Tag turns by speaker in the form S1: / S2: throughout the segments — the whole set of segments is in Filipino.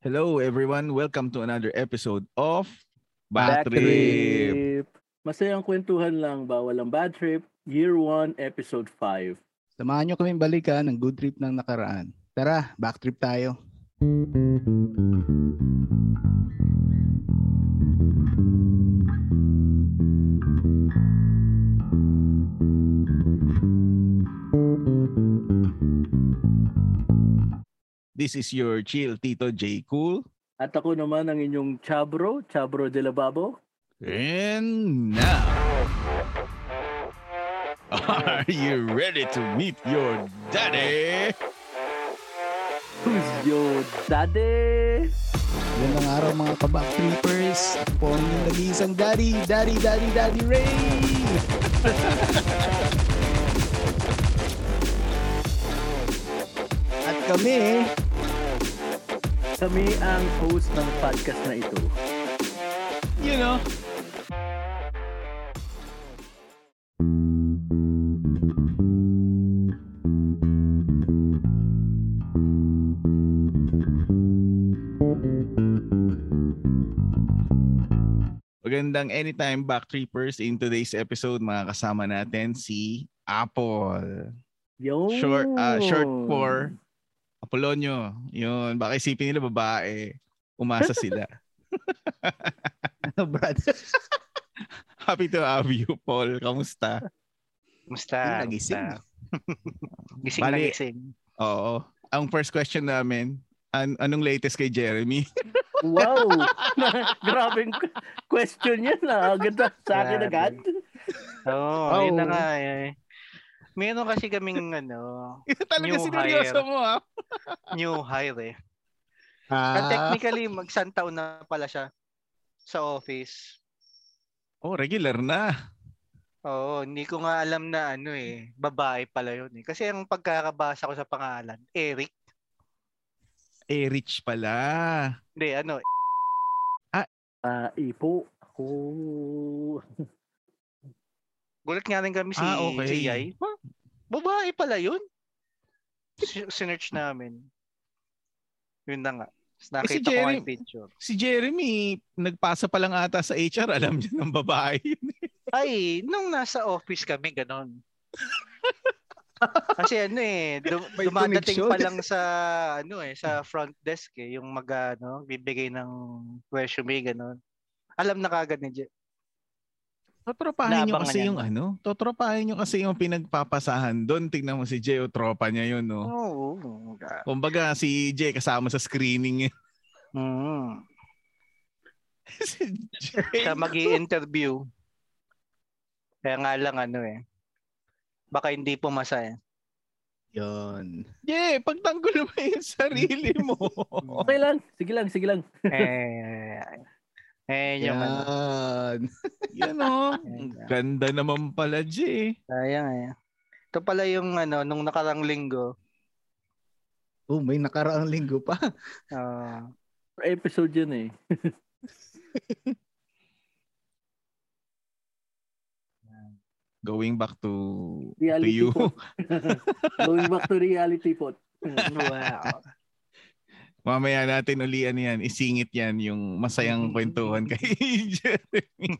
S1: Hello everyone, welcome to another episode of
S2: Back
S1: Back Trip.
S2: Masayang kwentuhan lang, bawal ang bad trip. Year 1, episode 5.
S3: Samahan nyo kaming balikan ng good trip ng nakaraan. Tara, back trip tayo.
S1: This is your chill Tito J Cool.
S2: At ako naman ang inyong Chabro, Chabro de la Babo.
S1: And now, are you ready to meet your daddy?
S2: Who's your daddy?
S3: Magandang araw mga ka-back trippers. Ako ang inyong nag-iisang daddy, daddy, daddy, daddy Ray! At kami,
S2: Kami ang host ng podcast na ito.
S1: You know. Magandang anytime back trippers in today's episode mga kasama natin si Apple.
S2: Yo!
S1: Short ah, short for Apolonio. Yun, baka isipin nila babae. Umasa sila.
S3: ano Brad?
S1: Happy to have you, Paul. Kamusta?
S4: Kumusta?
S3: Nagising.
S4: Kumusta? Gising na
S1: Bali-
S4: gising.
S1: Oo. Ang first question namin, an- anong latest kay Jeremy?
S2: Wow! Grabing question yan. ah. Agad na sa akin
S4: Grabe.
S2: agad.
S4: Oo,
S3: Oh.
S4: yun na nga eh. Meron kasi kaming ano,
S1: Talaga
S4: New
S1: sineryoso
S4: hire.
S1: mo, ah. ha?
S4: new hire eh. And
S3: Ah,
S4: technically, magsang taon na pala siya sa office.
S1: Oh, regular na.
S4: Oo, hindi ko nga alam na ano eh, babae pala yun eh. Kasi ang pagkakabasa ko sa pangalan, Eric.
S1: Eh, rich pala.
S4: Hindi, ano,
S2: Ah, ipo. Ako.
S4: gulat nga rin kami si
S1: Ah, okay.
S4: JI. "Huh? Babae pala yun? Si- Sinerch namin. Yun na nga. Tapos
S1: Eh, si
S4: Nakita ko nga
S1: Jerry-
S4: yung picture.
S1: Si Jeremy, nagpasa pa lang ata sa HR, alam niya ng babae yun.
S4: Ay, nung nasa office kami, ganon. Kasi ano eh, dum-
S3: May
S4: dumadating
S3: connection.
S4: pa lang sa ano eh, sa front desk eh, yung mag ano, bibigay ng resume ganon. Alam na kagad ni Je-
S1: Totropahin niyo
S4: Naabangan
S1: kasi
S4: yan.
S1: yung ano? Totropahin niyo kasi yung pinagpapasahan doon. Tingnan mo si Jay, o tropa niya yun, no?
S4: Oo.
S1: Kumbaga, si Jay kasama sa screening niya.
S4: Mm.
S1: si Jay.
S4: Sa mag interview Kaya nga lang ano eh. Baka hindi pumasa eh.
S3: yun.
S1: Jay, pagtanggol mo yung sarili mo.
S2: Okay lang. Sige lang, sige lang.
S4: Eh, eh yung ano.
S3: Yan.
S1: Yan o. oh. Ganda naman pala, Jay.
S4: Sayang eh. Ito pala yung ano, nung nakarang linggo.
S3: Oh, may nakaraang linggo pa.
S4: ah,
S2: Episode yun eh.
S1: Going back to, to
S2: Reality
S1: you.
S2: po. Going back to reality po.
S4: Wow.
S1: Mamaya natin ulian yan. Isingit yan yung
S2: Mm-hmm.
S1: masayang kwentuhan kay Jeremy.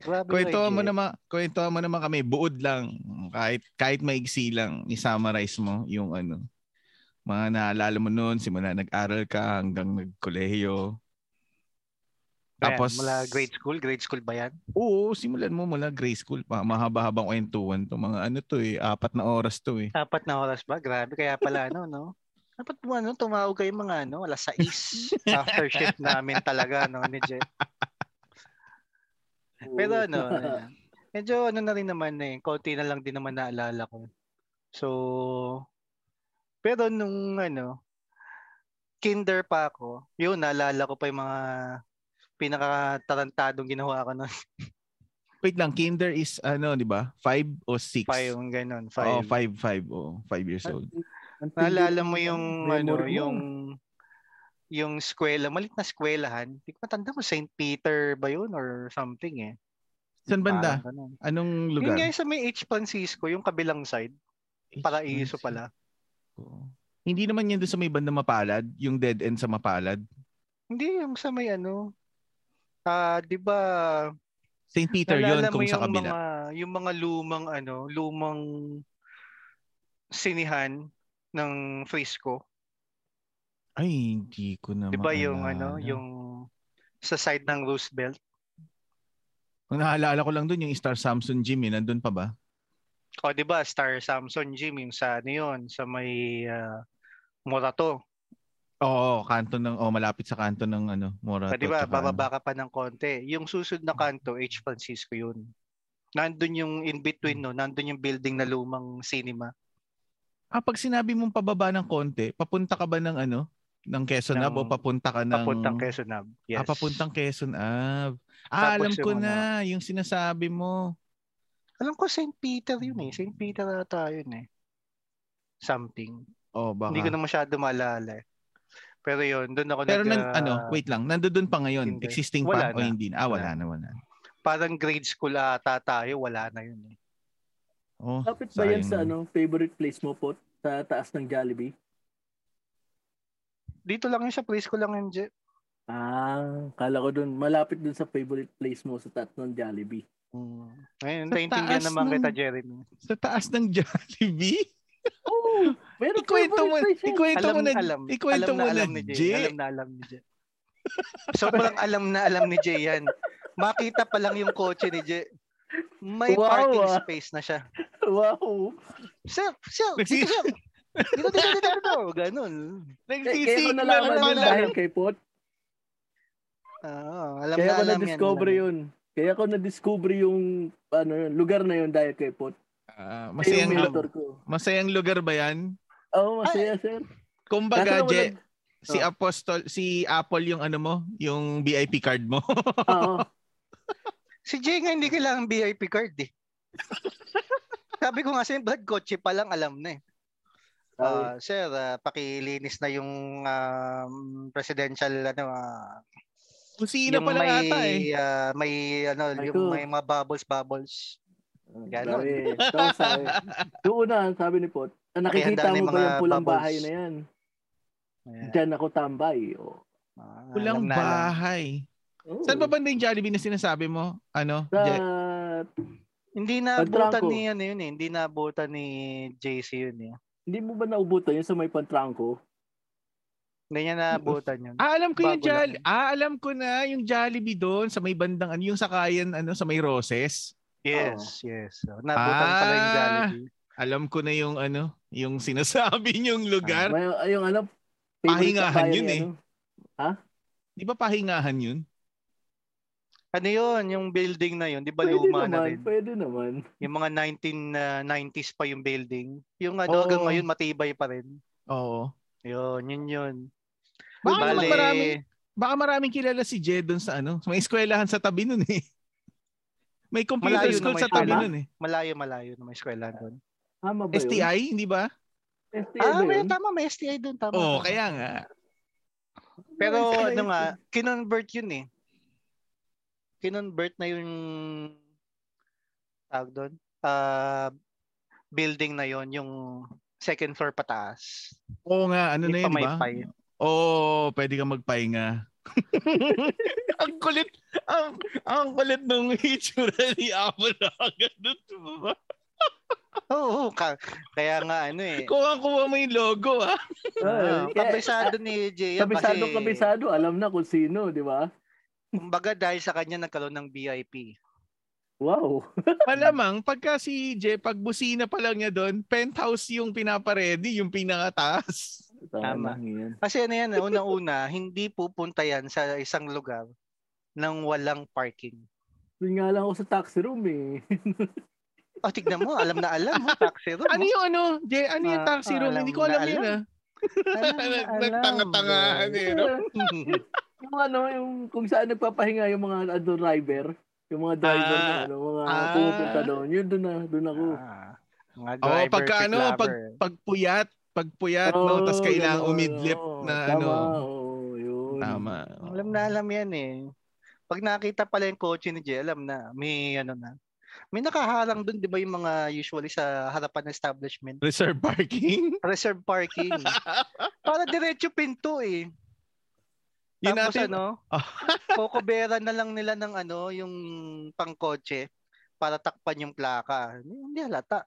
S4: Grabe
S1: kwentuhan mo
S4: Jay.
S1: naman, kwentuhan mo naman kami. Buod lang. Kahit, kahit maigsi lang, isummarize mo yung ano. Mga naalala mo noon, simula nag-aral ka hanggang nagkolehiyo.
S4: Ayan,
S1: Tapos,
S4: mula grade school, grade school ba yan?
S1: Oo, simulan mo mula grade school pa. Mahaba-habang kwentuhan to. Mga ano to eh, apat na oras to eh.
S4: Apat na oras ba? Grabe, kaya pala ano, no? Dapat mo ano, tumawag kayo mga ano, alas 6 after shift namin talaga, no, ni Jet. Pero ano, ayan. medyo ano na rin naman eh, konti na lang din naman naalala ko. So, pero nung ano, kinder pa ako, yun, naalala ko pa yung mga pinakatarantadong ginawa ko noon.
S1: Wait lang, kinder is ano, di ba? Five o six?
S4: Five, yung ganun,
S1: Five. Oh,
S4: five.
S1: five, five. Oh, five years old.
S2: Ang tindi
S4: Naalala
S2: ng
S4: mo yung
S2: memory
S4: ano,
S2: mo.
S4: yung yung eskwela, malit na eskwelahan. Hindi ko matanda mo, St. Peter ba yun or something eh.
S1: Saan banda?
S4: Parang ganun.
S1: Anong
S4: Yun
S1: lugar?
S4: nga yung sa may H. Francisco, yung kabilang side,
S1: H.
S4: Paraiso pala.
S1: Oo. Hindi naman yun doon sa may bandang mapalad, yung dead end sa mapalad.
S4: Hindi, yung sa may ano. Ah, 'di ba?
S1: St. Peter yun
S4: naalala mo
S1: kung sa
S4: yung
S1: kabila.
S4: Mga, yung mga lumang ano, lumang sinihan ng Frisco.
S1: Ay, hindi ko na
S4: 'Di ba yung ano,
S1: maalala.
S4: yung sa side ng Roosevelt?
S1: Ang naalala ko lang doon, yung Star Samson Gym, eh. nandun pa ba?
S4: O 'di ba, Star Samson Gym yung sa ano yun, sa may ah, Morato.
S1: Oo, kanto ng, oh, malapit sa kanto ng ano, Morato.
S4: Ah, 'Di ba,
S1: tsaka ano.
S4: bababa ka pa ng konti. Yung susunod na kanto, H. Francisco yun. Nandun yung in between no, nandun yung building na lumang cinema.
S1: Ah, pag sinabi mong pababa ng konti, papunta ka ba ng ano? Ng Quezon
S4: Ng-
S1: Ave o papunta ka ng...
S4: Papuntang Quezon Ave. Yes.
S1: Ah, papuntang Quezon Ave. Ah,
S4: Tapos
S1: alam ko
S4: yung ano.
S1: na, yung sinasabi mo.
S4: Alam ko St. Peter yun eh. St. Peter ata yun eh. Something.
S1: Oh, baka.
S4: Hindi ko na masyado maalala eh. Pero yun, doon ako
S1: Pero nan,
S4: nag- ah,
S1: ano, wait lang, nandoon pa ngayon,
S4: Hindi.
S1: existing
S4: Wala
S1: pa o
S4: na.
S1: hindi? na? Ah, wala,
S4: Wala
S1: na, wala. na.
S4: Parang grade school ata tayo, wala na yun eh.
S1: Oh,
S2: Kapit ba
S1: Sayang
S2: yan sa
S1: naman.
S2: ano, favorite place mo po? Sa taas ng Jollibee?
S4: Dito lang yun sa preschool lang yun. Je.
S2: Ah, kala ko dun. Malapit dun sa favorite place mo sa taas ng Jollibee.
S4: Mm. Ayun,
S1: Sa
S4: naiintindihan
S1: taas
S4: naman
S1: ng-
S4: kita, Jeremy.
S1: sa taas ng Jollibee?
S2: Oo! Meron
S1: Ikwento mo,
S2: favorite place eh. yan.
S1: ikwento
S4: Alam,
S1: mo na,
S4: alam.
S1: ikwento
S4: alam
S1: mo
S4: na,
S1: na,
S4: alam ni Jay.
S1: Jay.
S4: Alam na, alam ni Jay. Sobrang alam na, alam ni Jay yan. Makita pa lang yung kotse ni Jay. May
S2: Wow,
S4: parking
S2: ah.
S4: space na siya.
S2: Wow!
S4: Sir, sir,
S1: Nagsi-
S4: dito, sir. Dito, dito, dito, dito. Ganun.
S2: Kaya ko
S1: Nagsisignal
S2: nalaman yun
S1: pala.
S2: dahil kay Pot.
S4: Oo, alam
S2: Kaya
S4: na
S2: ko
S4: alam yan.
S2: na-discover
S4: alam.
S2: yun. Kaya ko na-discover yung ano, yun, lugar na yun dahil kay Pot.
S1: Ah,
S2: Kasi
S1: masayang,
S2: yung mentor ko.
S1: masayang lugar ba yan?
S2: Oo, masaya, sir.
S1: Kumbaga,
S2: Nasa-
S1: Je, si
S2: Oh.
S1: Apostol, si Apple yung ano mo, yung VIP card mo.
S2: Oo.
S4: Si Jay nga hindi kailangan VIP card eh. Sabi ko nga sa'yo, blood kotse pa lang alam na eh.
S2: Sabi-
S4: Ah, sir, ah, pakilinis na yung um, presidential ano ah,
S1: Kusina pa lang
S4: may
S1: ata eh.
S4: ah, may ano
S2: Ay,
S4: yung
S2: ko.
S4: may mga bubbles bubbles. Ah, Ganon.
S2: Sabi, so, sabi, doon na, sabi ni Pot, "Ah, nakikita mo
S4: Pakihanda na yung
S2: ba
S4: mga
S2: yung pulang
S4: bubbles."
S2: bahay na yan?
S4: Ayan.
S2: Diyan ako tambay. Oh.
S4: Ah,
S1: Kulang
S4: alam na alam.
S1: bahay. Saan ba banda yung Jollibee na sinasabi mo? Ano?
S2: Sa,
S1: Je?
S4: Hindi naabutan
S2: Pagtrangko.
S4: ni ano yun eh, hindi naabutan ni JC yun eh.
S2: hindi mo ba naubutan yung sa may pantrangko?
S4: Hindi niya naabutan yun.
S1: Ah, alam ko yung
S4: Bago
S1: Jolli-
S4: lang.
S1: Ah, alam ko na yung Jollibee doon sa may bandang ano, yung sakayan ano sa may Roses.
S4: Yes, yes. So, naabutan pala yung
S1: Ah.
S4: Jollibee.
S1: Alam ko na yung ano, yung sinasabi niyong
S2: Ah,
S1: lugar.
S2: may, ay, yung ano, favorite
S1: Pahingahan
S2: tambayan
S1: yun
S2: ni
S1: eh.
S2: ano.
S1: Di ba pahingahan yun?
S4: Ano yun, yung building na yun, di ba
S2: Pwede
S4: luma
S2: naman,
S4: na rin?
S2: pwede naman.
S4: Yung mga 1990s pa yung building. Yung ano,
S1: Oo.
S4: hanggang ngayon matibay pa rin.
S1: Oo.
S4: Yun, yun yun.
S1: Baka naman
S4: Bale,
S1: maraming, baka maraming kilala si Jed doon sa ano, sa may eskwelahan sa tabi nun eh. May computer
S4: Malayo na
S1: school
S4: may
S1: sa tabi
S2: eskwela?
S1: nun eh.
S4: malayo malayo na may eskwela doon.
S2: Tama ba yun?
S1: STI, hindi ba?
S2: STI ba
S4: Ah,
S1: Ano
S4: may
S2: yun?
S4: tama, may STI doon tama.
S1: Oo,
S4: tama.
S1: kaya nga.
S4: Pero
S2: STI
S4: ano nga,
S2: yun.
S4: kinonvert yun eh. Kinonvert na yung tawag doon. Ah, building na yon yung second floor pataas.
S1: Oo nga, ano na
S4: Yung
S1: yun, di ba?
S4: pamaypay.
S1: Oo, pwede kang magpahinga. ang kulit, ang, ang kulit nung itsura ni Apple agad doon. diba?
S4: Oo, oh, kaya nga ano eh.
S1: Kuha-kuha mo yung logo ah.
S2: Ah,
S4: Ah,
S2: kaya-
S4: kabisado ni Jay. yan
S2: Kabisado,
S4: kasi-
S2: kabisado. Alam na kung sino, di ba?
S4: Kumbaga dahil sa kanya nagkaroon ng VIP.
S2: Wow.
S1: Malamang pagka si Jay, pag busina pa lang niya doon, penthouse yung pinaparedy, yung pinakataas.
S4: Tama.
S2: Tama. lang yan.
S4: Kasi ano yan, unang-una, hindi pupunta yan sa isang lugar nang walang parking.
S2: Doon nga lang ako sa taxi room eh.
S4: O, Ah, tignan mo, alam na alam, ha, taxi room. oh.
S1: Ano
S4: ha?
S1: yung ano, Jay, ano yung
S4: Ah,
S1: taxi room?
S4: alam
S1: Hindi ko alam
S4: na
S1: yun ah.
S4: Alam na alam,
S1: Nagtanga-tangahan
S4: bro.
S1: eh. no?
S2: yung ano, yung kung saan nagpapahinga yung mga ano, driver, yung mga driver
S1: Ah.
S2: na ano, mga
S1: Ah.
S2: pumupunta doon. Yun doon na, doon ako.
S4: Ah, mga
S1: Oo,
S4: driver,
S1: pagka
S4: pick
S1: ano, pag-
S4: lover.
S1: Pagpuyat, pagpuyat, Ah, no? Tapos
S2: Oo,
S1: kailangan
S2: Oh, ganun,
S1: umidlip
S2: oo.
S1: na
S2: Tama,
S1: ano.
S2: oo, yun.
S1: Tama.
S4: Alam na alam yan eh. Pag nakita pala yung kotse ni Jay, alam na, may ano na. May nakaharang doon, di ba yung mga usually sa harapan ng establishment?
S1: Reserve parking?
S4: Reserve parking. Para diretso pinto eh.
S1: Yun
S4: Tapos
S1: natin.
S4: ano,
S1: Ah.
S4: kokobera na lang nila ng ano, yung pangkotse para takpan yung plaka. Hindi halata.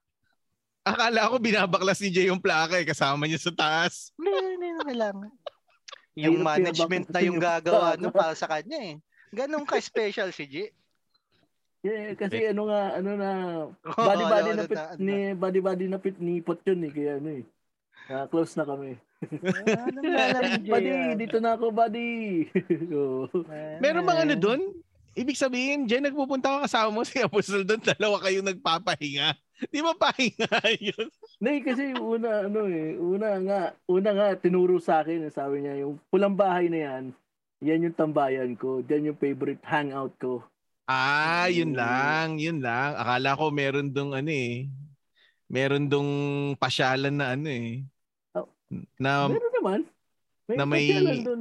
S1: Akala ko binabaklas ni Jay yung plaka eh, kasama niya sa taas.
S4: Hindi, hindi na kailangan. Yung
S2: Mahirap
S4: management
S2: pinabaklas
S4: na
S2: yung
S4: yung gagawa
S2: plaka.
S4: no, para sa kanya eh. Ganon ka-special si G.
S2: Yeah, kasi ano nga, ano na,
S1: Oh,
S4: Oo,
S2: body-body
S4: ano,
S2: na
S4: ano,
S2: pit,
S4: ano.
S2: ni, body-body na pit ni Pot yun eh, kaya ano eh. Ah, close na kami.
S4: Ah, Anong alam ni G?
S2: Buddy, dito na ako, buddy. Oo.
S1: Meron bang
S2: Ah.
S1: ano doon? Ibig sabihin, Jay, nagpupunta ka kasama mo si Apostol doon, dalawa kayo nagpapahinga. Di ba pahinga yun?
S2: Nay, kasi yung una, ano eh, una nga, una nga, tinuro sa akin, eh, sabi niya, yung pulang bahay na yan, yan yung tambayan ko, yan yung favorite hangout ko.
S1: Ah,
S2: Mm.
S1: yun lang, yun lang. Akala ko meron dong ano eh. Meron dong pasyalan na ano eh.
S2: Oh.
S4: Um,
S1: Na
S2: Meron naman. May
S1: na may-
S2: kasiyalan dun.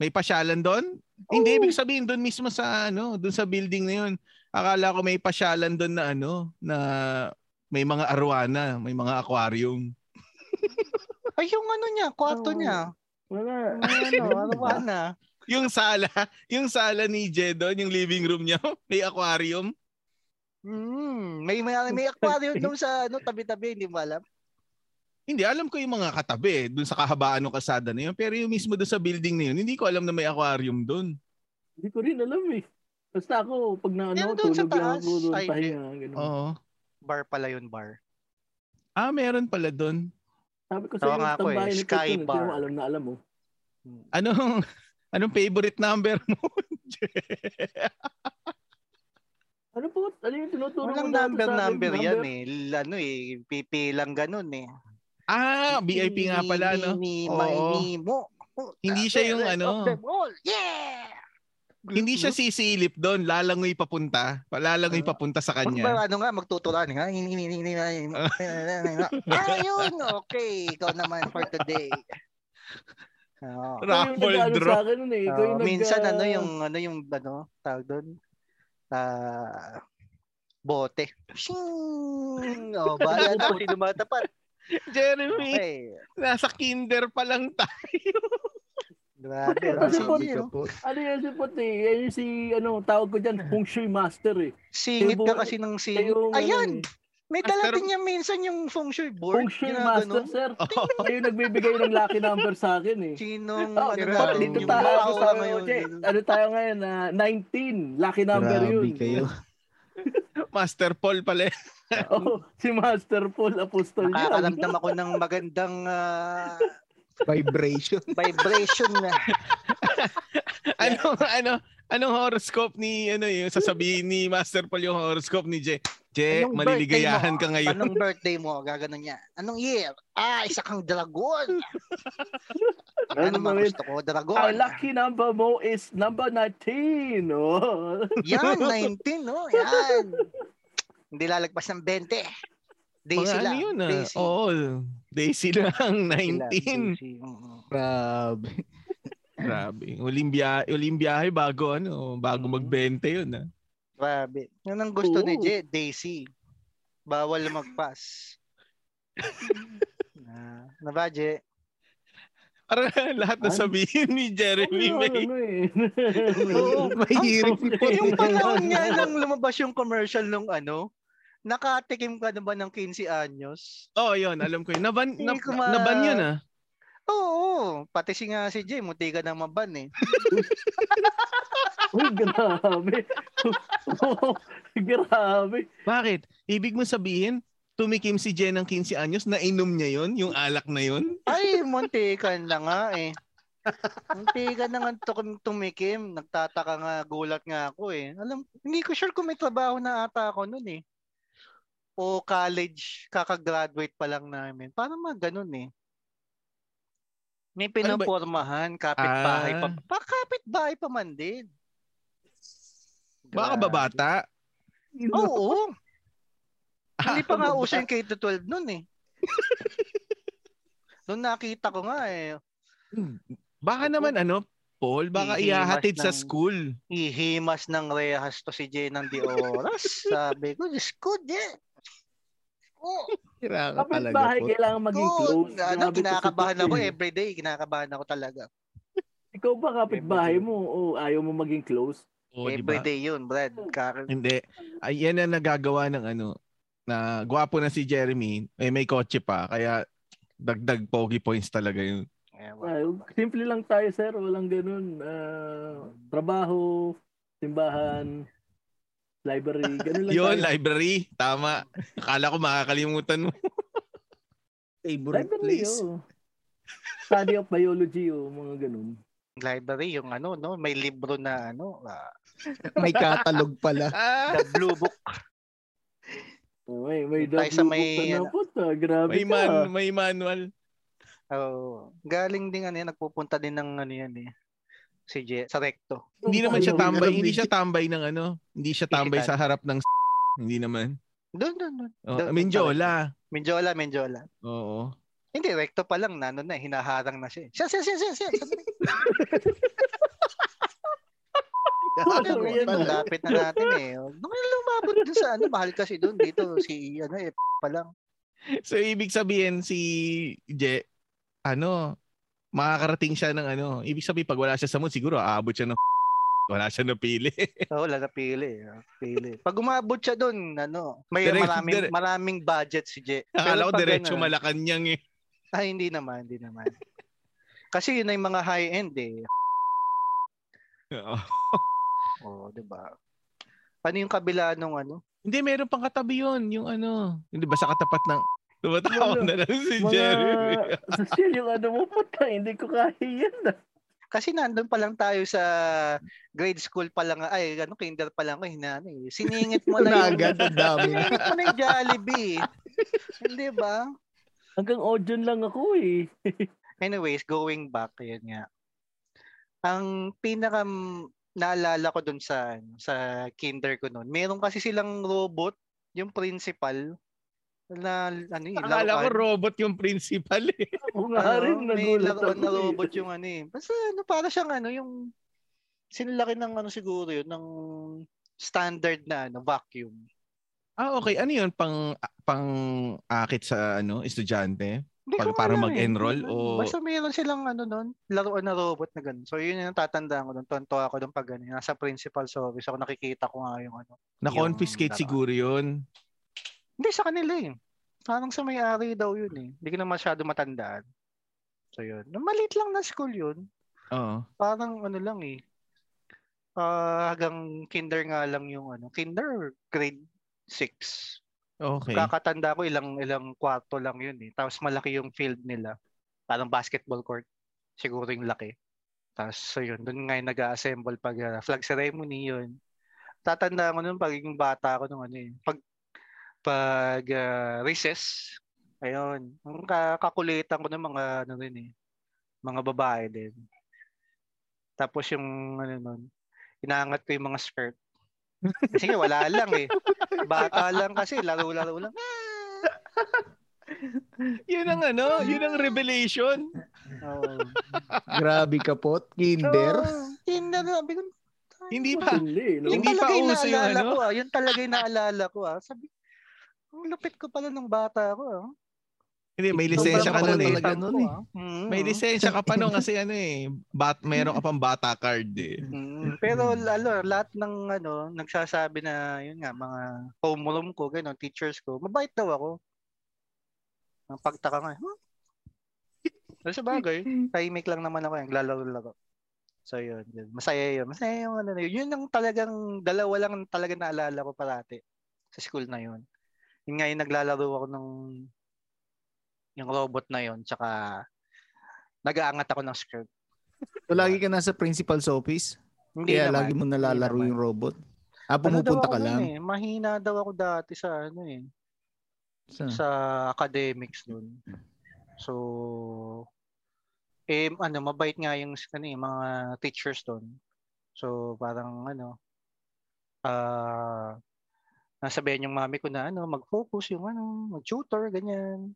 S1: may pasyalan doon? Hindi, ibig sabihin doon mismo sa ano, doon sa building na yun. Akala ko may pasyalan doon na ano, na may mga arwana, may mga aquarium.
S4: Ay, yung ano niya, kwarto
S2: Oo.
S4: niya.
S2: Wala.
S4: Ano, arawan na.
S1: Yung sala, yung sala ni Jed doon, yung living room niya, may aquarium.
S4: Mm, may, may, may aquarium doon sa ano, tabi-tabi, hindi mo alam.
S1: Hindi, alam ko yung mga katabi, doon sa kahabaan ng kasada na yun. Pero yung mismo doon sa building na yun, hindi ko alam na may aquarium doon.
S2: Hindi ko rin alam eh. Basta ako, pag na ano,
S4: Meron dun sa
S2: tulog lang
S4: taas.
S2: ako doon,
S4: Ay,
S2: pahinga, ganun.
S4: Oh,
S1: Oo.
S4: Bar pala yun, bar.
S1: Ah, meron pala doon.
S2: Sabi ko
S4: Tawa
S2: sa'yo,
S4: nga
S2: yung
S4: ako eh,
S2: tambayan ni
S4: Sky
S2: Kuya,
S4: Bar.
S2: mo alam na alam mo.
S1: Anong Ano, anong favorite number mo?
S2: Ano po? Ano yung tinuturo mo dati
S4: Walang
S2: sa akin?
S4: number-number yan eh. L- Ano eh, pipilang ganun eh.
S1: ah, VIP nga pala no.
S4: Mi, mi,
S1: Oo.
S4: my, mi, mo. Puta,
S1: Hindi siya yung
S4: favorite
S1: ano.
S4: of them all. Yeah!
S1: Hindi siya sisilip doon, lalangoy papunta. Lalangoy papunta sa
S4: Mag,
S1: kanya.
S4: ba- ano nga, magtutulan nga. ah, yun. Okay. Ikaw naman for today. Oo.
S1: Raffle
S2: Ikaw
S1: draw.
S2: Ano yung nag-ano Sa akin, nun eh. Ikaw
S4: Oo,
S2: yung nag-
S4: minsan ano yung ano yung ano tawag doon? Ah bote. Shing! Oh, bahala na kung sino matapat.
S1: Jeremy,
S4: Okay.
S1: nasa kinder pa lang tayo.
S4: Grabe.
S2: Puta,
S4: ano,
S2: si Bon
S4: singit-
S2: yun. Ano yan si Pot eh? Yan yung si, ano, tawag ko dyan, Feng Shui Master eh.
S4: Singit
S2: Yung
S4: ka
S2: bote.
S4: kasi ng
S2: Siya
S4: singit.
S2: yung, ano,
S4: Ayan!
S2: eh,
S4: May dala
S1: Master-
S4: din niya minsan yung feng shui board.
S2: Feng Shui Master,
S4: Ginaganon.
S2: sir. Siya yung nagbibigay ng lucky number sa akin eh.
S4: Sinong
S2: Oh, Pot,
S4: ano na,
S2: dito
S4: yung
S2: tayo
S4: tao
S2: sa
S4: ngayon.
S2: Ano tayo ngayon? ah, 19. Lucky number yun.
S3: Grabe kayo.
S1: Master Paul pala.
S2: Oh, si Master Paul Apostol yan.
S4: Nakakaramdam ako ng magandang ah,
S3: Vibration.
S4: vibration na.
S1: Ano ano anong horoscope ni ano yung sasabihin ni Master Paul yung horoscope ni Jay? Jay,
S4: Anong
S1: Eh, maliligayahan
S4: birthday
S1: ka ngayon.
S4: Anong birthday mo? Gaganon niya. Anong year? Ah, isa kang dragon. ano
S2: Ano ba
S4: mga
S2: yun?
S4: gusto ko? Dragon.
S2: Ang lucky number mo is number 19. Oh.
S4: Yan, 19, no? Yan. Hindi lalagpas ng 20.
S1: Mga
S4: Daisy
S1: ano
S4: lang.
S1: yun ah.
S4: Daisy.
S1: Oo. Daisy lang, 19.
S4: Daisy lang, Daisy. Mm-hmm. Mm-mm.
S3: Grabe.
S1: Grabe. Huling biyahe, huling biyahe bago ano, bago
S4: Mhm.
S1: mag-20 yun ah.
S4: Grabe. Yan ang gusto ni
S2: Oo.
S4: Jay, Daisy. Bawal magpas. na, Ah, na ba, Jay?
S1: Para lahat na
S2: Ano?
S1: sabihin ni Jeremy
S2: Ano,
S1: may
S2: ano eh.
S4: Oo.
S3: Mahirap si Pot.
S4: yung panahon nga nang lumabas yung commercial nung ano, nakatikim ka na ba ng 15 anyos?
S1: Oh, yun, alam ko yun. Naban,
S4: Hindi
S1: na,
S4: ko ma-
S1: naban yun ah.
S4: Oo, pati si nga si Jay, muti ka na maban eh.
S2: Uy, grabe. grabe.
S1: Bakit? Ibig mo sabihin, tumikim si Jen ng 15 anyos, nainom niya yun, yung alak na yun?
S4: Ay, munti ka na nga eh. Munti ka na nga tum- tumikim. Nagtataka nga, gulat nga ako eh. Alam, hindi ko sure kung may trabaho na ata ako nun eh. O college, kakagraduate pa lang namin. Parang mga ganun eh. May
S1: Ano ba-
S4: pinupormahan, kapitbahay
S1: Ah.
S4: pa. Pa, kapitbahay pa man din.
S1: Baka
S4: Grabe.
S1: babata.
S4: Oo. Hindi pa nga uso yung K-12 noon eh. Noon nakita ko nga eh.
S1: Baka naman ano, Paul, baka
S4: Hihimas
S1: ihahatid sa
S4: ng-
S1: school.
S4: Ihimas ng rehas to si Jay ng di oras. Sabi ko, Diyos ko, Jay. Oh,
S1: Hira ka
S2: Kapit
S1: talaga
S2: bahay,
S1: po.
S2: kailangan maging close.
S4: ano,
S2: Grabe kasi
S4: kinakabahan
S2: to
S4: ako
S2: eh.
S4: everyday. Kinakabahan ako talaga.
S2: Ikaw ba kapit bahay mo? O ayaw mo maging close?
S1: Oo, Oh, di ba?
S4: everyday yun, Brad. Kar-
S1: Hindi. Ay, yan ang nagagawa ng ano, na gwapo na si Jeremy, eh, may kotse pa, kaya dagdag pogi points talaga yun.
S4: Ewan.
S2: Ay, Ah, simple lang tayo, sir. Walang ganun. Ah, trabaho, simbahan, library. Ganun lang
S1: Yun,
S2: tayo.
S1: library. Tama. Akala ko makakalimutan mo.
S3: Favorite
S2: Library,
S3: place.
S2: oh. Study of biology, oh. Mga ganun.
S4: Library, yung ano, no? May libro na, ano, ah,
S3: May catalog pala.
S1: Ah,
S4: The Blue Book.
S2: Oh, May, may
S4: Tayo sa
S2: W
S4: may,
S2: book ka na
S4: ano,
S2: puta. Grabe
S1: may,
S2: ka.
S1: man, may manual.
S4: Oh, galing din ano yan, nagpupunta din ng ano yan eh. Si Je, sa recto.
S1: Hindi naman siya
S2: Ano,
S3: alam
S1: tambay. Hindi
S3: ni-
S1: siya tambay ng ano. Hindi siya tambay sa harap ng Hindi naman.
S4: Doon, doon, doon.
S1: Oh, I mean, Jola.
S4: Menjola, Menjola.
S1: Oo.
S4: Hindi, recto pa lang, nano na, hinaharang na siya. eh. Siya, siya, siya, siya, siya. Sabi ko, "Bakit
S2: Ano
S4: mo
S2: yan,
S4: yun? Ang lapit na natin eh. Nung lumabot dun sa ano, mahal kasi doon, dito, si, ano eh, pa lang.
S1: So, ibig sabihin si Je, ano, makakarating siya ng ano. Ibig sabihin, pag wala siya sa mood, siguro aabot siya ng wala siya napili.
S4: Oo, wala na pili. ah, Pili. Pag umabot siya doon, ano, may
S1: Direct-
S4: maraming,
S1: direct-
S4: maraming budget si Je.
S1: Akala ko
S4: pag
S1: diretso
S4: ano-
S1: Malacanang eh.
S4: Ah, hindi naman, hindi naman. Kasi yun ay mga high-end eh.
S1: Oo.
S4: Oo, 'di ba? Ano yung kabila nung ano?
S1: Hindi, meron pang katabi yun. Yung ano. Hindi ba sa katapat ng... Tumatawa
S2: Wala.
S1: na lang si
S2: Mga...
S1: Jeremy.
S2: Cecil, yung ano mo puta. Hindi ko kaya yan.
S4: Kasi nandun pa lang tayo sa grade school pa lang, ay ano, kinder pa lang ko, hinano eh. Siningit mo na
S3: Na
S4: yung,
S3: agad, ang dami.
S4: siningit mo na yung Jollibee. eh. Hindi ba?
S2: Hanggang audion lang ako eh.
S4: Anyways, going back, yun nga. Ang pinaka naalala ko dun sa, ano, sa kinder ko noon, meron kasi silang robot, yung principal, na ano eh,
S1: Akala ko
S4: laruan.
S1: robot yung principal eh.
S2: Ako nga
S4: Ano,
S2: rin
S4: may
S2: nagulat
S4: laruan na
S2: ako eh.
S4: robot yung ano eh. Basta ano, para siyang ano, yung sinlaki ng ano siguro yun, ng standard na ano, vacuum.
S1: Ah, okay. Ano yun? Pang, pang akit sa ano, estudyante?
S4: Hindi
S1: Pag-
S4: ko
S1: para
S4: alam eh.
S1: mag-enroll
S4: Hindi ko
S1: o-
S4: alam. Basta mayroon silang ano nun, laruan na robot na ganun. So yun yung tatandaan ko dun. Tonto ako dun pag ano. Nasa principal's office ako nakikita ko nga yung ano.
S1: Na-confiscate
S4: Yung laruan.
S1: siguro yun.
S4: Hindi sa kanila eh. Parang sa may-ari daw yun eh. Hindi ko na masyado matandaan. So yun. Malit lang na school yun.
S1: Oo.
S4: parang ano lang eh. Ah, hanggang kinder nga lang yung ano, kinder or grade 6.
S1: Okay.
S4: Kakatanda ko ilang ilang kwarto lang yun eh. Tapos malaki yung field nila. Parang basketball court. Siguro yung laki. Tapos so yun, doon nga yung nag-assemble pag ah, flag ceremony yun. Tatanda ko nun pag yung bata ko nung ano eh. Pag pag ah, recess, ayun, ang ka- kakulitan ko ng mga ano rin eh, mga babae din. Tapos yung ano nun, inaangat ko yung mga skirt. Kasi nga, wala lang eh. Bata lang kasi, laro-laro lang. Ah.
S1: Yun ang ano, yun ang revelation.
S4: Oo. Ah,
S3: Grabe ka po. Kinder.
S4: Oo, Tinder, sabi ko. "Ay,
S1: Hindi
S4: wala."
S1: pa.
S2: Hindi, no?
S4: Yun
S1: Hindi pa
S4: talaga yung
S1: uso yung
S4: naalala
S1: ano?
S4: Ko, ah. Yun talaga yung naalala ko. Ah. Sabi, ang lupit ko pala nung bata ko. Ah.
S1: Hindi, may
S4: Ang
S1: lisensya ka
S3: pala
S1: pa nun eh.
S4: kulitan
S3: talaga
S4: ko,
S3: nun eh.
S4: ah. Mm,
S1: May lisensya ka pa nun kasi ano eh. Bat, meron ka pang bata card eh.
S4: mm. Pero lalo, lahat ng ano, nagsasabi na, yun nga, mga homeroom ko, gano'n, teachers ko, mabait daw ako. Ang pagtaka nga. Huh? Pero sa bagay, tahimik lang naman ako, naglalaro-laro. So yun, yun, masaya yun. Masaya yung ano na yun. Yun ang talagang, dalawa lang ang talaga naalala ko parati sa school na yun. Yun nga yung naglalaro ako ng yung robot na yun, tsaka nag-aangat ako ng skirt.
S3: So, lagi ka nasa principal's office.
S4: Hindi
S3: Kaya
S4: naman.
S3: lagi mo nalalaro
S4: Hindi
S3: yung robot. Ah,
S4: Ano daw
S3: pumupunta
S4: ako
S3: ka
S4: nun
S3: lang.
S4: Eh. Mahina daw ako dati sa ano eh,
S3: Sa-
S4: sa academics nun. So eh ano, mabait nga yung ano, eh, mga teachers doon. So parang ano ah nasabihan yung mami ko na ano, mag-focus yung ano, mag-tutor ganyan.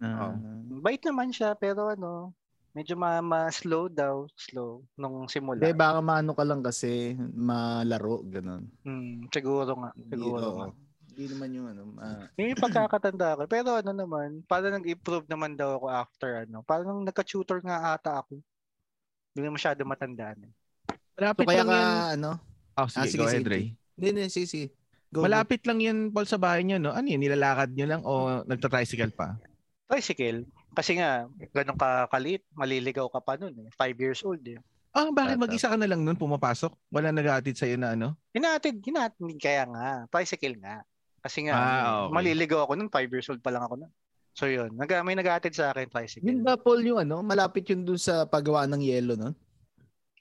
S3: Ah.
S1: Oo.
S4: Bait naman siya pero ano, Medyo ma, ma- slow daw, slow nung simula.
S3: Eh,
S5: Hindi, baka maano ka lang kasi, malaro, ganun.
S4: Mm, siguro nga, siguro
S5: Hindi, oo.
S4: nga.
S5: Hindi naman yung ano, ah,
S4: Yun yung pagkakatanda ko. Pero ano naman, parang nag-improve naman daw ako after ano. Parang nagka-tutor nga ata ako. Hindi na masyado matandaan. eh.
S5: so
S1: Malapit
S5: kaya
S1: lang
S5: ka,
S1: yan.
S5: ano?
S1: Oh, sige,
S5: Ah, sige,
S1: go ahead,
S5: sige.
S1: Ray.
S5: Hindi, hindi, sige, sige. Go, go.
S1: Malapit lang yun, Paul, sa bahay nyo, no? Ano yun, nilalakad nyo lang o nagta-tricycle pa?
S4: Tricycle. Kasi nga, ganun ka kalit, maliligaw ka pa nun. Eh. Five years old eh.
S1: Ah, bakit
S5: Tata.
S1: mag-isa ka na lang nun pumapasok? Wala naghahatid sa'yo na ano?
S4: Hinatid, hinatid kaya nga. Tricycle nga. Kasi nga,
S1: Ah, okay.
S4: maliligaw ako nun. Five years old pa lang ako nun. So yun, nag, may nag-attend sa akin tricycle.
S5: Yun ba, Paul, yung ano? Malapit yun dun sa paggawa ng yelo, no?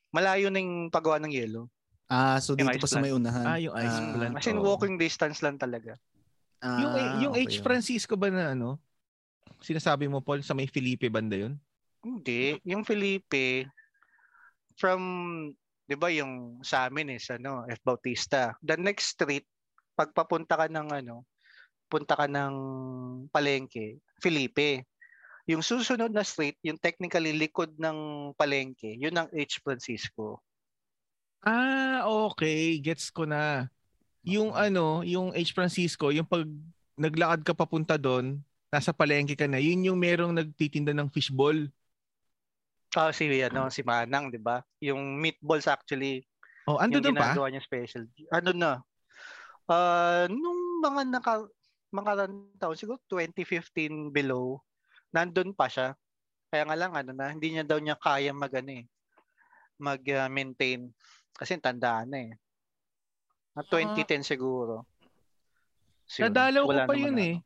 S4: Malayo na yung paggawa ng yelo.
S5: Ah, so
S4: Yung
S5: dito
S4: ice
S5: pa sa may unahan.
S1: Ah, yung ice
S5: Ah,
S1: plant.
S4: As in,
S1: oo.
S4: walking distance lang talaga.
S5: Ah,
S1: Yung, yung
S5: okay,
S1: H.
S5: okay.
S1: Francisco ba na ano? Sinasabi mo, Paul, sa may Felipe banda yun?
S4: Hindi. Yung Felipe, from, di ba yung sa amin is, ano, F. Bautista. The next street, pagpapunta ka ng, ano, punta ka ng palengke, Felipe. Yung susunod na street, yung technically likod ng palengke, yun ang H. Francisco.
S1: Ah, okay. Gets ko na. Yung ano, yung H. Francisco, yung pag naglakad ka papunta doon, nasa palengke ka na, yun yung merong nagtitinda ng fishball.
S4: Ah, si, ano, si Manang, di ba? Yung meatballs actually,
S1: Oh, ando
S4: yung
S1: doon pa?
S4: ginagawa niya special. Ano na? Ah, nung mga naka mga taon siguro 2015 below, nandun pa siya. Kaya nga lang ano na, hindi niya daw niya kaya mag ano eh, mag ah, maintain kasi tandaan na eh. Na 2010 siguro. So, yun,
S1: Ah. Nadalaw ko
S4: wala
S1: pa
S4: naman ano.
S1: yun
S4: na-
S1: eh.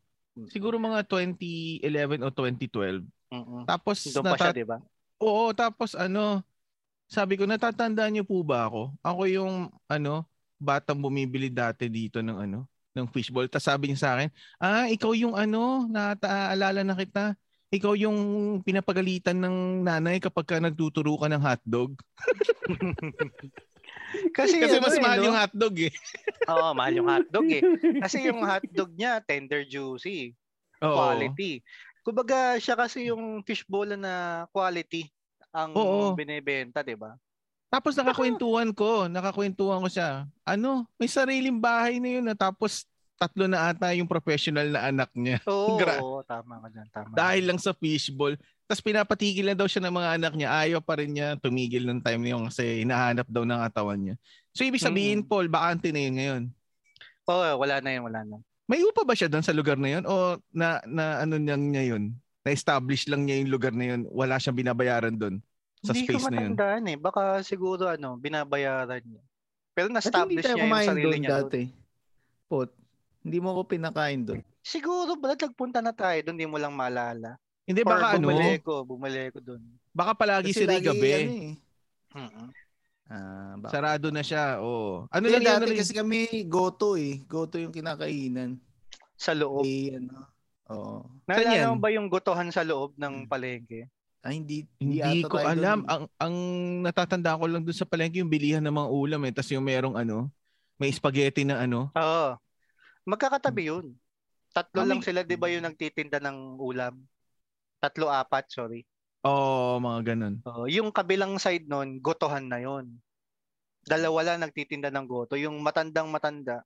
S1: Siguro mga 2011 o 2012.
S4: Mm-mm.
S1: Tapos,
S4: Doon pa siya, diba?
S1: nata-
S4: di ba?
S1: oo, tapos ano, sabi ko, natatandaan niyo po ba ako? Ako yung, ano, batang bumibili dati dito ng ano, ng fishball. Tapos sabi niya sa akin, ah, ikaw yung ano, nataalala na kita. Ikaw yung pinapagalitan ng nanay kapag ka nagtuturo ka ng hotdog.
S4: Kasi,
S1: Kasi
S4: ano
S1: mas
S4: eh,
S1: mahal
S4: no?
S1: yung hotdog eh.
S4: Oo, mahal yung hotdog eh. Kasi yung hotdog niya, tender juicy.
S1: Oo.
S4: quality. Kumbaga siya kasi yung fishbowl na quality ang
S1: Oo.
S4: binebenta, 'di ba?
S1: Tapos nakakwentuhan ko, nakakwentuhan ko siya. Ano, may sariling bahay na yun. ah. Tapos tatlo na ata yung professional na anak niya.
S4: Oo,
S1: Gra-
S4: oo, tama ka dyan, tama.
S1: dahil lang sa fishball. Tapos pinapatigil na daw siya ng mga anak niya. Ayaw pa rin niya tumigil ng time na yun kasi hinahanap daw ng katawan niya. So ibig sabihin,
S4: Mm.
S1: Paul, bakante na yun ngayon.
S4: Oo, wala na 'yun, wala na.
S1: May upa ba siya doon sa lugar na yun? O na, na ano niyang niya yun? Na-establish lang niya yung lugar na yun. Wala siyang binabayaran doon sa
S4: Hindi
S1: space
S4: ko
S1: na yun.
S4: matandaan eh. Baka siguro ano, binabayaran niya. Pero
S5: Ba't hindi
S4: na-establish niya
S5: tayo
S4: yung
S5: kumain
S4: sarili
S5: doon
S4: niya. doon.
S5: dati? Pot, hindi mo ako pinakain doon.
S4: Siguro ba't nagpunta na tayo doon, hindi mo lang maalala.
S1: Hindi,
S4: Or
S1: baka ano,
S4: bumili ko, bumili ko doon.
S1: baka palagi si Ray
S5: lagi
S1: gabi.
S5: ano eh.
S4: Mm-mm.
S5: Ah, baka.
S1: Sarado na siya. Oo. Ano
S5: Hindi,
S1: lang yun?
S5: dati
S1: Ray?
S5: kasi kami goto eh. Goto yung kinakainan.
S4: Sa
S1: Oh.
S4: loob.
S5: Eh, ano. Oo.
S1: yan? Mm.
S4: Naalala mo ba yung gotohan sa loob ng palengke?
S5: Ay, Ah, hindi,
S1: Hindi
S5: ata
S1: ko
S5: tayo dun.
S1: alam. Ah, Ang ang natatanda ko lang dun sa palengke yung bilihan ng mga ulam eh. Tapos yung merong ano, may spaghetti na ano.
S4: Oo. Magkakatabi yun.
S1: Ah,
S4: Tatlo
S1: may-
S4: lang sila, di ba yung nagtitinda ng ulam? Tatlo, apat, sorry.
S1: Oo, Oh, mga ganun.
S4: Oo, yung kabilang side nun, gotohan na yun. Dalawa lang nagtitinda ng goto. Yung matandang matanda,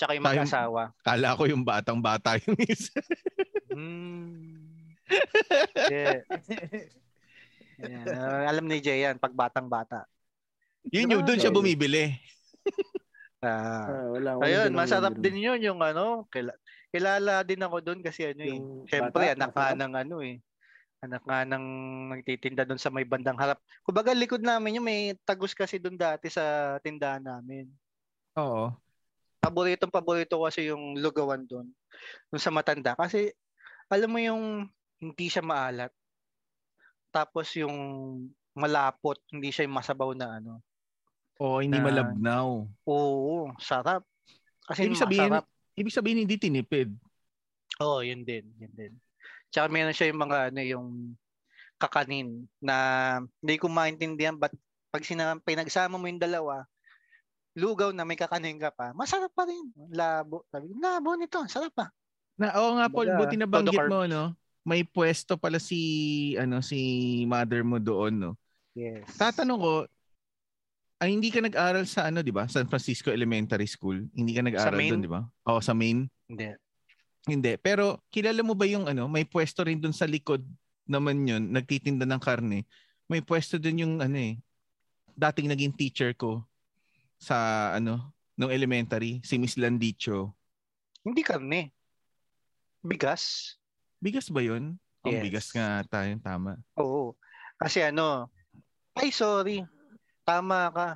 S4: tsaka yung
S1: Tayo-
S4: mag-asawa.
S1: Kala ko yung batang bata yung isa.
S4: Hmm. Yeah. Ayan, ah, alam ni Jay yan, pag batang-bata.
S1: Yun yung doon siya bumibili.
S4: Ah.
S2: Ah, wala, wala
S4: Ayun,
S2: din ako,
S4: masarap
S2: wala
S4: din yun yung ano, kila- kilala din ako doon kasi ano eh.
S2: Yung bata,
S4: Siyempre, anak nga
S2: masarap.
S4: ng ano eh. Anak nga ng nagtitinda doon sa may bandang harap. Kumbaga, likod namin yung may tagus kasi doon dati sa tindahan namin.
S1: Oo.
S4: Paboritong paborito ko kasi yung lugawan doon. Doon sa matanda. Kasi, alam mo yung hindi siya maalat. Tapos yung malapot, hindi siya yung masabaw na ano.
S1: Oo, hindi
S4: Ah.
S1: malabnaw.
S4: Oo, sarap. Kasi
S1: Ibig sabihin,
S4: masarap.
S1: ibig sabihin hindi tinipid.
S4: Oo, yun din, yun din. Tsaka meron siya yung mga ano yung kakanin na hindi ko maintindihan but pag sina, pinagsama mo yung dalawa, lugaw na may kakanin ka pa, masarap pa rin. Labo. Sabi, ko, labo nito, sarap ah." pa.
S1: Na, oo nga Paul,
S4: Kumbaga,
S1: buti na banggit mo no. may pwesto pala si ano si mother mo doon no.
S4: Yes.
S1: Tatanong ko ay hindi ka nag-aral sa ano 'di ba? San Francisco Elementary School. Hindi ka nag-aral
S4: Maine?
S1: doon 'di ba? Oo, sa Maine.
S4: Hindi.
S1: Hindi. Pero kilala mo ba yung ano, may pwesto rin doon sa likod naman yun, nagtitinda ng karne. May pwesto din yung ano eh, dating naging teacher ko sa ano, nung elementary, si Miss Landicho.
S4: Hindi karne. Bigas.
S1: Bigas ba yun? Ang
S4: Yes.
S1: bigas nga tayo, tama.
S4: Oo. Kasi ano, ay sorry. Tama ka.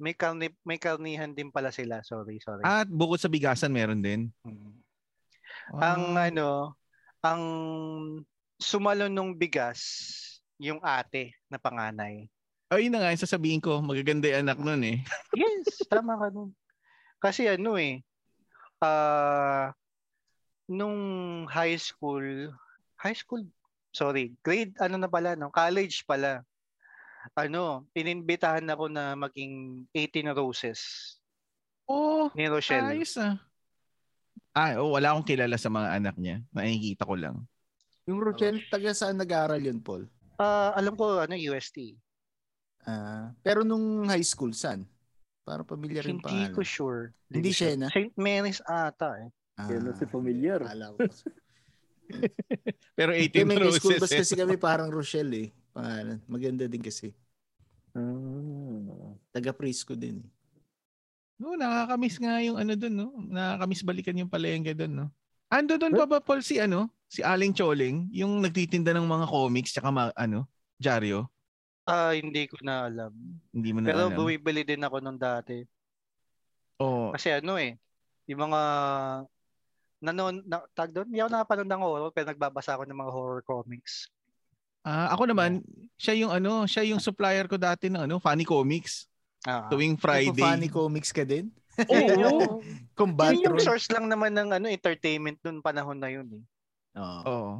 S4: May karni, may karnihan din pala sila. Sorry, sorry.
S1: At bukod sa bigasan, meron din. Ah.
S4: Mm. Ang ano, ang sumalo nung bigas, yung ate na
S1: Ay,
S4: panganay.
S1: Oh, yun na nga, yung sasabihin ko, magaganda yung anak nun eh.
S4: Yes, tama ka nun. Kasi ano eh, ah nung high school, high school, sorry, grade ano na pala, no? college pala, ano, ininbitahan ako na maging 18 Roses
S1: Oo,
S4: ni Rochelle.
S1: Oh, ayos ah. Ah, oh, wala akong kilala sa mga anak niya. Nakikita ko lang.
S5: Yung Rochelle, taga saan nag-aaral yun, Paul?
S4: Ah, alam ko, ano, UST.
S5: Ah, pero nung high school, saan? Parang pamilyar yung
S4: Hindi
S5: pangalan.
S4: ko sure.
S5: Hindi siya yun, ah?
S4: St. Mary's ata eh.
S5: Ah,
S2: Yan ang si familiar.
S5: Alam ko.
S1: Pero
S5: Hindi,
S1: 18
S5: may school
S1: roses.
S5: bus
S1: eh.
S5: kasi kami parang Rochelle eh. Pangalan. Maganda din kasi.
S2: Ah.
S5: Taga Prisco din eh.
S1: No, nakakamiss nga yung ano doon, no? Nakakamiss balikan yung palengke doon, no? Ando doon pa ba, Paul, si ano? Si Aling Choling, yung nagtitinda ng mga comics, tsaka ma- ano, dyaryo?
S4: Ah, hindi ko na alam.
S1: Hindi mo na
S4: Pero
S1: alam. Oh,
S4: bumibili din ako nung dati.
S1: Oo.
S4: Kasi ano eh, yung mga nanon na, tag doon, hindi ako nakapanood ng horror pero nagbabasa ako ng mga horror comics.
S1: Ah, ako naman, siya yung ano, siya yung supplier ko dati ng ano, Funny Comics.
S4: Ah.
S1: Tuwing
S5: Friday.
S1: Friday.
S5: Funny comics ka din?
S4: Yun yung,
S1: Oo.
S5: Combat
S4: yun Ah, yung
S5: Road.
S4: source lang naman ng ano entertainment noon panahon na yun eh.
S5: Oo.
S1: Oo. Oh.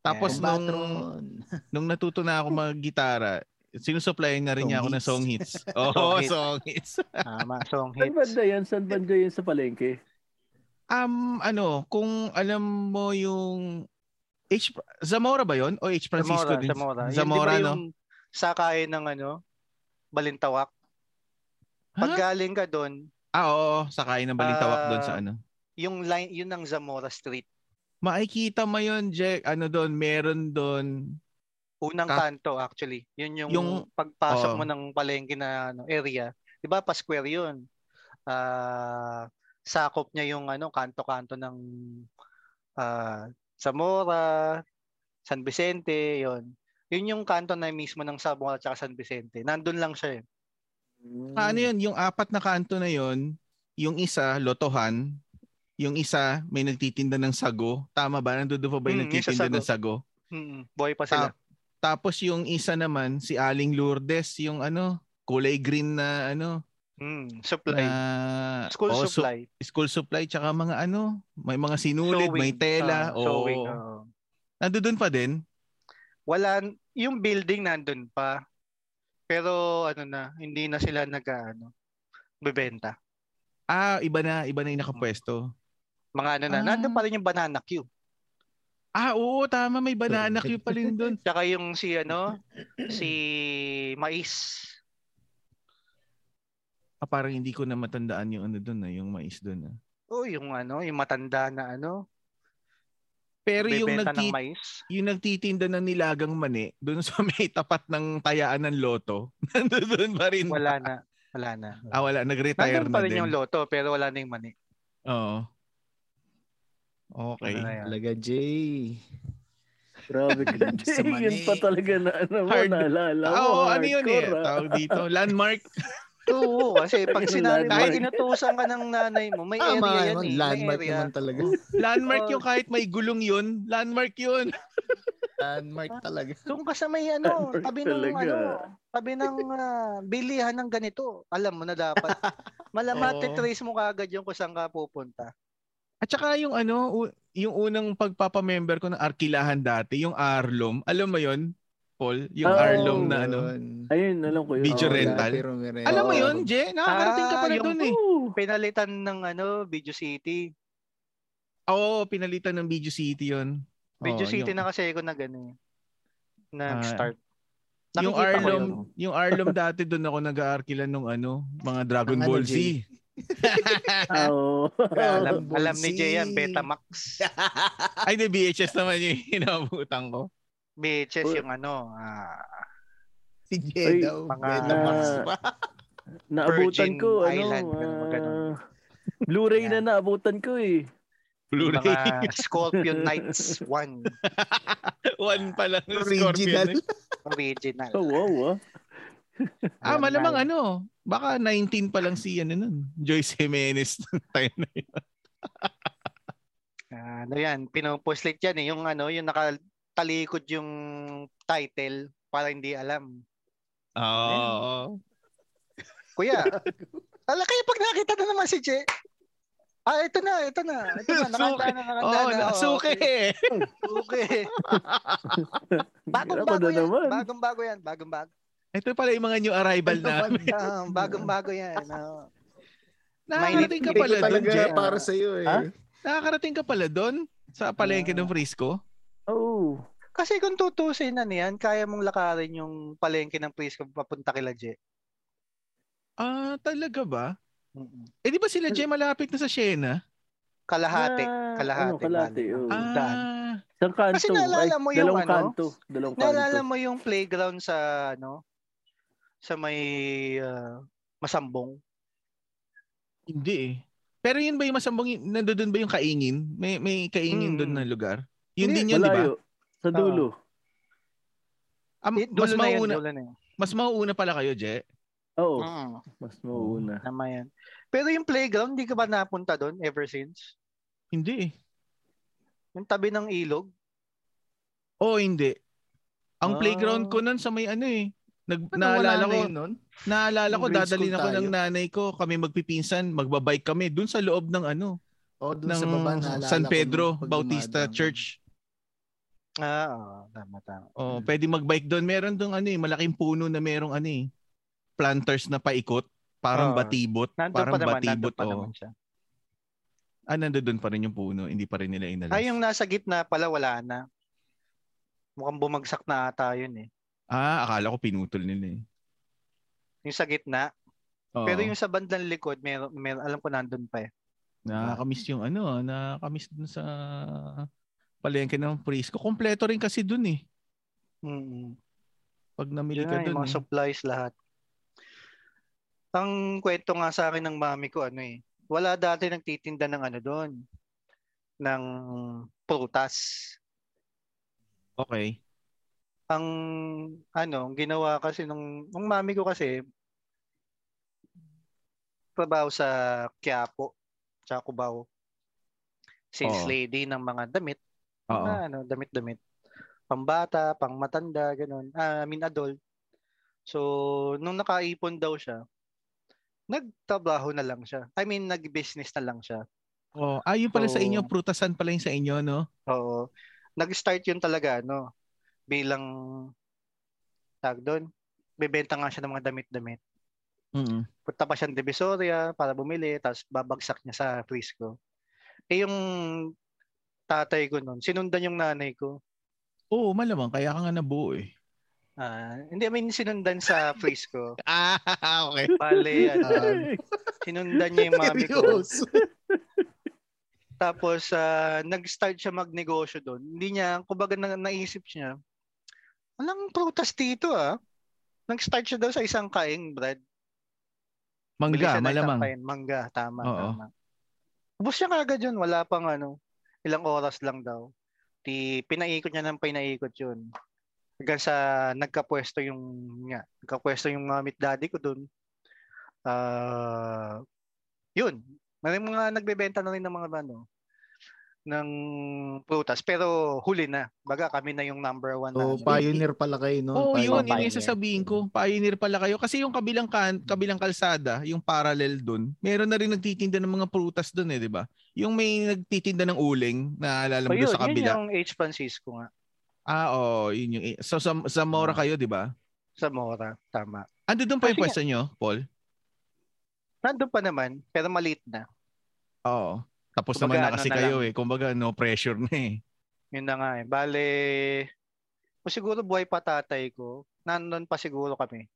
S1: Tapos
S5: Combat
S1: nung,
S5: Road.
S1: nung natuto na ako mag-gitara, sinusupplyan na rin
S5: Song
S1: niya ako ng
S5: hits.
S1: song hits.
S4: Song
S1: Oo,
S4: hits.
S1: song hits.
S4: Tama, song
S2: Saan
S4: hits.
S2: banda yan? Saan banda yan sa palengke?
S1: Um, ano, kung alam mo yung H Zamora ba 'yon o H Francisco
S4: Zamora,
S1: din?
S4: Zamora. Yun, di ba
S1: Zamora, no?
S4: yung Sakay ng ano, Balintawak.
S1: Ha?
S4: Pag galing ka doon,
S1: Ah, oo, sakay ng Balintawak doon sa
S4: Ah.
S1: ano.
S4: yung line, yun ang Zamora Street.
S1: Makikita mo 'yon, Jack. Ano doon, meron doon.
S4: Unang
S1: Ka-
S4: kanto actually. Yun yung,
S1: Ah. Yung- oh.
S4: pagpasok
S1: oo.
S4: mo ng palengke na ano, area. 'Di ba pa square 'yun? Ah, sakop niya yung ano kanto-kanto ng ah Zamora, San Vicente, 'yun. Yun yung kanto na mismo ng Zamora at San Vicente. Nandun lang siya eh.
S1: Ah,
S4: Hmm.
S1: ano 'yon, yung apat na kanto na 'yon, yung isa lotohan, yung isa may nagtitinda ng sago. Tama ba? Nandoon pa ba yung
S4: Mm, yung sa
S1: nagtitinda ng
S4: sago.
S1: sago?
S4: Mm, Boy pa
S1: Ah.
S4: sila.
S1: Tapos yung isa naman si Aling Lourdes, yung ano, kulay green na ano,
S4: Mm,
S1: na
S4: supply. School
S1: oo, su-
S4: supply.
S1: school supply tsaka mga ano, may mga sinulid, may
S4: Sewing.
S1: tela. Oh.
S4: Ah,
S1: o
S4: sewing, oo.
S1: Nandoon pa din.
S4: wala yung building nandun pa pero ano na hindi na sila nag-ano bebenta
S1: Ah, iba na, iba na 'yung nakapwesto.
S4: mga ano na
S1: Ah.
S4: nandun pa rin yung banana queue
S1: Ah, oo, tama, may banana queue pa rin doon.
S4: tsaka yung si ano si mais
S1: Ah, parang hindi ko na matandaan 'yung ano doon, ah, 'yung mais doon. Ah.
S4: o yung ano yung matanda na ano
S1: Pero 'yung
S4: bebenta ng
S1: nagti-
S4: mais
S1: 'yung nagtitinda ng nilagang mani doon sa may tapat ng tayaan ng loto, nandoon pa rin.
S4: wala na wala na
S1: Ah, wala, nag-retire
S4: nandun
S1: na
S4: pa rin
S1: din.
S4: yung loto pero wala na yung mani
S1: Oo.
S4: Ano
S1: Okay.
S4: na yan?
S5: Talaga, Jay.
S2: Grabe ka.
S5: Sa mani.
S2: Yun pa talaga na ano mo,
S1: Hard-
S2: naalala mo.
S1: Ah, Oo, ano 'yun eh?
S2: hardcore, ah.
S1: Tawag dito, landmark.
S4: Oo, kasi pag sinabi mo,
S2: Landmark.
S4: inutusan ka ng nanay
S1: Ah,
S4: mo, may
S5: Tama
S4: area
S1: ano,
S4: yan
S5: naman.
S4: eh. May
S5: Ah, ano, Landmark
S4: area.
S5: naman talaga.
S1: Landmark
S4: Oo.
S1: 'yung kahit may gulong 'yun, landmark 'yun.
S5: Landmark talaga.
S4: Doon ka sa may ano,
S2: Landmark
S4: tabi ng
S2: talaga.
S4: ano, tabi ng ah, bilihan ng ganito. Alam mo na dapat. Malamat
S1: Oo.
S4: trace mo kaagad yung kung saan ka pupunta.
S1: At saka yung ano, u- yung unang pagpapamember ko ng Arkilahan dati, yung Arlom. Alam mo yon Paul? Yung
S2: Oh,
S1: Arlom na ano.
S5: Yun.
S2: Ayun, alam ko yun.
S1: Video
S5: Oo,
S1: rental.
S5: dati Romero.
S1: Alam mo
S5: Oo.
S1: yon Je? Nakakarating ka
S4: Oh. Ah,
S1: pala
S4: yung-
S1: doon eh.
S2: Oo.
S4: Pinalitan ng ano, Video ano, City.
S1: Oo, pinalitan ng Video City yon
S4: Video
S1: Oo,
S4: Oh, City
S1: Oh, yung-
S4: na kasi ako na gano'n.
S1: Ah,
S4: Nag-start.
S1: yung
S4: Nakikita ko
S1: Arlom,
S4: Ano yun.
S1: yung Arlom dati doon ako nag-aarkilan nung ano, mga Dragon
S5: Ng ano,
S1: Ball Z.
S5: Jay?
S2: Ah, Oo.
S4: Ah, Alam,
S5: Dragon Ball
S4: alam ni
S5: Z.
S4: Jay yan, Betamax.
S1: Ay, di BHS naman yung inabutan ko.
S4: VHS
S2: Uy.
S4: yung ano, ah,
S5: si Jed
S2: Uy,
S5: daw.
S4: mga-
S5: Beta Max pa.
S2: naabutan
S4: Virgin
S2: ko,
S4: Island,
S2: ano,
S4: ganun,
S2: ah,
S4: ganun.
S2: Blu-ray
S4: Yan.
S2: na naabutan ko eh.
S4: yung
S1: Blu-ray.
S4: mga Scorpion Knights 1
S1: One pa lang.
S5: Original.
S1: Scorpion. eh.
S4: original.
S2: Oh, wow, ah.
S1: Ah,
S4: Ayan
S1: malamang
S4: lang.
S1: ano, baka 19 pa lang si ano nun. Joyce Jimenez nung time na yun.
S4: Ah, ano yan, pinupuslit yan eh. Yung ano, yung nakatalikod yung title para hindi alam.
S1: Oo.
S4: Kuya, ala kayo pag nakita na naman si Jay. Ah, ito na, ito na. Ito na, nakanda na,
S1: Oo,
S4: nakanda
S1: oh,
S4: na. Oo,
S1: nasuke.
S4: Okay. bagong
S2: Hirap
S4: bago
S2: na
S4: yan.
S2: naman.
S4: Bagong bago yan. Bagong bago.
S1: Ito pala yung mga new arrival na.
S4: bagong bago yan. oo.
S1: Nakakarating ka
S4: Hindi ko
S1: pala doon,
S5: talaga
S1: Jeff.
S5: para sa iyo eh.
S2: Ha?
S1: Nakakarating ka pala doon sa palengke ng Frisco.
S2: Oh,
S4: Kasi kung tutusin na niyan, kaya mong lakarin yung palengke ng Prisco papunta kila Jay.
S1: Ah, talaga ba?
S4: Mm-mm.
S1: Eh, di ba sila Jay malapit na sa Siena?
S4: Kalahati.
S2: Ah,
S4: kalahati,
S2: ano, kalahati,
S4: bali.
S2: oo.
S4: Ah. Daan.
S1: Ah,
S2: Isang kanto.
S4: Kasi naalala
S2: Ay,
S4: mo yung
S2: dalawang
S4: ano?
S2: kanto. Dalawang kanto.
S4: Naalala mo yung playground sa ano sa may ah, masambong?
S1: hindi eh. Pero yun ba yung masambong, yun- nandoon ba yung kaingin? May may kaingin
S4: Mm.
S1: doon na lugar? Yun
S4: Hindi,
S1: din yun, di ba?
S2: Malayo. Sa dulo.
S1: Ah, mas
S4: Eh, dulo na yun,
S1: mauuna,
S4: dulo na yun.
S1: mas mauuna pala kayo, Je. Oh.
S2: Oo,
S4: Mm,
S2: mas mauuna.
S4: tama yan. Pero yung playground, hindi ka ba napunta doon ever since?
S1: Hindi eh.
S4: Yung tabi ng ilog?
S1: Oh, hindi. Ang
S4: Ah.
S1: playground ko nun sa may ano eh. Nag,
S5: Naalala
S1: naalala
S5: ko
S1: ko,
S5: noon.
S1: naalala ko,
S5: Nung eh. grade
S1: dadalhin
S5: school
S1: ako ng
S5: tayo.
S1: nanay ko, kami magpipinsan, magbabike kami, dun sa loob ng ano,
S5: O doon
S1: ng
S5: Oh, sa baba naalala
S1: San
S5: ko
S1: Pedro
S5: nung pag
S1: Bautista
S5: dumadaan.
S1: Church.
S4: Ah, oo, tama, tama.
S1: Oh,
S5: Mm.
S1: pwede magbike doon. Meron doon ano eh, malaking puno na merong ano eh, planters na paikot, parang
S5: Ah.
S4: Oo.
S1: batibot,
S4: Nandun
S1: parang
S4: pa naman,
S1: batibot
S4: nandun pa
S1: oh.
S4: naman siya.
S1: Ah, nandoon doon pa rin yung puno, hindi pa rin nila inalis.
S4: Ay, yung nasa gitna pala, wala na. Mukhang bumagsak na ata yun eh.
S1: Ah, akala ko pinutol nila eh.
S4: Yung sa gitna.
S1: Oo.
S4: Pero yung sa bandang likod, meron, meron, alam ko nandun pa eh.
S1: nakakamiss yung ano, nakakamiss dun sa palengke ng Prisco. Kompleto rin kasi doon eh.
S4: Mm-mm.
S1: Pag namili
S4: Yun nga,
S1: ka eh.
S4: yung
S1: doon.
S4: mga supplies lahat. Ang kwento nga sa akin ng mami ko, ano eh, wala dati nagtitinda ng ano doon, ng prutas.
S1: Okay.
S4: Ang ano, ang ginawa kasi nung, nung mami ko kasi, trabaho sa Quiapo, tsaka Cubao. Sales
S1: Oo.
S4: lady ng mga damit.
S1: Oo.
S4: na ano, damit-damit. Pambata, pangmatanda, ganun. Ah, I mean adult. So, nung nakaipon daw siya, nagtrabaho na lang siya. I mean, nag-business na lang siya.
S1: Oh, ah, yun pala sa
S4: So-
S1: inyo, prutasan pala yung sa inyo, no?
S4: Oo. Nag-start yun talaga, ano, bilang tag doon. Bebenta nga siya ng mga damit-damit.
S1: Mm.
S4: Punta pa siyang Divisoria para bumili, tapos babagsak niya sa Frisco. Eh, yung tatay ko noon, sinundan yung nanay ko.
S1: Oo, malamang kaya ka nga nabuo eh.
S4: Ah, hindi, I mean, sinundan sa Frisco.
S1: Ah, okay.
S4: Bale, ano,
S5: Ah,
S4: sinundan niya yung mami ko.
S5: Seryoso.
S4: Tapos, ah, nag-start siya magnegosyo doon. Hindi niya, kumbaga na, naisip niya, walang prutas dito ah. Nag-start siya daw sa isang kaing bread. Bili
S1: Mangga,
S4: siya ng isang
S1: malamang.
S4: kaing mangga, tama,
S1: Oo.
S4: tama. Ubus siya kagad yun, wala pang ano, ilang oras lang daw. Di, pinaikot niya ng pinaikot yun. Hanggang sa nagkapwesto yung, nga, nagkapwesto yung mamit daddy ko doon. Ah, yun. May mga nagbebenta na rin ng mga ano, ng prutas. Pero huli na. Baga kami na yung number one. na
S5: So,
S4: ano.
S5: Oh, pioneer pala kayo noon.
S1: Oo, oh, yun, yun
S5: pioneer.
S1: yung sasabihin ko. Pioneer pala kayo. Kasi yung kabilang, kan, kabilang kalsada, yung parallel dun, meron na rin nagtitinda ng mga prutas dun eh, di ba? Yung may nagtitinda ng uling, naalala mo
S4: So,
S1: dun
S4: Oh, yun,
S1: sa
S4: yun
S1: kabila.
S4: yung H. Francisco nga.
S1: Ah, oo, yun yung... So, sa, sa Mora
S4: Mm.
S1: kayo, di ba?
S4: Sa Mora. Tama.
S1: Ando doon pa yung
S4: Kasi nga-
S1: pwesto nyo, Paul?
S4: Nandun pa naman, pero maliit na.
S1: Oo. Tapos
S4: Kumbaga,
S1: naman na
S4: ano
S1: kasi
S4: na
S1: kayo eh. Kumbaga, no pressure na eh.
S4: Yun na nga eh. Bale, o siguro buhay pa tatay ko. Nandun pa siguro kami.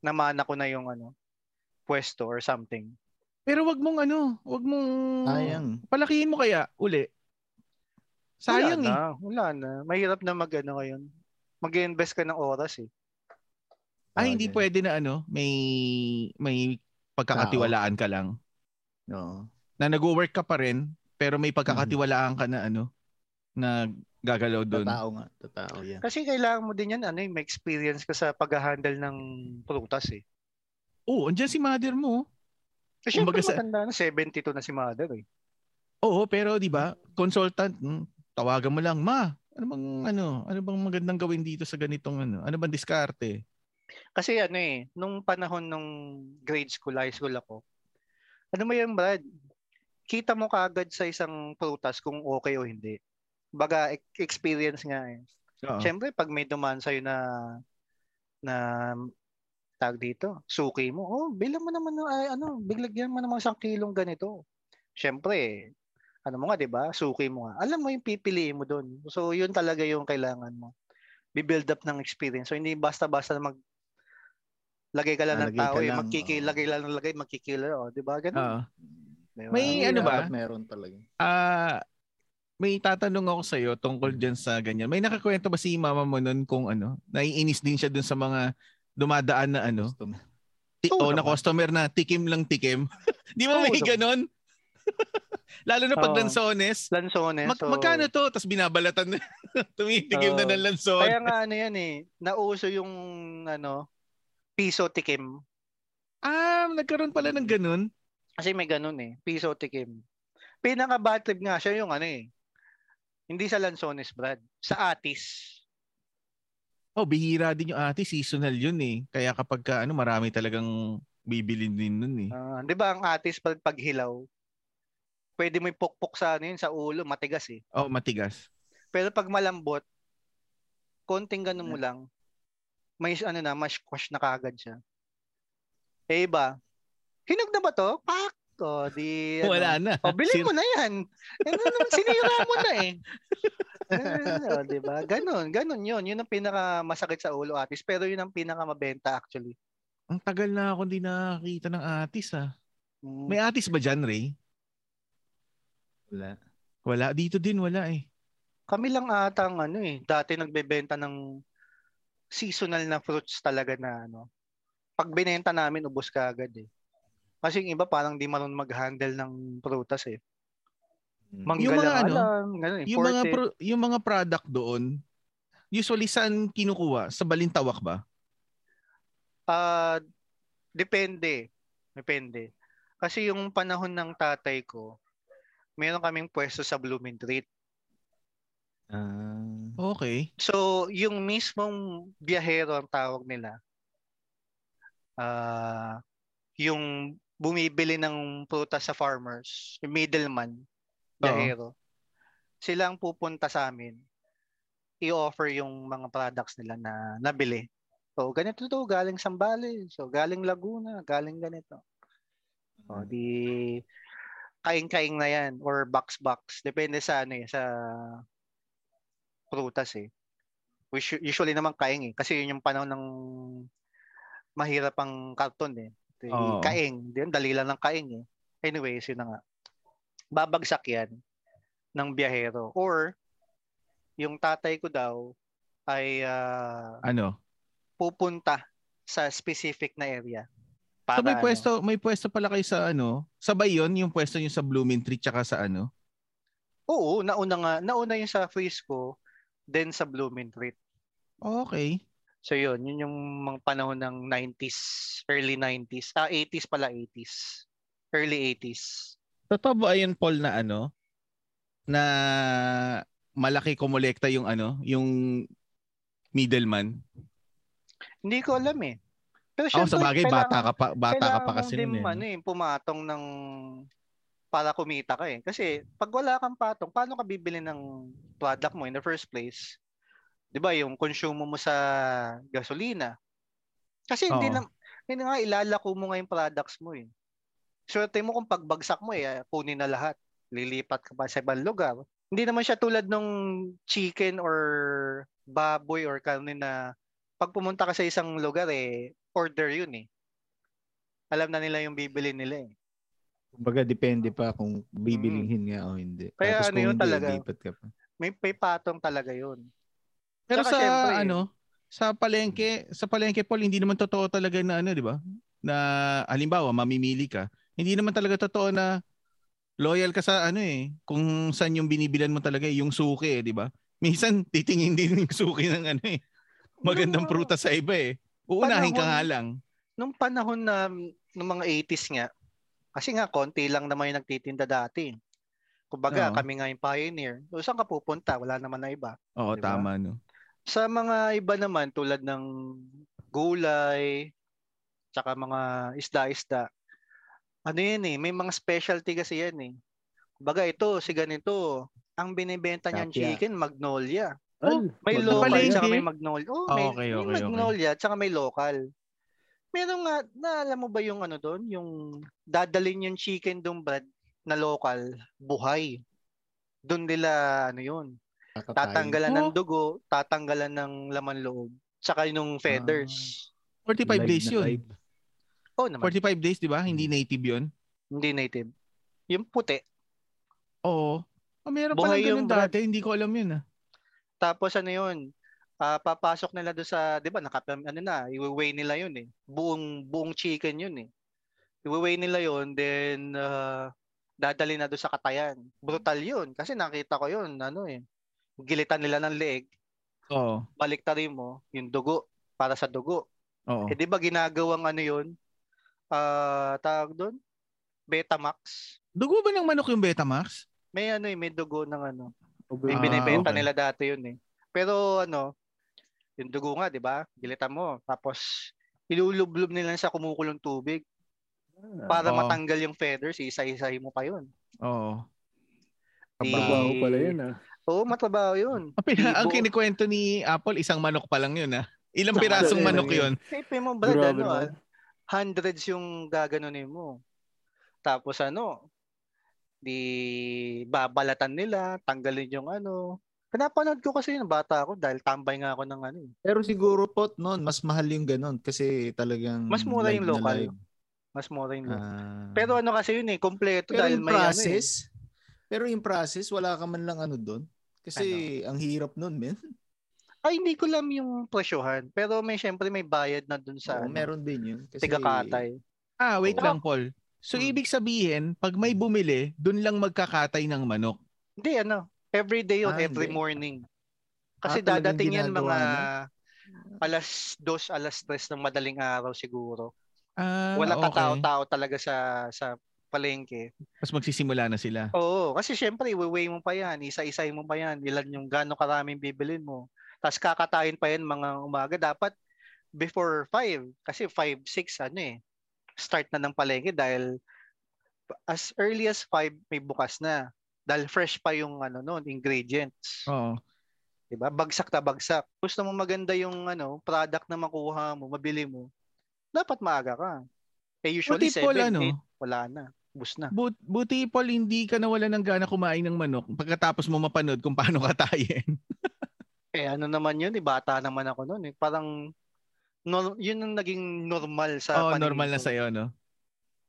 S4: Namana ko na yung ano, pwesto or something.
S1: Pero wag mong ano, wag mong
S5: Sayang.
S1: palakihin mo kaya uli. Sayang eh.
S4: wala na, wala na. Mahirap na mag ano ngayon. Mag-invest ka ng oras eh.
S1: Ay, Ah, hindi
S5: Bagay.
S1: pwede na ano, may may pagkakatiwalaan ka lang.
S5: Oo.
S1: Na nag-work ka pa rin, pero may pagkakatiwalaan ka na ano, na gagalaw doon.
S5: Totoo nga. Totoo yan.
S4: Kasi kailangan mo din yan, ano eh, may experience ka sa pag-handle ng prutas eh.
S1: Oo, oh, andyan si mother mo.
S4: Eh, syempre
S1: Kumbaga sa-
S4: matanda na, 72 na si mother eh.
S1: Oo, pero 'di ba, consultant, mm, tawagan mo lang, ma. Ano bang ano, ano bang magandang gawin dito sa ganitong ano? Ano bang diskarte?
S4: Kasi ano eh, nung panahon nung grade school, high school ako, ano mo yan Brad, kita mo kaagad sa isang prutas kung okay o hindi. Baga, e- experience nga eh.
S1: Oo.
S5: Ah.
S4: Siyempre, pag may dumaan sa'yo na na tag dito, suki mo, oh, bilang mo naman, ng- ay, ano, biglagyan mo naman isang kilong ganito. Siyempre, ano mo nga, di ba? Suki mo nga. Alam mo yung pipiliin mo doon. So, yun talaga yung kailangan mo. Bi-build up ng experience. So, hindi basta-basta mag lagay ka lang ng
S5: Lalagay ka
S4: tao, eh,
S5: lang, oo. Ah.
S4: magkikilagay lang ng lagay, magkikilala, oh, di ba? Ganun.
S1: Oo.
S4: Di ba?
S1: May ano ba?
S5: Dapat meron talaga.
S1: Ah, may tatanong ako sa iyo tungkol
S4: Hmm.
S1: diyan sa ganyan. May nakakwento ba si mama mo noon kung ano, naiinis din siya dun sa mga dumadaan na ano,
S5: Gusto mo.
S1: ti- o
S4: Oo
S1: na
S4: naman.
S1: customer na tikim lang tikim. Di ba
S4: Oo
S1: may
S4: naman.
S1: ganon? Lalo na pag
S4: Oo.
S1: lansones.
S4: Lansones. oh.
S1: Mag-
S4: so-
S1: Magkano to? Tapos binabalatan na. Tumitikim na
S4: Oo.
S1: ng lanson.
S4: Kaya nga ano yan eh, nauso yung ano, piso tikim.
S1: Ah, nagkaroon pala ng ganun.
S4: Kasi may ganun eh, piso tikim. Pinaka bad trip nga siya yung ano eh. Hindi sa Lanzones, Brad. Sa Atis.
S1: Oh, bihira din yung ate. Seasonal yun eh. Kaya kapag ka, ano, marami talagang bibili din nun eh.
S4: Ah, 'Di ba ang Atis pag paghilaw? Pwede mo ipokpok sa ano yun, sa ulo, matigas eh.
S1: Oh, matigas.
S4: Pero pag malambot, konting ganun mo lang, may ano na, mas squash na kagad siya. Eh iba, hinog na ba to? Pak! O, di, ano,
S1: Wala na.
S4: O, bilhin
S1: Sir-
S4: mo na yan. Ano naman, sinira mo na eh. o, diba? Ganon, ganon yun. Yun ang pinaka masakit sa ulo atis. Pero yun ang pinaka mabenta actually.
S1: Ang tagal na ako hindi nakakita ng atis ah.
S4: Mm.
S1: May atis ba dyan, Ray?
S5: Wala.
S1: Wala. Dito din wala eh.
S4: Kami lang ata ang ano eh. Dati nagbebenta ng seasonal na fruits talaga na ano. Pag binenta namin, ubos ka agad eh. Kasi yung iba parang di marunong mag-handle ng prutas eh.
S5: Mm.
S4: Mangga
S1: Yung mga
S4: lang
S1: ano,
S4: alam, ganun, eh.
S1: Yung mga,
S4: imported.
S1: pro- yung mga product doon, usually saan kinukuha? Sa balintawak ba?
S4: Ah, depende. Depende. Kasi yung panahon ng tatay ko, meron kaming pwesto sa Blooming Treat.
S5: Ah.
S1: Okay.
S4: So, yung mismong biyahero ang tawag nila. Ah, yung bumibili ng prutas sa farmers, yung middleman, biyahero. Sila ang pupunta sa amin. I-offer yung mga products nila na nabili. So, ganito to, galing Sambales, so galing Laguna, galing ganito. O di kaing-kaing na yan or box-box. Depende sa ano eh, sa prutas eh. Which u- usually naman kaing eh. Kasi yun yung panahon ng mahirap ang karton eh. Di,
S1: Oo.
S4: Kaing. Di, yun, dali lang ng kaing eh. Anyways, yun na nga. Babagsak yan ng biyahero. Or, yung tatay ko daw ay ah,
S1: Ano?
S4: pupunta sa specific na area.
S1: So may
S4: ano,
S1: pwesto, may pwesto pala kayo sa ano? Sabay yon yung pwesto nyo sa Blooming Tree tsaka sa ano?
S4: Oo, nauna nga, nauna yung sa Frisco, then sa Blooming Treat.
S1: Okay.
S4: So yun, yun yung mga panahon ng 90s, early 90s, ah 80s pala 80s, early 80s.
S1: Totoo ba yun, Paul, na ano? Na malaki kumolekta yung ano? Yung middleman?
S4: Hindi ko alam eh. Pero
S1: Ako sa bagay, bata ka pa, bata ka
S4: kailangan
S1: pa kasi
S4: mong
S1: nun
S4: dim-
S1: eh.
S4: Ano eh, pumatong ng para kumita ka eh. Kasi pag wala kang patong, paano ka bibili ng product mo in the first place? 'Di ba, yung consume mo sa gasolina. Kasi hindi
S1: Oo.
S4: lang hindi nga ilalako mo nga yung products mo eh. Swerte mo kung pagbagsak mo eh, kunin na lahat. Lilipat ka pa sa ibang lugar. hindi naman siya tulad nung chicken or baboy or kanin na pag pumunta ka sa isang lugar eh, order yun eh. Alam na nila yung bibili nila eh.
S5: Kumbaga, depende pa kung bibilinghin nga o hindi.
S4: Kaya
S5: Tapos
S4: ano
S5: kung
S4: yun
S5: hindi,
S4: talaga?
S5: lipat ka pa.
S4: May, may patong talaga yun.
S1: Pero
S4: Tsaka
S1: sa
S4: syempre,
S1: ano, sa palengke, sa palengke Paul, hindi naman totoo talaga na ano, 'di ba? Na halimbawa mamimili ka. Hindi naman talaga totoo na loyal ka sa ano eh, kung saan yung binibilan mo talaga eh, yung suki eh, 'di ba? Minsan titingin din yung suki ng ano eh. Magandang
S4: Yung-
S1: prutas sa iba eh. Uunahin ka
S4: Panahon-
S1: nga lang.
S4: nung panahon na nung mga 80s nga, kasi nga konti lang naman yung nagtitinda dati. Kumbaga,
S1: Oo.
S4: kami nga yung pioneer. So, saan ka pupunta? Wala naman na iba.
S1: Oo,
S4: Diba?
S1: tama no.
S4: Sa mga iba naman, tulad ng gulay, tsaka mga isda-isda, ano yan eh, may mga specialty kasi yan eh. Kumbaga, ito, si ganito, ang binibenta niyang
S5: Tapia.
S4: chicken, magnolia.
S2: Al,
S4: oh, May
S5: Wag
S4: local,
S1: napalengke.
S4: tsaka may magnolia. Oh,
S1: Ah,
S4: may,
S1: okay,
S4: may
S1: okay, okay.
S4: magnolia, tsaka may local. Meron nga, na alam mo ba yung ano doon? Yung dadalin yung chicken doon, Brad, na local, buhay. Doon nila, ano yun,
S5: Kakatayin.
S4: tatanggalan ng
S1: Oh.
S4: dugo, tatanggalan ng laman loob,
S1: Ah.
S4: tsaka yung feathers.
S1: 45
S5: Live
S1: days
S5: na
S1: 'yun.
S5: live. Hmm.
S4: Oh, naman.
S1: 45 days, 'di ba? Hindi native 'yun.
S4: Hindi native. Yung puti.
S1: Oo. Oh, meron pala
S4: Buhay yung
S1: ganun
S4: brand.
S1: dati, hindi ko alam 'yun ah.
S4: Tapos ano yun, ah, papasok nila doon sa, di ba, naka, ano na, iwi-weigh nila yun eh. Buong, buong chicken yun eh. Iwi-weigh nila yun, then ah, dadali na doon sa katayan. Brutal yun, kasi nakita ko yun, ano eh. Gilitan nila ng leeg,
S1: Oo.
S4: baliktarin mo, yung dugo, para sa dugo.
S1: Oo.
S4: Eh di ba ginagawang ano yun, ah tawag doon, Betamax.
S1: Dugo ba ng manok yung Betamax?
S4: May ano eh, may dugo ng ano.
S1: Ah,
S4: Yung binibenta
S1: okay.
S4: nila dati yun eh. Pero ano, yung dugo nga, di ba? Gilitan mo. Tapos, ilulublob nila sa kumukulong tubig
S2: Ah,
S1: Oo.
S4: para matanggal yung feathers. Isa-isahin mo pa yun.
S1: Oo.
S4: Di-
S2: Trabaho pala yun ah.
S4: Oo, matrabaho yun.
S1: Ang, pina- ang
S4: Libo.
S1: kinikwento ni Apple, isang manok pa lang yun ha. Ilang
S4: Isang
S1: pirasong
S2: manok
S1: manok
S2: lang
S1: yun.
S4: Sipin mo, brad,
S2: Grabe
S4: ano,
S2: naman.
S4: ah, hundreds yung gaganunin mo. Tapos ano, di babalatan nila, tanggalin yung ano. Pinapanood ko kasi yung bata ako dahil tambay nga ako ng ano. eh.
S5: Pero siguro pot noon, mas mahal yung ganun kasi talagang
S4: Mas mura yung
S5: live na
S4: local.
S5: live.
S4: Mas more yung local.
S5: Ah.
S4: Pero ano kasi yun eh, kompleto
S5: pero
S4: dahil
S5: yung
S4: may ano eh.
S5: process, pero yung process, wala ka man lang ano doon. Kasi
S4: Ano?
S5: ang hirap noon, men.
S4: Ay, hindi ko alam yung presyohan. Pero may syempre may bayad na dun sa
S5: Oo,
S4: ano,
S5: meron din yun. Kasi
S4: tigakatay.
S1: Ah, wait
S5: Oo.
S1: lang Paul. So
S4: Hmm.
S1: ibig sabihin, pag may bumili, dun lang magkakatay ng manok.
S4: Hindi, ano. Every day yun,
S5: Ah,
S4: every
S5: hindi.
S4: morning. Kasi
S5: Ah, talagang
S4: dadating yan mga
S5: ginagawa,
S4: alas dos, alas tres ng madaling araw siguro.
S1: Ah,
S4: Wala
S1: okay.
S4: katao-tao talaga sa sa palengke.
S1: Mas magsisimula na sila.
S4: Oo, kasi syempre iwi-weigh mo pa yan, isa-isa mo pa yan, ilan yung gano'ng karaming bibilin mo. Tapos kakatayin pa yan mga umaga. Dapat before 5, kasi 5, 6, ano eh, start na ng palengke dahil as early as 5 may bukas na. Dahil fresh pa yung ano noon, ingredients.
S1: Oo.
S4: 'Di ba? Bagsak na bagsak. Gusto mo maganda yung ano, product na makuha mo, mabili mo. Dapat maaga ka. Eh usually
S1: Buti
S4: 7,
S1: Paul, ano?
S4: 8, wala na. Bus na.
S1: But, buti Paul, hindi ka nawala ng gana kumain ng manok pagkatapos mo mapanood kung paano katayin.
S4: Eh ano naman yun, eh, bata naman ako noon eh. Parang nor- yun ang naging normal sa
S1: Oo,
S4: paningin
S1: normal na
S4: ko,
S1: sa'yo, no?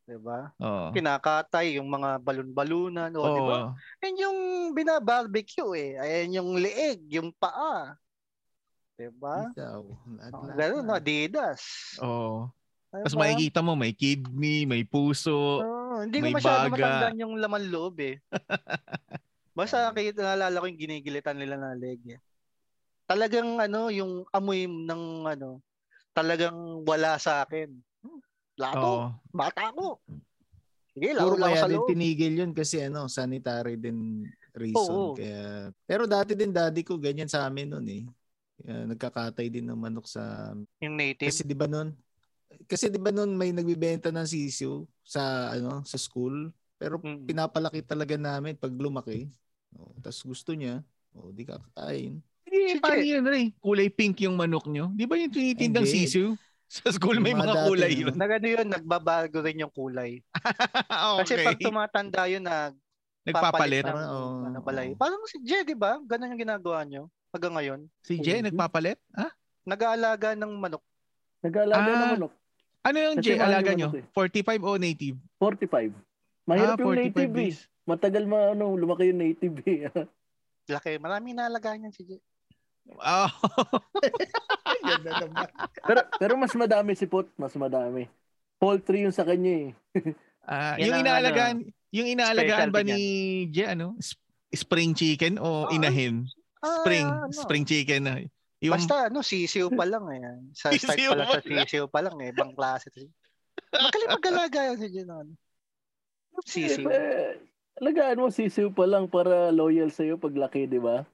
S4: 'di ba?
S1: Oo.
S4: Kinakatay yung mga balon-balunan, o 'di ba?
S1: Oo.
S4: Yan yung binabarbecue eh. Ayan yung leeg, yung paa.
S1: Hmm.
S4: Diba?
S5: Isaw, Ah? lahat,
S4: Oh,
S5: lahat
S4: Ganun,
S5: na.
S4: Adidas.
S1: Oo.
S4: Diba?
S1: Tapos makikita mo, may kidney, may puso.
S5: Oh,
S4: Oo, Oh, hindi ko
S1: may
S4: masyado
S1: baga.
S4: matandaan yung laman loob eh. Basta kita naalala ko yung ginigilitan nila ng leg eh. Talagang ano, yung amoy ng ano, talagang wala sa akin. Hmm, Lato,
S1: Oo.
S4: bata ko. Sige,
S5: Oh. Puro
S4: laro lang ako
S5: kaya
S4: sa
S5: din
S4: loob.
S5: tinigil yun kasi ano, sanitary din reason.
S4: Oo.
S5: Kaya, pero dati din daddy ko ganyan sa amin noon eh. Kaya nagkakatay din ng manok sa
S4: Yung native.
S5: kasi 'di ba noon? Kasi 'di ba noon may nagbebenta ng sisiu sa ano, sa school. Pero
S4: Mm.
S5: pinapalaki talaga namin pag lumaki. Oh, tapos gusto niya, oh, di kakatayin.
S1: Hindi,
S4: Sige.
S1: paano yun, Ray? Kulay pink yung manok nyo? Di ba yung tinitindang
S5: Hindi.
S1: sisiu? Sa school may
S5: Yung mga
S1: mga
S5: dati
S1: kulay
S5: na-
S1: yun.
S4: Nagano yun, nagbabago rin yung kulay.
S1: okay.
S4: Kasi pag tumatanda yun na
S1: Nagpapalit.
S4: ng
S5: Parang, ah, oo.
S4: ano pala eh. Parang si Jay, di ba? Ganun yung ginagawa nyo hanggang ngayon.
S1: Si Jay, nagpapalit? Ha?
S4: Nag-aalaga ng manok.
S2: Nag-aalaga
S1: Ah.
S2: ng manok.
S1: Ano yung
S2: Kasi
S1: Jay? Alaga
S2: mahal yung
S1: nyo?
S2: manok
S1: 45 o native?
S2: 45. Mahirap
S1: ah,
S2: yung
S1: 45
S2: native eh.
S1: days.
S2: Matagal ma, ano, lumaki yung native eh.
S4: Laki, marami inaalagaan yan si Jay.
S1: Ah,
S5: Yan na naman.
S2: pero, pero mas madami si Pot. Mas madami. Poultry yung sa kanya eh.
S1: ah,
S4: Yan
S1: yung
S4: ang ano,
S1: inaalagaan, yung inaalagaan
S4: specialty
S1: ba ni Jay, ano? Sp- Spring chicken o
S4: Ah,
S1: inahin?
S4: Ah,
S1: Spring.
S4: ano.
S1: Spring chicken. ah. Yung,
S4: Basta ano, sisiyo pa lang eh. Sa start
S1: Sisiyo
S4: pa lang
S1: pa
S4: sa sisiyo pa lang eh. Ibang klase. to. Magaling mag-alaga yan si Jay noon. Sisiyo.
S2: Eh, alagaan mo sisiw pa lang para loyal sa'yo pag laki, di ba?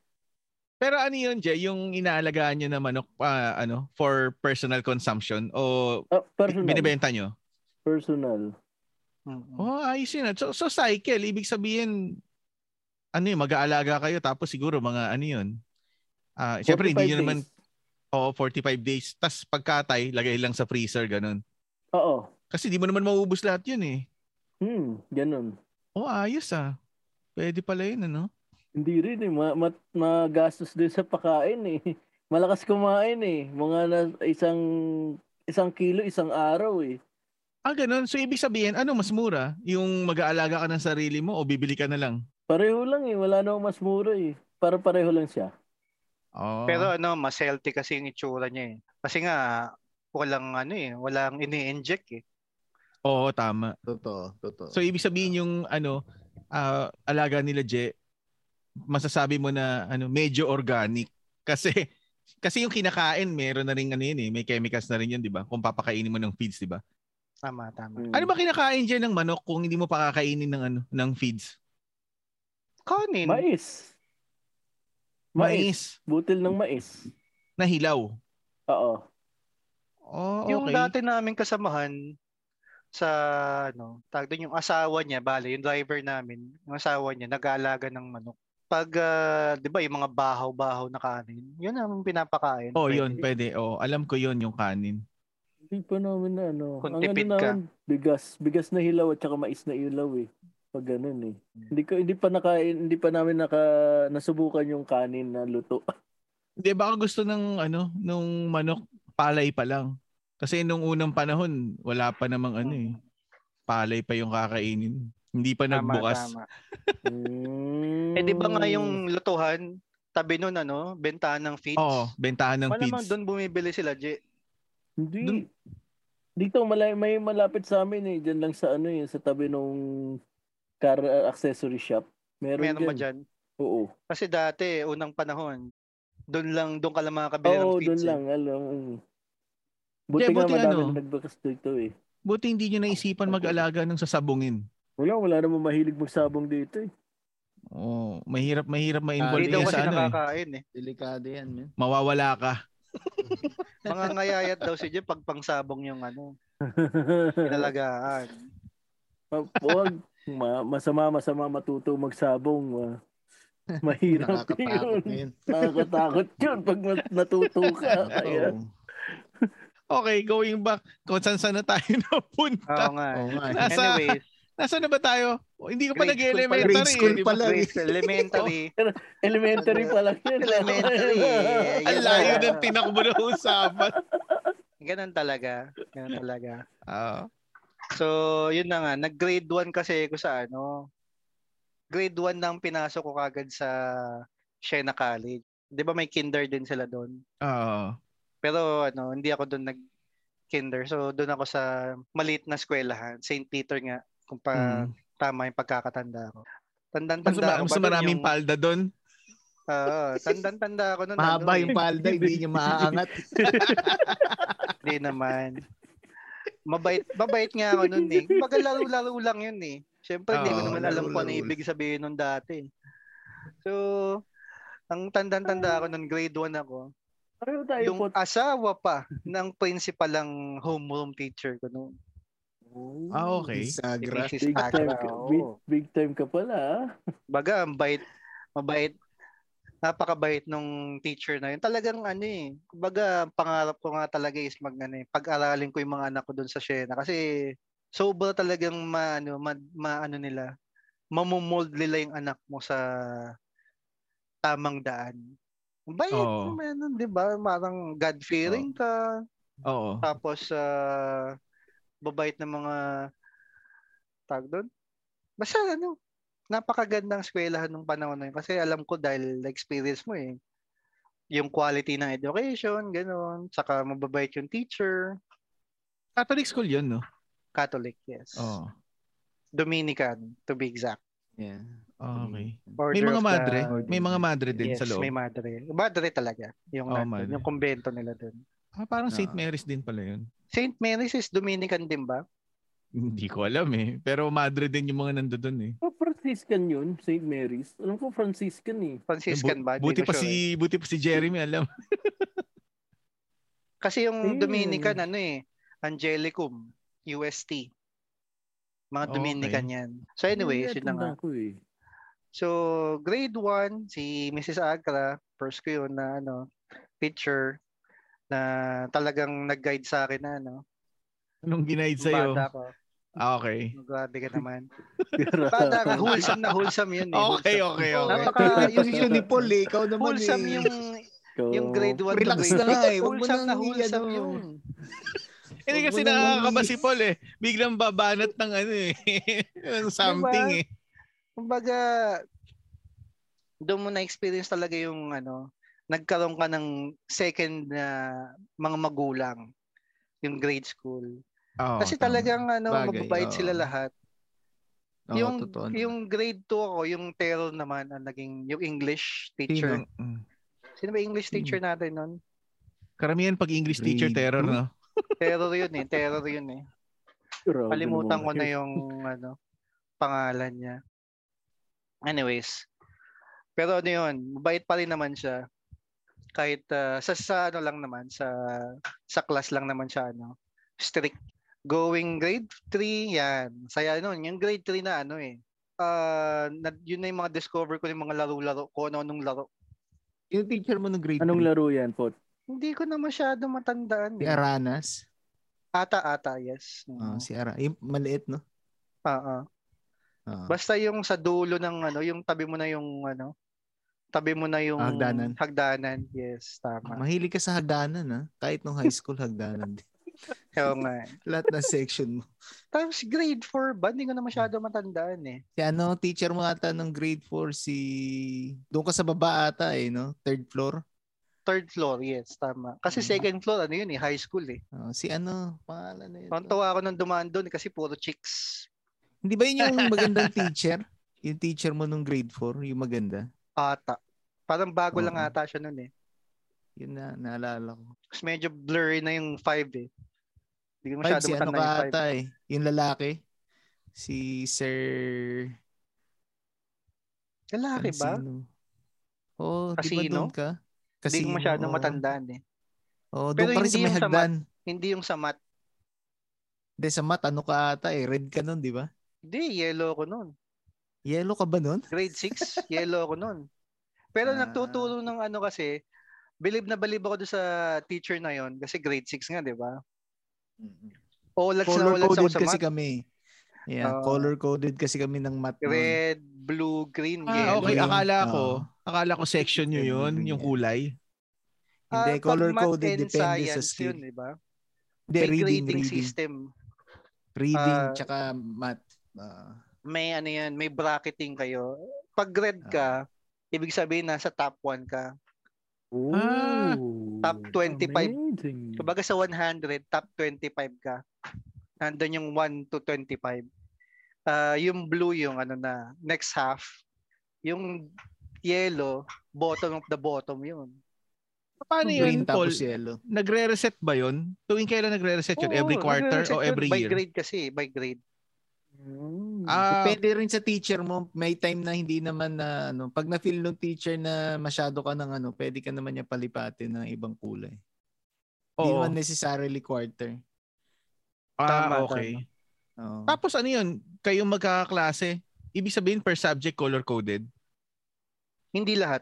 S1: Pero ano yun, Jay? Yung inaalagaan nyo na manok, ah, ano, for personal consumption o
S2: Ah, personal.
S1: binibenta nyo?
S2: Personal.
S4: Mm-mm.
S1: Oh, ayos yun. ah. So, so cycle, ibig sabihin, ano yun, mag-aalaga kayo tapos siguro mga ano yun. Ah, syempre hindi
S2: 45
S1: nyo naman
S2: days.
S1: oh, 45 days. Tapos pagkatay, lagay lang sa freezer, ganun.
S2: Oo.
S1: Kasi di mo naman mauubos lahat yun eh.
S2: Hmm, ganun.
S1: Oh, ayos ah. Pwede pala yun, ano?
S2: Hindi rin eh. Ma- ma- magastos din sa pakain eh. Malakas kumain eh. Mga na isang isang kilo, isang araw eh.
S1: Ah, ganun. So, ibig sabihin, ano mas mura? Yung mag-aalaga ka ng sarili mo o bibili ka na lang?
S2: Pareho lang eh. Wala namang mas mura eh. Para pareho lang siya.
S1: Oh.
S4: Pero ano, mas healthy kasi yung itsura niya eh. Kasi nga, walang ano eh, walang ini-inject eh.
S1: Oo, tama.
S5: Totoo, totoo.
S1: So, ibig sabihin yung ano, ah, alaga nila, Je, masasabi mo na ano, medyo organic. Kasi, kasi yung kinakain, meron na rin ano yun eh. May chemicals na rin yun, di ba? Kung papakainin mo ng feeds, di ba?
S4: Tama, tama.
S2: Hmm.
S1: Ano ba kinakain dyan ng manok kung hindi mo pakakainin ng ano, ng feeds?
S4: Kanin.
S2: Mais. Mais.
S1: Mais.
S2: Butil ng mais.
S1: Na hilaw.
S2: Oo.
S1: Oh, okay.
S4: Yung dati naming kasamahan sa ano, tag doon yung asawa niya, bale, yung driver namin, yung asawa niya nag-aalaga ng manok. Pag ah, 'di ba yung mga bahaw-bahaw na kanin, 'yun ang pinapakain.
S1: Oh, yun, pwede. Oh, alam ko yun, yung kanin.
S2: Hindi pa namin na ano.
S4: Kung
S2: ang ano
S4: tipid ka.
S2: namin, bigas. Bigas na hilaw at saka mais na ilaw eh. Pag ganun eh. Hindi, ko, hindi pa nakain, hindi pa namin naka, nasubukan yung kanin na luto.
S1: Hindi, baka gusto ng ano, nung manok, palay pa lang. Kasi nung unang panahon, wala pa namang ano eh. Palay pa yung kakainin. Hindi pa nagbukas. Hmm.
S2: Mm.
S4: Eh 'di ba nga yung lutuhan, tabi noon ano, bentahan ng feeds.
S1: Oo, bentahan ng
S4: Wala
S1: feeds.
S4: doon bumibili sila, J.
S2: Hindi.
S1: Dun-
S2: Dito, malay, may malapit sa amin eh. Diyan lang sa ano eh, sa tabi nung car uh, accessory shop. Meron,
S4: Meron ba
S2: dyan.
S4: dyan?
S2: Oo.
S4: Kasi dati, unang panahon, doon lang, doon ka lang makakabili
S2: Oo,
S4: ng feeds.
S2: doon
S4: eh.
S2: lang. Alam. mm. Buti
S1: Hindi,
S2: nga
S1: buti
S2: madami
S1: ano.
S2: na nagbakas dito eh.
S1: Buti hindi nyo naisipan mag-alaga ng sasabungin.
S2: Wala, wala namang mahilig magsabong dito eh.
S1: Oh, mahirap mahirap ma-involve
S4: Hindi daw
S1: yan
S4: Ah, kasi
S1: sa ano eh.
S4: nakakain eh.
S5: Delikado yan, man.
S1: Mawawala ka.
S4: Mga ngayayat daw si Jim pag pangsabong yung ano, pinalagaan.
S2: Ma- Huwag. Ma- masama, masama matuto magsabong. Ma- Mahirap
S5: Nakakatakot na
S4: eh.
S2: yun.
S5: yun.
S2: Nakakatakot yun pag mat- natuto ka. Kaya,
S5: Oo.
S1: Okay, going back. Kung saan saan na tayo napunta.
S4: Oo nga. eh.
S5: Oo nga. eh.
S1: Nasa-
S4: Anyways,
S1: Nasaan na ba tayo? Oh, hindi ko pa
S4: Grade school pa-
S1: nag-elementary.
S5: Grade school
S1: eh, di ba?
S5: pa lang. eh.
S4: grades, elementary.
S2: elementary pa lang yun.
S4: elementary. eh.
S1: Ang
S4: Yun
S1: layo
S4: na.
S1: ng tinakbo na usapan.
S4: Ganun talaga. Ganun talaga.
S1: Ah,
S4: So, yun na nga. Nag-grade 1 kasi ako sa ano. Grade 1 lang pinasok ko kagad sa Siena College. Di ba may kinder din sila doon?
S1: ah.
S4: Pero ano, hindi ako doon nag kinder. So doon ako sa maliit na eskwelahan, St. Peter nga kung pa
S1: Mm.
S4: tama yung pagkakatanda ko.
S1: Mas,
S4: Tandang-tanda
S1: ma-
S4: ako
S1: mas
S4: ba
S1: maraming
S4: yung,
S1: palda doon.
S4: Oo, tandang-tanda ako noon.
S5: Mahaba
S4: ano,
S5: yung palda, hindi niya maaangat.
S4: Hindi naman. Mabait, mabait nga ako noon eh. Kumbaga laro-laro lang yun eh. Siyempre, hindi ko
S1: Oo,
S4: naman alam kung ano
S5: laro-laro.
S4: ibig sabihin nung dati. So, ang tandang-tanda ako noon, grade 1 ako,
S2: Pareho tayo
S4: yung
S2: po.
S4: asawa pa ng principal ang homeroom teacher ko noon.
S1: Ah, okay.
S4: Si
S5: Sagra.
S4: Mrs.
S2: Big time,
S4: Agra.
S2: ka,
S4: oo.
S2: big, big time ka pala. ah.
S4: Baga, ang bait, mabait, napakabait nung teacher na yun. Talagang ano eh, baga, pangarap ko nga talaga is mag, ano, eh, pag-aralin ko yung mga anak ko doon sa Siena. Kasi, sobra talagang ma, ano, ma, ma- ano nila, mamumold nila yung anak mo sa tamang daan. Bait
S1: Oo.
S4: naman, nun, di ba? Marang God-fearing ka.
S1: Oo.
S4: Tapos, ah, babait ng mga tag doon. Basta ano, napakagandang eskwelahan nung panahon na yun. Kasi alam ko dahil na-experience mo eh. Yung quality ng education, ganun. Saka mababait yung teacher.
S1: Catholic school yun, no?
S4: Catholic, yes.
S1: Oo.
S4: Dominican, to be exact.
S5: Yeah.
S1: Ah, Okay.
S4: Mm-hmm. Order
S1: May mga
S4: of the-
S1: madre. May mga madre din
S4: yes,
S1: sa loob.
S4: may madre. Madre talaga. Yung,
S1: Oo,
S4: nandun,
S1: madre.
S4: yung kumbento nila doon.
S1: Ah, parang St.
S5: Ah.
S1: Mary's din pala yun.
S4: St. Mary's is Dominican din ba?
S1: Hindi ko alam eh. Pero madre din yung mga nandoon eh.
S2: Oh, Franciscan yun, St. Mary's. Alam ko Franciscan eh.
S4: Franciscan
S1: Bu-
S4: ba? Hindi
S1: buti
S4: ko
S1: pa
S4: sure eh.
S1: si buti pa si Jeremy alam.
S4: Kasi yung
S2: Hmm.
S4: Dominican, ano eh, Angelicum, UST. Mga
S1: Okay. Ah,
S4: Dominican yan. So anyway, ah.
S2: Hindi
S4: yun na nga.
S2: natanda ko eh.
S4: So, grade 1, si Mrs. Agra, first ko yun na ano, teacher, na talagang nag-guide sa akin na ano.
S1: Anong ginaid
S4: nung
S1: sa'yo?
S4: Bata ko. Oh,
S1: Ah, okay.
S4: Grabe ka naman.
S2: Grabe.
S4: Bata ka, wholesome na wholesome yun eh.
S1: Okay,
S4: wholesome.
S1: okay,
S4: Oo,
S1: okay.
S4: Napaka, Ah, yung,
S5: Yung
S4: yung,
S5: ni Paul eh, ikaw naman
S4: wholesome
S5: eh.
S4: yung,
S2: Ikaw.
S4: yung grade 1
S5: Relax na nga eh. Huwag mo
S4: Wholesome na
S5: nang i-
S4: wholesome
S5: ano.
S4: yun.
S1: Hindi
S5: Huwag
S1: kasi
S5: mo nang
S1: nakakakaba
S5: mali.
S1: si Paul eh. Biglang babanat ng ano eh. ng something eh.
S4: Kumbaga, doon mo na-experience talaga yung ano, nagkaroon ka ng second na mga magulang yung grade school.
S1: Oo,
S4: Kasi
S1: Ah, tama.
S4: talagang ano,
S5: Mm. Bagay,
S4: mababait
S5: oo.
S4: sila lahat.
S5: Oo,
S4: yung
S5: totoo na.
S4: yung grade 2 ako, yung Terrell naman ang naging yung English teacher.
S1: Sino? Mm.
S4: Sino ba English
S5: Mm.
S4: teacher natin noon?
S1: Karamihan pag English teacher
S5: Grade
S1: terror,
S5: two.
S1: no?
S4: Terror yun eh, terror yun eh.
S2: Grabe
S4: Kalimutan
S2: naman.
S4: ko na yung ano pangalan niya. Anyways. Pero ano yun, mabait pa rin naman siya. Kahit ah, sa, sa ano lang naman, sa sa class lang naman siya ano, strict. Going grade 3, yan. Saya nun. Yung grade 3 na ano eh. Ah, na, yun na yung mga discover ko yung mga laro-laro ko, ano-anong laro.
S5: Yung teacher mo ng grade
S2: Anong
S5: three,
S2: laro yan, Pot?
S4: Hindi ko na masyado matandaan.
S5: Si
S4: Eh.
S5: Aranas.
S4: Ata-ata, yes.
S5: Oo,
S4: Oo.
S5: Ah, si Ara. Yung maliit, no? Ah,
S4: Oo.
S5: Oo.
S4: Basta yung sa dulo ng ano, yung tabi mo na yung ano, tabi mo na yung
S5: Ah, hagdanan.
S4: hagdanan. Yes, tama.
S5: Mahilig ka sa hagdanan, ha? Kahit nung high school, hagdanan. din.
S4: Oo nga. eh.
S5: Lahat na section mo.
S4: Tapos grade 4 ba? Hindi ko na masyado matandaan eh.
S5: Si ano, teacher mo ata ng grade 4 si... Doon ka sa baba ata eh, no? Third floor.
S4: Third floor, yes, tama. Kasi
S5: Mm.
S4: second floor, ano yun eh, high school eh.
S5: Oo, si ano, pangalan na yun.
S4: Tontawa ako nung dumaan doon kasi puro chicks.
S5: Hindi ba yun yung magandang teacher? Yung teacher mo nung grade 4, yung maganda.
S4: Ata. Parang bago lang
S5: Oo.
S4: ata siya noon eh.
S5: Yun na, naalala ko.
S4: Tapos medyo blurry na yung 5 eh. Hindi ko
S5: Five,
S4: masyado
S5: si ano
S4: matandaan
S5: ka
S4: yung 5.
S5: ata eh. Yung lalaki. Si Sir...
S4: Lalaki ba?
S5: Cancino. ano, Oo, di ba
S4: Casino?
S5: doon ka?
S4: Hindi ko masyado
S5: oo.
S4: matandaan eh.
S5: Oo,
S4: Pero
S5: doon pa rin sa
S4: hindi
S5: may
S4: yung sa
S5: hagdan.
S4: Hindi yung sa mat.
S5: Hindi, sa mat, ano ka ata eh. Red ka nun, di ba?
S4: Hindi, yellow ko noon.
S5: Yellow ka ba nun?
S4: grade 6, yellow ako noon. Pero
S5: Ah.
S4: nagtuturo ng ano kasi, bilib na balib ako doon sa teacher na yon kasi grade 6 nga, di ba? Olat sa olat ako
S5: Color-coded
S4: sa
S5: kasi
S4: math.
S5: kami. Yeah,
S4: Oo.
S5: color-coded kasi kami ng mat nun.
S4: Red, blue, green,
S1: Ah,
S4: yellow.
S1: okay.
S5: yun.
S1: Akala ko,
S5: Oo.
S1: akala ko section nyo yun, yung kulay.
S5: Hindi,
S4: Ah, pag
S5: color-coded
S4: math and
S5: depende sa
S4: science
S5: skill.
S4: Yun, di ba?
S5: Hindi,
S4: May
S5: reading,
S4: grading
S5: reading.
S4: system.
S5: Reading,
S4: Ah,
S5: tsaka mat. Ah,
S4: May ano yan, may bracketing kayo. Pag red ka, ibig sabihin nasa top 1 ka.
S2: Oh,
S1: Ah,
S4: top 25.
S2: Amazing.
S1: Mm.
S4: Kumbaga sa 100, top 25 ka. Nandun yung 1 to 25. Ah, yung blue yung ano na next half. Yung yellow, bottom of the bottom yun. Ano
S1: Paano yun,
S5: green
S1: Paul?
S5: tapos yellow.
S1: Nagre-reset ba yun? Tuwing kailan nagre-reset yun?
S4: Oo,
S1: every quarter o
S4: nagre-reset yun.
S1: every
S4: by
S1: year?
S4: grade kasi, by grade.
S2: Mm.
S1: Ah,
S5: Depende rin sa teacher mo. May time na hindi naman na ano, pag na-feel ng teacher na masyado ka ng ano, pwede ka naman niya palipatin ng ibang kulay. Hindi
S1: oo.
S5: naman necessarily quarter.
S4: Tama,
S1: Ah, okay.
S5: Oo.
S1: Tapos ano yun? Kayong magkakaklase, ibig sabihin per subject color-coded?
S4: Hindi lahat.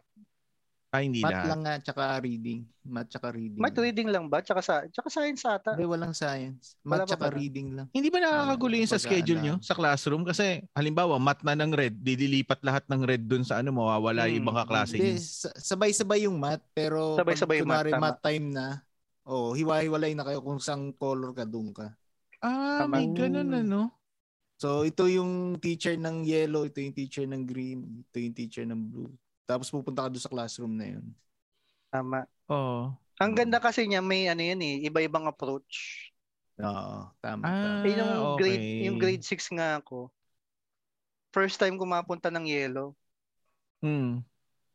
S1: Ay, Ah, hindi
S5: Math
S1: lahat.
S5: lang nga, tsaka reading. Math tsaka
S1: Mm.
S5: reading.
S4: Math reading lang ba? Tsaka, sa, tsaka science ata.
S5: Hindi, walang science.
S4: Ah. Wala
S5: Math
S4: pa
S5: tsaka
S4: pala.
S5: reading lang.
S1: Hindi ba nakakagulo yun sa
S5: Kumbaga,
S1: schedule nyo
S5: ano.
S1: sa classroom? Kasi halimbawa, mat na ng red, didilipat lahat ng red dun sa ano, mawawala yung
S4: Hmm,
S1: ibang kaklase
S5: Hindi,
S1: nyo.
S5: sa- sabay-sabay yung math, pero
S4: Sabay-sabay
S5: pag
S4: yung math,
S5: kunwari
S4: tama.
S5: math time na, oh, hiwa-hiwalay na kayo kung saan color ka, doon ka.
S1: Ah, may
S5: Tama.
S1: ganun ano.
S5: So, ito yung teacher ng yellow, ito yung teacher ng green, ito yung teacher ng blue. Tapos pupunta ka doon sa classroom na yun.
S4: Tama.
S1: Oo.
S4: Ang ganda
S1: Mm.
S4: kasi niya may ano yan eh, iba-ibang approach.
S5: Oo, tama.
S1: Ah,
S5: tama.
S4: Eh, yung grade
S1: okay.
S4: yung grade 6 nga ako. First time ko mapunta ng yellow.
S1: Hmm.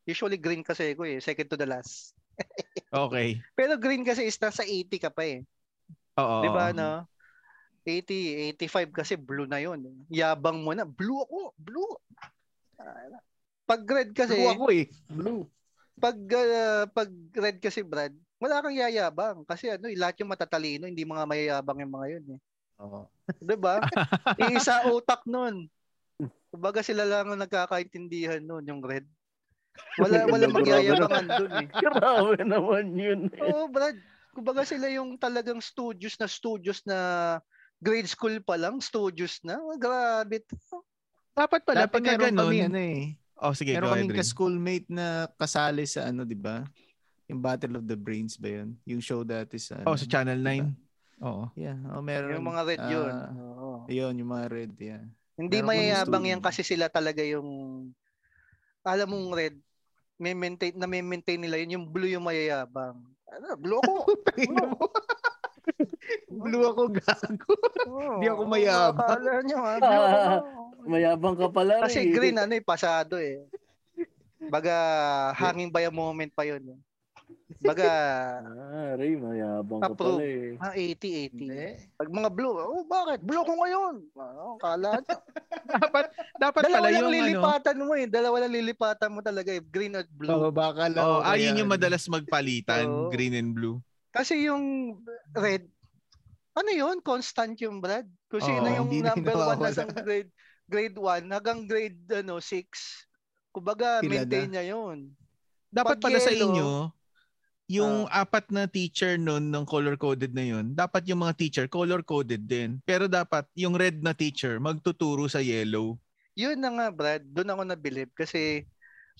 S4: Usually green kasi ako eh, second to the last.
S1: Okay.
S4: Pero green kasi is nasa 80 ka pa eh.
S1: Oo.
S5: Diba,
S4: 'Di ba
S1: oo.
S4: no? 80, 85 kasi blue na 'yon. Yabang mo na, blue ako, blue. Ah, Pag red kasi,
S5: Blue ako eh.
S2: Blue.
S4: pag ah, pag red kasi Brad, wala kang yayabang kasi ano, eh, lahat yung matatalino, hindi mga mayayabang yung mga 'yon eh.
S5: Oo.
S4: 'Di ba? Iisa utak nun. Kumbaga sila lang ang nagkakaintindihan nun, yung red. Wala wala magyayabangan dun eh.
S2: Grabe naman yun. eh.
S4: Oo, Brad. Kumbaga sila yung talagang studios na studios na grade school pa lang, studios na. Oh, grabe. to.
S1: Dapat pala,
S5: Dati
S1: pagka
S5: meron
S1: ganun.
S5: kami, ano eh.
S1: oh, sige,
S5: Meron
S1: go ahead,
S5: kaming
S1: Rin.
S5: ka-schoolmate na kasali sa ano, di ba? Yung Battle of the Brains ba yun? Yung show dati sa...
S1: Oh, sa Channel
S5: diba?
S1: 9. Oo.
S5: Yeah, oh, meron.
S4: Yung mga red yun.
S5: Ah,
S4: Oo.
S5: yun, yung mga red, yeah.
S4: Hindi
S5: meron
S4: mayayabang
S5: akong
S4: yan kasi sila talaga yung alam mong red may maintain na may maintain nila yun yung blue yung mayayabang. Ano, blue ako.
S5: Blue ako gago.
S4: Oo. Ano,
S5: Di ako mayabang.
S4: Akala nyo, ha? ah. Blue ako.
S2: Mayabang ka pala.
S4: Kasi
S2: eh.
S4: green ano eh, pasado eh. Baga hanging by a moment pa yun. eh. Baga
S2: Ah, Ray, mayabang ka
S4: Approve.
S2: pala eh.
S4: mga 80-80. Ah, Pag mga blue, oh bakit? Blue ko ngayon. Ano, kala nyo.
S1: dapat, dapat
S4: Dalawa
S1: pala
S4: lang
S1: yung ano.
S4: lilipatan mo eh. Dalawa lang lilipatan mo talaga eh. Green at blue.
S5: Bababa ka lang.
S1: Oh,
S5: o
S1: ah,
S5: kaya
S1: yun yung
S5: ano.
S1: madalas magpalitan,
S4: Oo.
S1: green and blue.
S4: Kasi yung red, ano yun? Constant yung Brad. Kung sino
S1: Oo,
S4: yung
S5: hindi na
S4: number one
S5: nawawala.
S4: na grade, grade 1 hanggang grade ano, 6. Kumbaga,
S5: Sila na.
S4: maintain niya yun.
S1: Dapat
S4: Pag
S1: pala sa
S4: yellow,
S1: inyo, yung apat na teacher nun ng color-coded na yun, dapat yung mga teacher color-coded din. Pero dapat yung red na teacher magtuturo sa yellow.
S4: Yun na nga, Brad. Doon ako nabilib. Kasi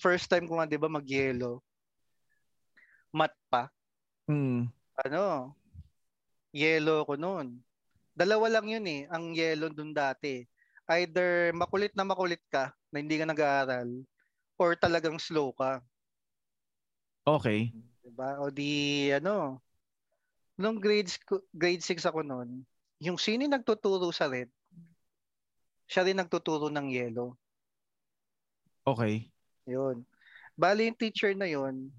S4: first time ko nga, di ba, mag-yellow. Mat pa.
S1: Hmm.
S4: Ano? Yellow ko noon. Dalawa lang yun eh, ang yellow doon dati. Either makulit na makulit ka, na hindi ka nag-aaral, or talagang slow ka.
S1: Okay.
S4: Diba? O di, ano, nung grade, sc- grade 6 ako noon, yung sino yung nagtuturo sa red, siya rin nagtuturo ng yellow.
S1: Okay.
S4: Yun. Bali yung teacher na yun,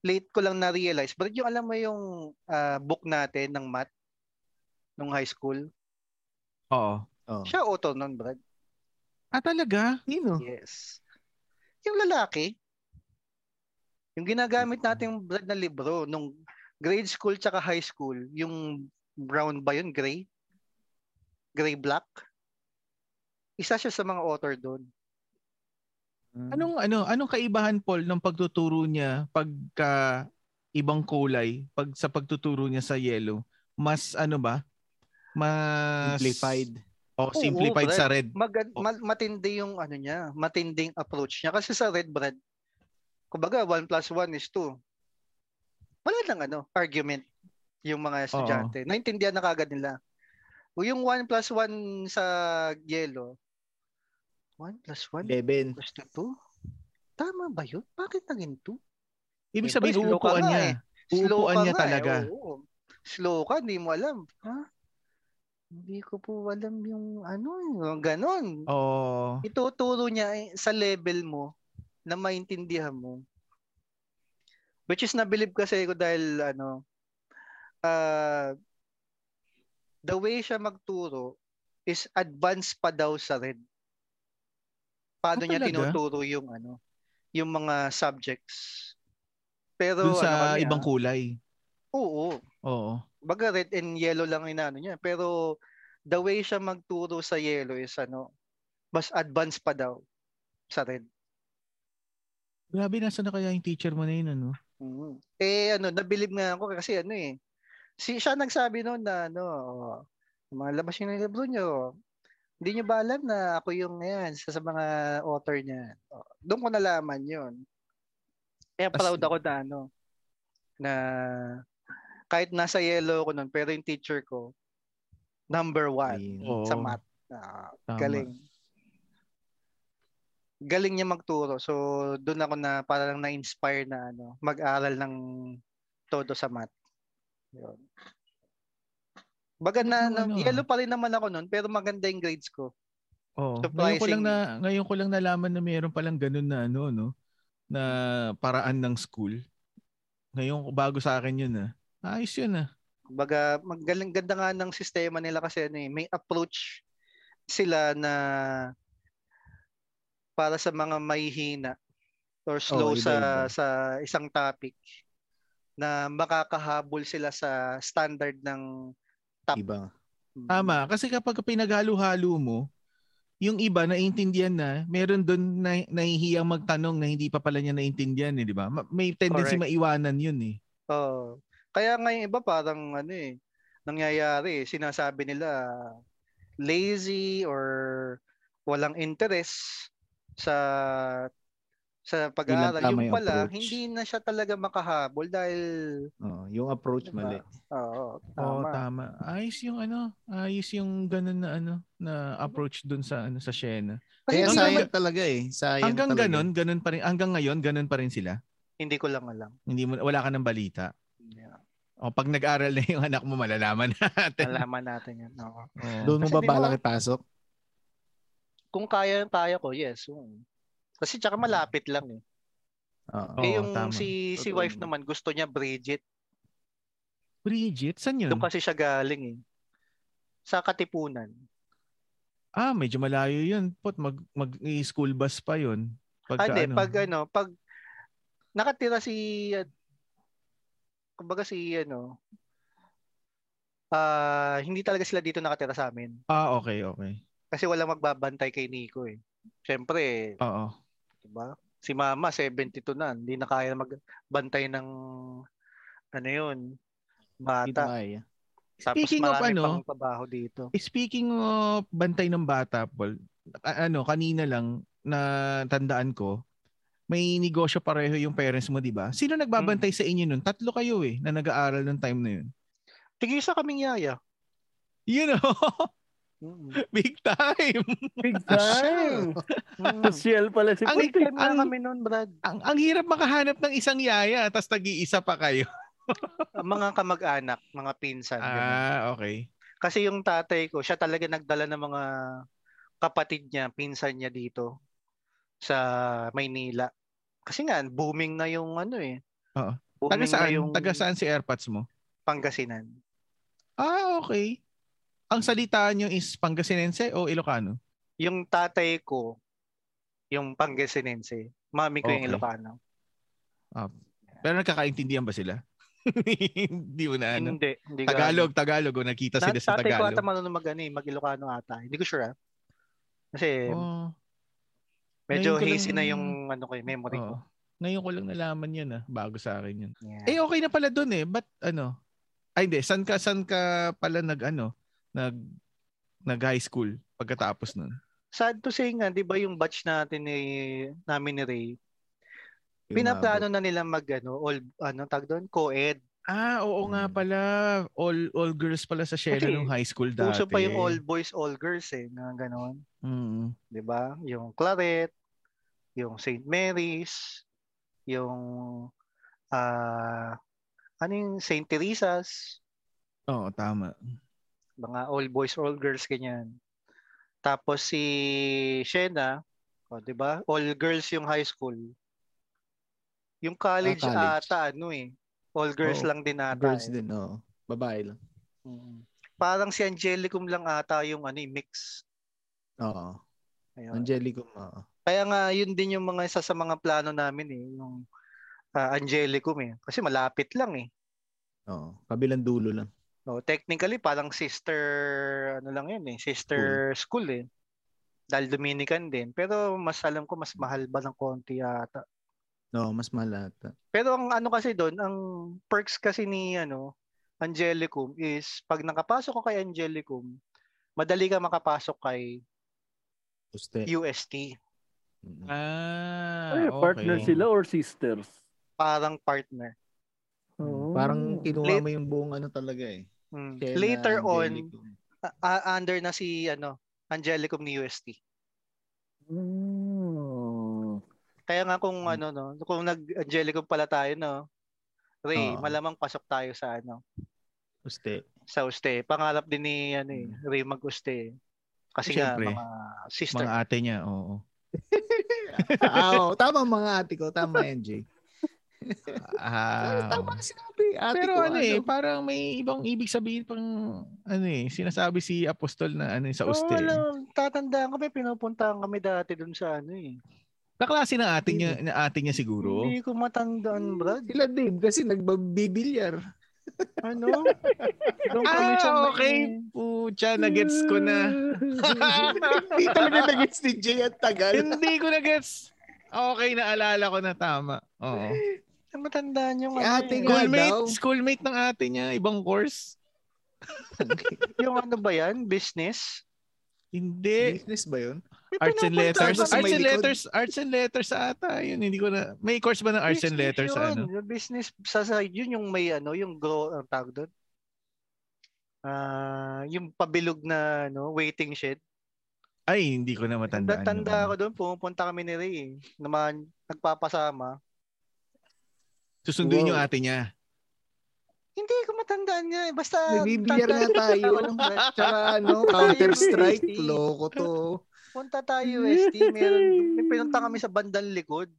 S4: late ko lang na-realize. But yung alam mo yung ah, book natin ng math nung high school,
S1: Oo.
S5: Oh.
S4: siya author nun, Brad.
S1: Ah, talaga?
S5: Sino?
S4: Yes. Yung lalaki, yung ginagamit natin yung Brad na libro nung grade school tsaka high school, yung brown ba yun, gray? Gray-black? Isa siya sa mga author doon.
S1: Anong ano, anong kaibahan Paul ng pagtuturo niya pagka ibang kulay pag sa pagtuturo niya sa yellow? Mas ano ba? Mas
S5: Amplified.
S1: Oh,
S4: Oo,
S1: simplified
S4: Brad.
S1: sa red.
S4: Mag-
S1: Oh.
S4: ma- matindi yung ano niya, matinding approach niya. Kasi sa red bread, kumbaga 1 plus 1 is 2. Wala nang ano, argument yung mga estudyante. Naintindihan na kagad nila. O yung 1 plus 1 sa yellow, 1 plus 1
S5: Eleven.
S4: plus 2? Tama ba yun? Bakit naging 2?
S1: Ibig
S4: Eh,
S1: sabihin
S4: slow ka
S1: uupuan
S4: nga
S1: niya.
S4: eh. Slow
S1: Uupuan
S4: ka
S1: niya
S4: nga eh,
S1: talaga.
S4: oo. Slow ka, hindi mo alam. Ha? Hindi ko po alam yung ano, yung ganon
S1: Oo.
S4: ituturo niya eh, sa level mo na maintindihan mo. Which is nabilib kasi ko dahil ano ah, the way siya magturo is advanced pa daw sa red. Paano
S1: Ah,
S4: niya
S1: talaga?
S4: tinuturo yung ano yung mga subjects. Pero
S1: Dun
S4: ano
S1: sa
S4: kami,
S1: ibang
S4: ah,
S1: kulay.
S4: Oo.
S1: Oo.
S4: Baga red and yellow lang inaano niya. Pero the way siya magturo sa yellow is ano, mas advanced pa daw sa red.
S1: Grabe, nasa na kaya yung teacher mo na yun, ano?
S4: Mm. Eh ano, nabilib nga ako kasi ano eh. Si siya nagsabi noon na ano, oh, mga labas niyo ng libro niyo. Hindi niyo ba alam na ako yung yan sa, sa mga author niya. Oh, doon ko nalaman 'yon. Kaya
S1: As-
S4: proud ako na ano na kahit nasa yellow ko noon pero yung teacher ko number one
S5: Ayun.
S1: Oo,
S4: sa math. Ah,
S1: tama.
S4: galing. Galing niya magturo. So, doon ako na parang na-inspire na ano, mag-aral ng todo sa math. Yun. Baga na,
S1: Ano,
S4: na-
S1: ano, ah?
S4: yellow pa rin naman ako noon, pero maganda yung grades ko.
S1: Oo. Ngayon ko lang
S4: Surprising.
S1: na ngayon ko lang nalaman na mayroon palang ganun na ano no na paraan ng school. Ngayon bago sa akin yun ah. Ayos yun ah.
S4: Baga, magaling ganda nga ng sistema nila kasi ano eh, may approach sila na para sa mga mahihina or slow sa
S1: iba-iba.
S4: sa isang topic na makakahabol sila sa standard ng Tap.
S5: oh, Iba.
S1: Tama kasi kapag pinaghalo-halo mo yung iba naiintindihan na, meron doon na nahihiyang magtanong na hindi pa pala niya naiintindihan eh, di ba? Ma- May tendency
S4: Correct.
S1: maiwanan yun eh.
S4: Oo. Kaya nga yung iba parang ano eh, nangyayari eh, sinasabi nila lazy or walang interest sa sa pag-aaral.
S5: tama
S4: Yung
S5: yung
S4: pala,
S5: approach.
S4: hindi na siya talaga makahabol dahil
S5: Oo, Oh, yung approach
S4: Diba?
S5: mali.
S1: Oo,
S4: oo, tama.
S1: tama. Ayos yung ano, ayos yung ganun na ano na approach doon sa ano sa Shena.
S4: Kasi
S5: Kaya
S1: hanggang-
S5: sayang talaga eh. Sayang
S1: Hanggang
S5: talaga.
S1: ganun, ganun pa rin hanggang ngayon ganun pa rin sila.
S4: hindi ko lang alam.
S1: Hindi mo wala ka ng balita.
S4: Yeah.
S1: O pag nag-aral na yung anak mo, malalaman natin.
S4: Alaman natin yan. Oo.
S1: Oo.
S5: Doon mo
S4: Kasi
S5: ba
S4: di ba-
S5: balak ipasok?
S4: Kung kaya kaya ko, yes. oo. Kasi tsaka malapit lang eh.
S5: Oo.
S1: Oo,
S4: eh yung
S1: tama.
S4: si si
S5: Totoo
S4: wife
S5: naman.
S4: naman gusto niya Bridget.
S1: Bridget, saan yun?
S4: Doon kasi siya galing eh. Sa Katipunan.
S1: Ah, medyo malayo yun. Pot, mag, mag school bus pa yun.
S4: Ah,
S1: Pagka,
S4: hindi.
S1: ano.
S4: Pag ano, pag nakatira si uh, kumbaga si ano ah hindi talaga sila dito nakatira sa amin
S1: Ah, okay, okay.
S4: kasi walang magbabantay kay Nico eh. Syempre,
S1: Oo.
S4: di ba? Si Mama 72 na, hindi na kaya magbantay ng ano 'yun,
S5: Hindi na
S4: bata.
S5: kaya.
S4: Tapos
S1: Speaking of
S4: marami
S1: ano,
S4: pang trabaho dito.
S1: Eh, Speaking of bantay ng bata, Paul, a- ano, kanina lang na tandaan ko, may negosyo pareho yung parents mo, di ba? Sino nagbabantay sa inyo nun? Tatlo kayo eh, na nag-aaral nung time na yun.
S4: Tigil sa kaming yaya. Mm.
S1: You know,
S4: Mm-mm.
S1: big time.
S2: Big time!
S4: Mm-mm.
S2: Social pala si
S1: Ang-
S2: Puy.
S4: Time
S1: Ang-
S4: na Mm. kami noon, Brad.
S1: Ang, ang hirap makahanap ng isang yaya, tapos nag-iisa pa kayo.
S4: Mga kamag-anak, mga pinsan. ganun.
S1: Ah, okay.
S4: Kasi yung tatay ko, siya talaga nagdala ng mga kapatid niya, pinsan niya dito sa Maynila. Kasi nga, booming na yung ano eh.
S1: Oo. Taga
S4: Booming na
S1: saan?
S4: yung
S1: Taga saan si AirPods mo?
S4: Pangasinan.
S1: Ah, okay. Ang salita nyo is Pangasinense o Ilocano?
S4: Yung tatay ko, yung Pangasinense. Mami ko yung
S1: Okay.
S4: Ilocano.
S1: Pero nagkakaintindihan ba sila? Hindi mo na ano.
S4: Hindi. hindi ko
S1: Tagalog, Tagalog. O nakita
S4: alam.
S1: sila
S4: Ta-
S1: sa
S4: tatay ko ata
S1: Tagalog.
S4: marunong mag, ano, eh, mag-Ilocano ata. Hindi ko sure ah. Kasi
S1: Oh, ngayon
S4: medyo
S1: ko lang- Hmm.
S4: hazy na yung ano ko, eh, memory ko.
S1: oo. Ngayon ko lang nalaman yun ah. Bago sa akin yun.
S4: Yeah.
S1: Eh, okay na pala dun eh. But ano? Ay, hindi. San ka, san ka pala nag ano? Nag, nag high school pagkatapos nun?
S4: sad to say nga, 'di ba yung batch natin ni namin ni Ray,
S5: Yung
S4: pinaplano na nila mag ano, all ano tag doon, co-ed.
S1: Ah, oo nga
S5: Mm.
S1: pala. All all girls pala sa Shella
S4: Kasi
S1: nung high school dati.
S4: Uso pa yung all boys, all girls eh, na ganoon,
S1: Mm.
S4: 'di ba? Yung Claret, yung St. Mary's, yung ah ano yung St. Teresa's,
S1: Oo, tama.
S4: mga all boys, all girls ganyan. Tapos si Shena, oh, 'di ba? All girls yung high school. Yung college,
S5: Ah, college.
S4: ata ano eh. All girls
S5: Oo,
S4: lang din ata.
S5: Bago. Girls
S4: eh.
S5: din, oo. Babae lang.
S4: Mm. Parang si Angelicum lang ata yung ano, eh, mix.
S5: Oo.
S4: Ayun.
S5: Angelicum, oo.
S4: Kaya nga yun din yung mga isa sa mga plano namin eh, yung ah, Angelicum eh. Kasi malapit lang eh.
S5: Oo. Kabilang dulo lang.
S4: Oh, technically parang sister ano lang yun eh, sister school, eh. Dahil Dominican din, pero mas alam ko mas mahal ba ng konti yata.
S5: No, mas malata.
S4: Pero ang ano kasi doon, ang perks kasi ni ano, Angelicum is pag nakapasok ka kay Angelicum, madali ka makapasok kay
S5: Gusto.
S4: UST.
S5: Mm.
S1: Ah,
S2: Ay, Eh, partner
S1: okay.
S2: sila or sisters?
S4: Parang partner.
S2: Oo.
S5: Mm. Parang kinuha
S4: Late-
S5: mo yung buong ano talaga eh.
S4: Mm.
S5: Kaya na
S4: Later on,
S5: Angelicum.
S4: a- a- under na si ano, Angelicum ni UST.
S2: Oh.
S4: Kaya nga kung
S1: Hmm.
S5: Mm.
S4: ano no, kung nag-Angelicum pala tayo no, Ray,
S5: Oo.
S4: malamang pasok tayo sa ano,
S5: Gusto.
S4: sa Uste. Pangarap din ni ano eh, Ray mag-Uste. Kasi
S1: Hmm. Siyempre.
S4: nga mga sister.
S1: Mga ate niya, oo.
S5: Ah, oo. tama mga ate ko. Tama yan, Jay.
S1: Ah,
S5: tama na sinabi. Ate
S1: Pero
S5: ko,
S1: ano eh, parang may ibang ibig sabihin pang ano eh, sinasabi si Apostol na ano eh, sa
S4: Oo,
S1: uste.
S4: ano, tatandaan kami, pinupuntahan kami dati dun sa ano eh.
S1: Kaklase na ate niya, na ate niya siguro.
S4: Hindi ko
S1: Hmm.
S4: matandaan, Brad.
S5: Sila Dave kasi nagbabibilyar.
S4: Ano? Doon kami sa
S1: Ah,
S4: may-
S1: okay. Pucha, nagets ko na.
S5: Hindi talaga nag ni Jay at tagal.
S1: Hindi ko nagets. Okay, naalala ko na tama. Oo.
S4: Matandaan yung
S5: Si
S4: ano
S5: ate
S4: eh.
S5: nga.
S1: Schoolmate,
S5: daw.
S1: schoolmate ng ate niya, ibang course.
S4: Yung ano ba yan? Business?
S1: Hindi.
S5: Business ba yun?
S1: Arts
S4: May
S1: and
S4: pinupuntahan
S1: letters.
S4: kami.
S5: Tapos
S1: Arts
S5: may
S1: and
S5: likod.
S1: letters. Arts and letters ata. Yun, hindi ko na. May course ba ng arts and
S4: Business
S1: letters
S4: yun.
S1: sa ano?
S4: Yung business sa side yun yung may ano, yung grow ang tawag doon. Ah, yung pabilog na ano, waiting shed.
S1: Ay, hindi ko na
S4: Tanda,
S1: matandaan. ano.
S4: tanda
S1: naman.
S4: ko doon, pumunta kami ni Ray. eh. Naman nagpapasama.
S1: Susunduin
S5: Wow.
S1: yung ate niya.
S4: Hindi ko matandaan niya. eh. Basta
S1: ah,
S5: Nagbibilyar nga tayo. Tsaka ano, Counter-Strike. Loko to.
S4: Punta tayo UST, meron may pinunta kami sa bandang likod.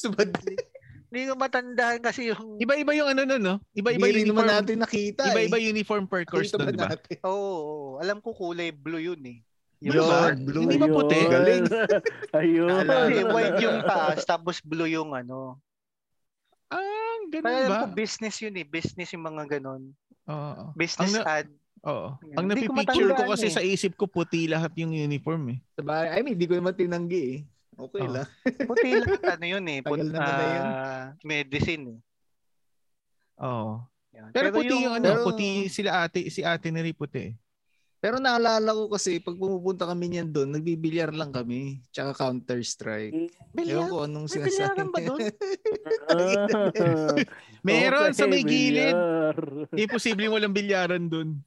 S5: Subad,
S4: Hindi ko matandaan kasi yung
S1: Iba-iba yung ano nun, no? Iba-iba
S5: iba rin naman
S1: uniform.
S5: natin nakita
S1: Iba-iba
S5: eh.
S1: uniform per course
S5: Nakita
S1: nun, di ba?
S5: natin?
S4: Oo, oo. alam ko kulay blue yun eh.
S1: Blue ba?
S5: Yun, blue.
S1: Hindi ba puti?
S2: Ayun.
S5: Galing.
S2: Ayun.
S4: Kasi white yung taas tapos blue yung ano.
S1: Ah, ganun
S4: Kaya
S1: ba?
S4: alam ko business yun eh, business yung mga ganun.
S1: Oo.
S4: Business
S1: Ang
S4: ad.
S1: Oo.
S4: Ayan.
S1: Ang
S4: Hindi ko
S1: napipicture ko
S4: matandaan
S1: kasi
S4: eh.
S1: sa isip ko puti lahat yung uniform eh.
S5: Sabay- I mean, hindi ko naman tinanggi eh. Okay
S1: Oo.
S5: lang.
S4: Puti lang ano yun eh. Put,
S5: Tagal naman na yun.
S4: ah, medicine eh.
S1: Oo.
S4: Yan.
S1: Pero, puti yung, ano,
S5: pero-
S1: puti sila ate, si ate na rin puti. eh.
S5: Pero naalala ko kasi, pag pumupunta kami niyan doon, nagbibilyar lang kami. Tsaka Counter-Strike. Ewan
S4: Bilya-
S5: ko anong
S4: May bilyaran
S5: sinasabi.
S4: ba doon?
S2: Ah.
S1: Meron sa may
S2: Okay,
S1: gilid.
S2: Villar.
S1: Imposible walang bilyaran dun.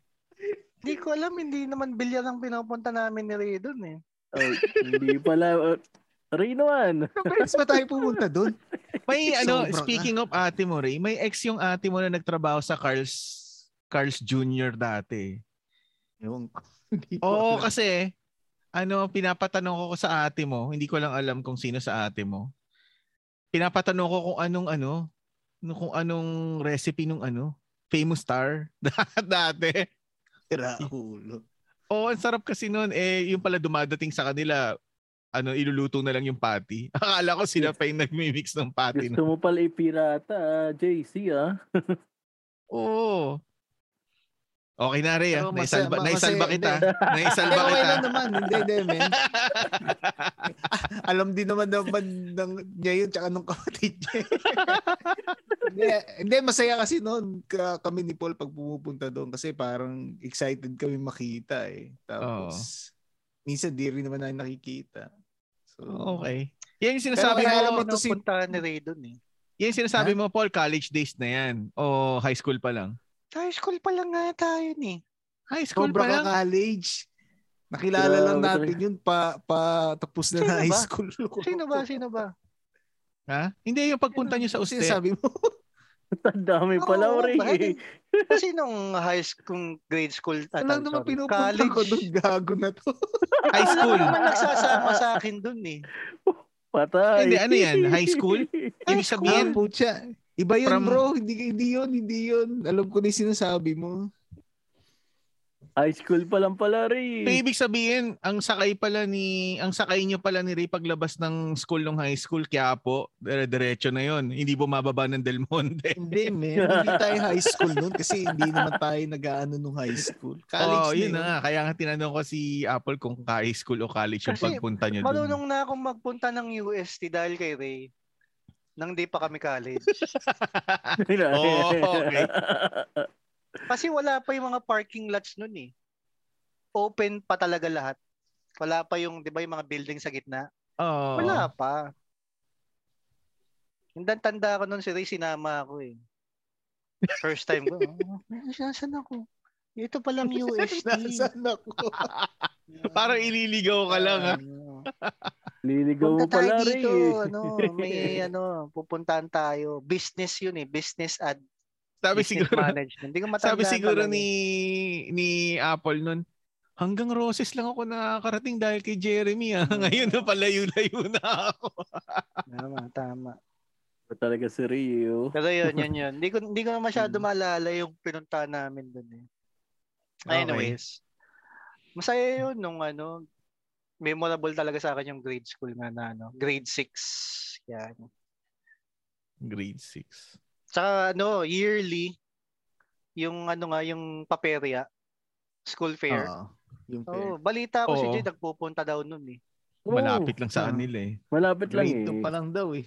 S4: Hindi ko alam, hindi naman bilya ang pinapunta namin ni Ray doon eh.
S2: Oh, hindi pala. uh, Ray naman.
S5: Beses ba tayo pumunta doon?
S1: May ano,
S5: Sobra ka.
S1: speaking of ate mo Ray, may ex yung ate mo na nagtrabaho sa Carl's Carl's Jr. dati.
S5: Ewan ko.
S1: Oo, kasi ano, pinapatanong ko sa ate mo, hindi ko lang alam kung sino sa ate mo. Pinapatanong ko kung anong ano, no- kung anong recipe nung ano, famous star dati.
S5: Rahulo.
S1: Oo, ang sarap kasi noon eh yung pala dumadating sa kanila ano iluluto na lang yung patty. Akala ko sila pa yung nagmi-mix ng patty.
S2: Gusto mo pala ipirata, ah, JC, ah.
S1: Oo. Okay na Ray, ah.
S5: Pero masaya-
S1: naisalba,
S5: ma-
S1: naisalba
S5: masaya-
S1: kita.
S5: hindi.
S1: naisalba
S5: Pero okay
S1: kita.
S5: lang naman. Hindi, hindi, men. Alam din naman ng bandang niya yun tsaka nung kapatid niya. hindi, hindi, masaya kasi noon ka- kami ni Paul pag pumupunta doon kasi parang excited kami makita eh. Tapos, minsan di rin naman namin nakikita. So,
S1: Okay. Yan yung sinasabi
S5: Pero kaya
S1: mo,
S5: naman- to si-
S4: Pinapuntahan ni Ray doon eh.
S1: yan yung sinasabi mo Paul, college days na yan. O high school pa lang.
S4: High school pa lang nga tayo ni.
S1: High school
S5: Sobra
S1: pa lang.
S5: ka college. Nakilala lang
S2: Grabe
S5: natin yun pa, pa tapos na
S4: Sino
S5: na high
S4: ba?
S5: school.
S4: Sino ba? Sino ba?
S1: Ha? Hindi yung pagpunta nyo sa
S5: Kasi
S1: uste.
S5: sabi mo,
S2: Ang dami pala,
S4: Oo,
S2: Ray.
S4: bakit? Kasi nung high school, grade school, at
S5: alam naman pinupunta
S4: college,
S5: ko doon, gago na to.
S1: High school.
S4: Wala naman nagsasama sa akin dun eh.
S2: Patay.
S1: Hindi, ano yan? High school? Ibig
S5: Ah,
S1: sabihin,
S5: putya. Iba yun,
S1: From-
S5: bro. Hindi, hindi yun, hindi yun. Alam ko na yung sinasabi mo.
S2: High school pa lang pala, Ray.
S1: So, ibig sabihin, ang sakay pala ni ang sakay niyo pala ni Ray paglabas ng school nung high school, kaya po, dire- diretso na 'yon. Hindi bumababa ng Del Monte.
S5: Hindi, man. Hindi tayo high school noon kasi hindi naman tayo nag-aano nung high school. College
S1: oh,
S5: na
S1: yun
S5: yun.
S1: na nga. Kaya nga tinanong ko si Apple kung high school o college yung
S4: Kasi
S1: pagpunta niyo doon.
S4: Marunong na akong magpunta ng UST dahil kay Ray. nang di pa kami college.
S1: Oh, okay.
S4: Kasi wala pa yung mga parking lots nun eh. Open pa talaga lahat. Wala pa yung, di ba yung mga building sa gitna?
S1: Oo.
S4: Wala pa. Hindi tanda ko nun si Ray, sinama ako eh. First time ko. Oh, nasaan ako? Ito palang UST.
S5: Nasaan ako?
S1: Parang ililigaw ka lang ah. ha.
S4: Ano,
S2: Liligaw mo
S4: Punta tayo
S2: pala rin
S4: dito,
S2: eh.
S4: ano, may ano, pupuntahan tayo. Business yun eh, business ad,
S1: Sabi
S4: business
S1: siguro,
S4: management. Hindi ko matandaan
S1: sabi siguro
S4: talaga.
S1: ni ni Apple nun, hanggang roses lang ako nakakarating dahil kay Jeremy ah. Ngayon na palayo-layo na ako.
S4: Tama, tama.
S2: Ba Talaga si oh. Rio.
S4: Pero yun, yun, yun. Hindi ko, hindi ko na masyado
S1: Hmm.
S4: maalala yung pinuntahan namin dun eh.
S1: Okay.
S4: Anyways, masaya yun nung ano, memorable talaga sa akin yung grade school nga na ano, grade 6. Yan.
S1: Grade 6.
S4: Tsaka ano, yearly, yung ano nga, yung paperya, school fair.
S5: Oo, yung fair.
S4: Oh, balita ko si
S1: Ah, Oo.
S4: Jay nagpupunta daw nun eh.
S1: Malapit lang sa
S5: Ah.
S1: kanila eh.
S2: Malapit lang
S5: Grade 2
S2: eh.
S5: pa lang daw eh.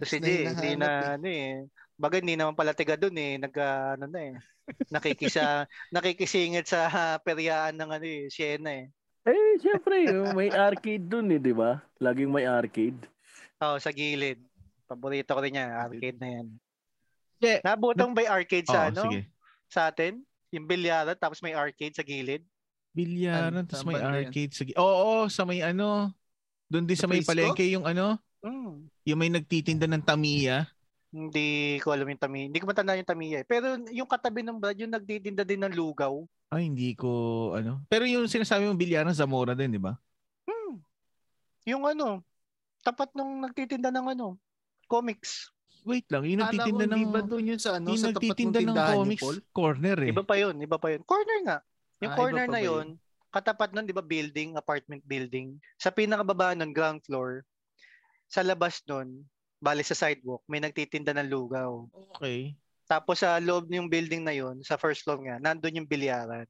S4: So, si
S5: Fix na
S4: Jay,
S5: yung
S4: hindi
S5: nahanap eh.
S4: na ano eh. Baga hindi naman pala tiga doon eh, nag ah, ano na eh. Nakikisa nakikisingit sa ah, peryaan ng ano eh, Siena eh.
S2: Eh, syempre, oh, may arcade dun eh, di ba? Laging may arcade.
S4: Oh, sa gilid. Paborito ko rin yan, arcade na yan.
S1: Yeah.
S4: Nabutang ba yung arcade
S1: Oo,
S4: sa ano?
S1: sige.
S4: Sa atin? Yung bilyara tapos may arcade sa gilid?
S1: Bilyaran,
S5: Ano,
S1: tapos
S5: saan
S1: may
S5: banda yan?
S1: arcade. Sige. Oo, sa may ano, doon din
S5: Sa
S1: sa may
S5: Frisco?
S1: palengke yung ano,
S4: Mm.
S1: yung may nagtitinda ng tamiya.
S4: Hindi ko alam yung Tamiya. Hindi ko matandaan yung Tamiya eh. Pero yung katabi ng Brad, yung nagtitinda din ng lugaw.
S1: Ay, hindi ko ano. Pero yung sinasabi mong bilyaran, Zamora din, di ba?
S4: Hmm. Yung ano, tapat nung nagtitinda ng ano, comics.
S1: Wait lang, yung
S5: Akala ko
S1: nagtitinda ng...
S5: hindi ba doon yun sa ano?
S1: yung
S5: sa tapat ng
S1: nagtitinda ng
S5: tindahan ni
S1: comics
S5: Paul?
S1: corner eh.
S4: Iba pa yun, iba pa yun. Corner nga. Yung
S5: Ah, iba
S4: corner
S5: pa
S4: na
S5: ba
S4: yun, katapat nun, di ba, building, apartment building. Sa pinakababa nun, ground floor, sa labas nun, bali sa sidewalk, may nagtitinda ng lugaw.
S1: Okay.
S4: Tapos sa loob ng building na yun, sa first floor nga, nandun yung bilyaran.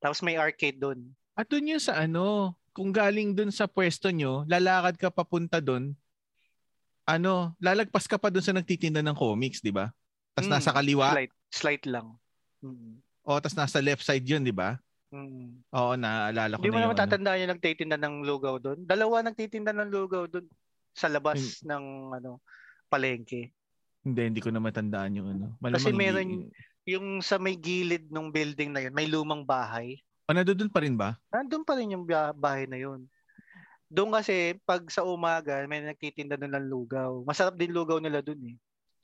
S4: Tapos may arcade dun.
S1: At doon yun sa ano, kung galing doon sa pwesto nyo, lalakad ka papunta doon, ano, lalagpas ka pa doon sa nagtitinda ng comics, di ba? Tapos
S4: Mm,
S1: nasa kaliwa,
S4: Slight, slight lang. Mm.
S1: o tapos nasa left side yun, di ba?
S4: Mm.
S1: Oo, naalala ko
S4: Hindi mo
S1: na yung
S4: naman
S1: ano.
S4: tatandaan yung nagtitinda ng lugaw doon. Dalawa nagtitinda ng lugaw doon sa labas
S5: Hmm.
S4: ng ano palengke.
S1: Hindi, hindi ko na matandaan yung ano.
S4: Kasi
S1: Malamang
S4: meron
S1: hindi-
S4: yung sa may gilid ng building na yun, may lumang bahay.
S1: O, nandoon pa rin ba?
S4: Nandun pa rin yung ba- bahay na yun. Doon kasi pag sa umaga may nagtitinda doon ng lugaw. Masarap din lugaw nila doon eh.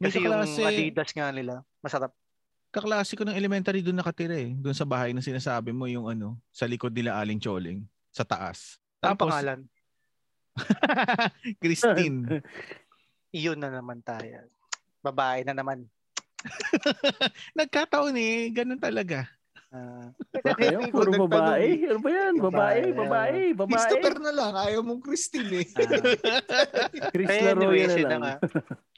S1: May
S4: Kasi yung
S1: kaklase-
S4: Adidas nga nila, masarap.
S1: kaklase ko ng elementary doon nakatira eh. Doon sa bahay na sinasabi mo yung ano, sa likod nila Aling Choling, sa taas.
S4: Ang
S1: Tapos,
S4: pangalan,
S1: Christine.
S4: iyon na naman tayo. Babae na naman.
S1: Nagkataon eh, ganun talaga.
S4: Ah,
S2: Kaya puro
S5: Nagtanong
S2: babae. Ano ba yan? Babae,
S4: Babae.
S2: babae, babae.
S5: Christopher na lang. Ayaw mong Christine eh.
S4: ah.
S2: Chris Laroy
S4: Kaya anyways,
S2: na
S4: yun na
S2: lang.
S4: nga.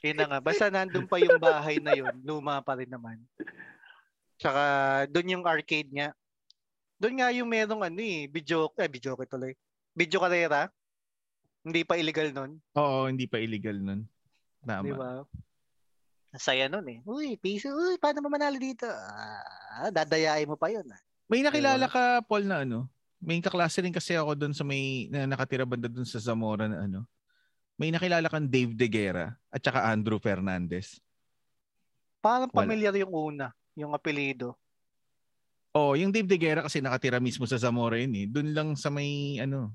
S4: Yun na nga. Basta nandun pa yung bahay na yun. Luma pa rin naman. Tsaka doon yung arcade niya. Doon nga yung merong ano eh, video, eh video ko tuloy. Video karera. Hindi pa illegal nun.
S1: Oo, hindi pa illegal nun. Tama.
S4: Di ba? Ang Saya nun eh. Uy, piso. Uy, paano mo manalo dito? Ah, dadayain mo pa yun. ah.
S1: May nakilala ka, Paul, na ano? May kaklase rin kasi ako doon sa may na nakatira banda doon sa Zamora na ano. May nakilala kang Dave De Guerra at saka Andrew Fernandez.
S4: Parang
S1: Wala.
S4: pamilyar yung una. Yung apelido.
S1: Oh, yung Dave De Guerra kasi nakatira mismo sa Zamora yun eh. Doon lang sa may ano.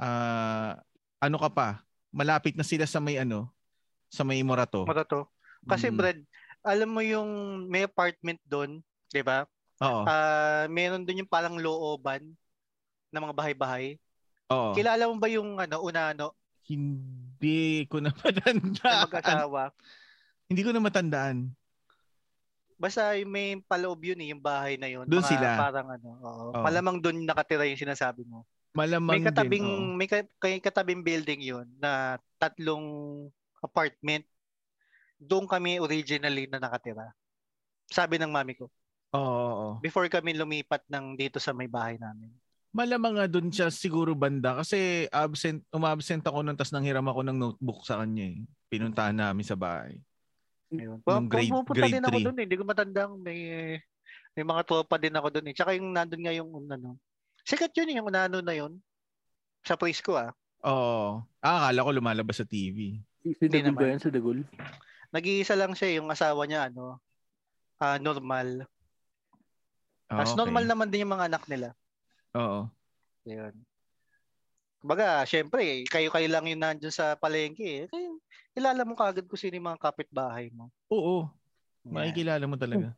S1: Ah, ano ka pa? Malapit na sila sa may ano, sa may Morato.
S4: Mata Ano to. Kasi
S1: Mm.
S4: Brad, alam mo yung may apartment doon. Di ba?
S1: Oo.
S4: Ah, meron doon yung parang looban ng mga bahay-bahay.
S1: Oo.
S4: Kilala mo ba yung ano, unano
S1: Hindi ko na
S4: na
S1: matandaan.
S4: mag-asawa?
S1: Hindi ko na matandaan.
S4: Basta yung may paloob yun eh, yung bahay na yun.
S1: Doon
S4: Mga
S1: sila.
S4: Parang ano, oo.
S1: Oo.
S4: Malamang doon nakatira yung sinasabi mo.
S1: Malamang
S4: May katabing,
S1: din. oo.
S4: may, ka, may katabing building yun na tatlong apartment. Doon kami originally na nakatira. Sabi ng mami ko,
S1: Oo, oo, oo.
S4: before kami lumipat ng dito sa may bahay namin.
S1: Malamang nga doon siya siguro banda kasi absent, umabsent ako nun tas nanghiram ako ng notebook sa kanya eh. Pinuntahan namin sa bahay.
S4: Ayun.
S1: Nung
S4: Pu-
S1: grade-
S4: pupunta
S1: grade
S4: din ako
S1: three.
S4: doon eh. Hindi ko matandang may may mga tropa din ako doon eh. Tsaka yung nandun nga yung um, ano. Sikat yun eh, yung ano na yun. Sa place ko ah.
S1: Oo. Ah, akala ko lumalabas sa TV.
S2: Si
S4: Hindi
S2: Dagul ba
S4: naman.
S2: yan? Si Dagul?
S4: Nag-iisa lang siya eh, yung asawa niya ano. ah normal.
S1: Ah,
S4: As
S1: okay.
S4: normal naman din yung mga anak nila.
S1: Oo.
S4: Ayun. Kumbaga, syempre, eh, kayo-kayo lang yung nandun sa palengke. Eh. Kayo, kilala mo kagad kung sino yung mga kapitbahay mo.
S1: Oo.
S4: Yan.
S1: Makikilala mo talaga.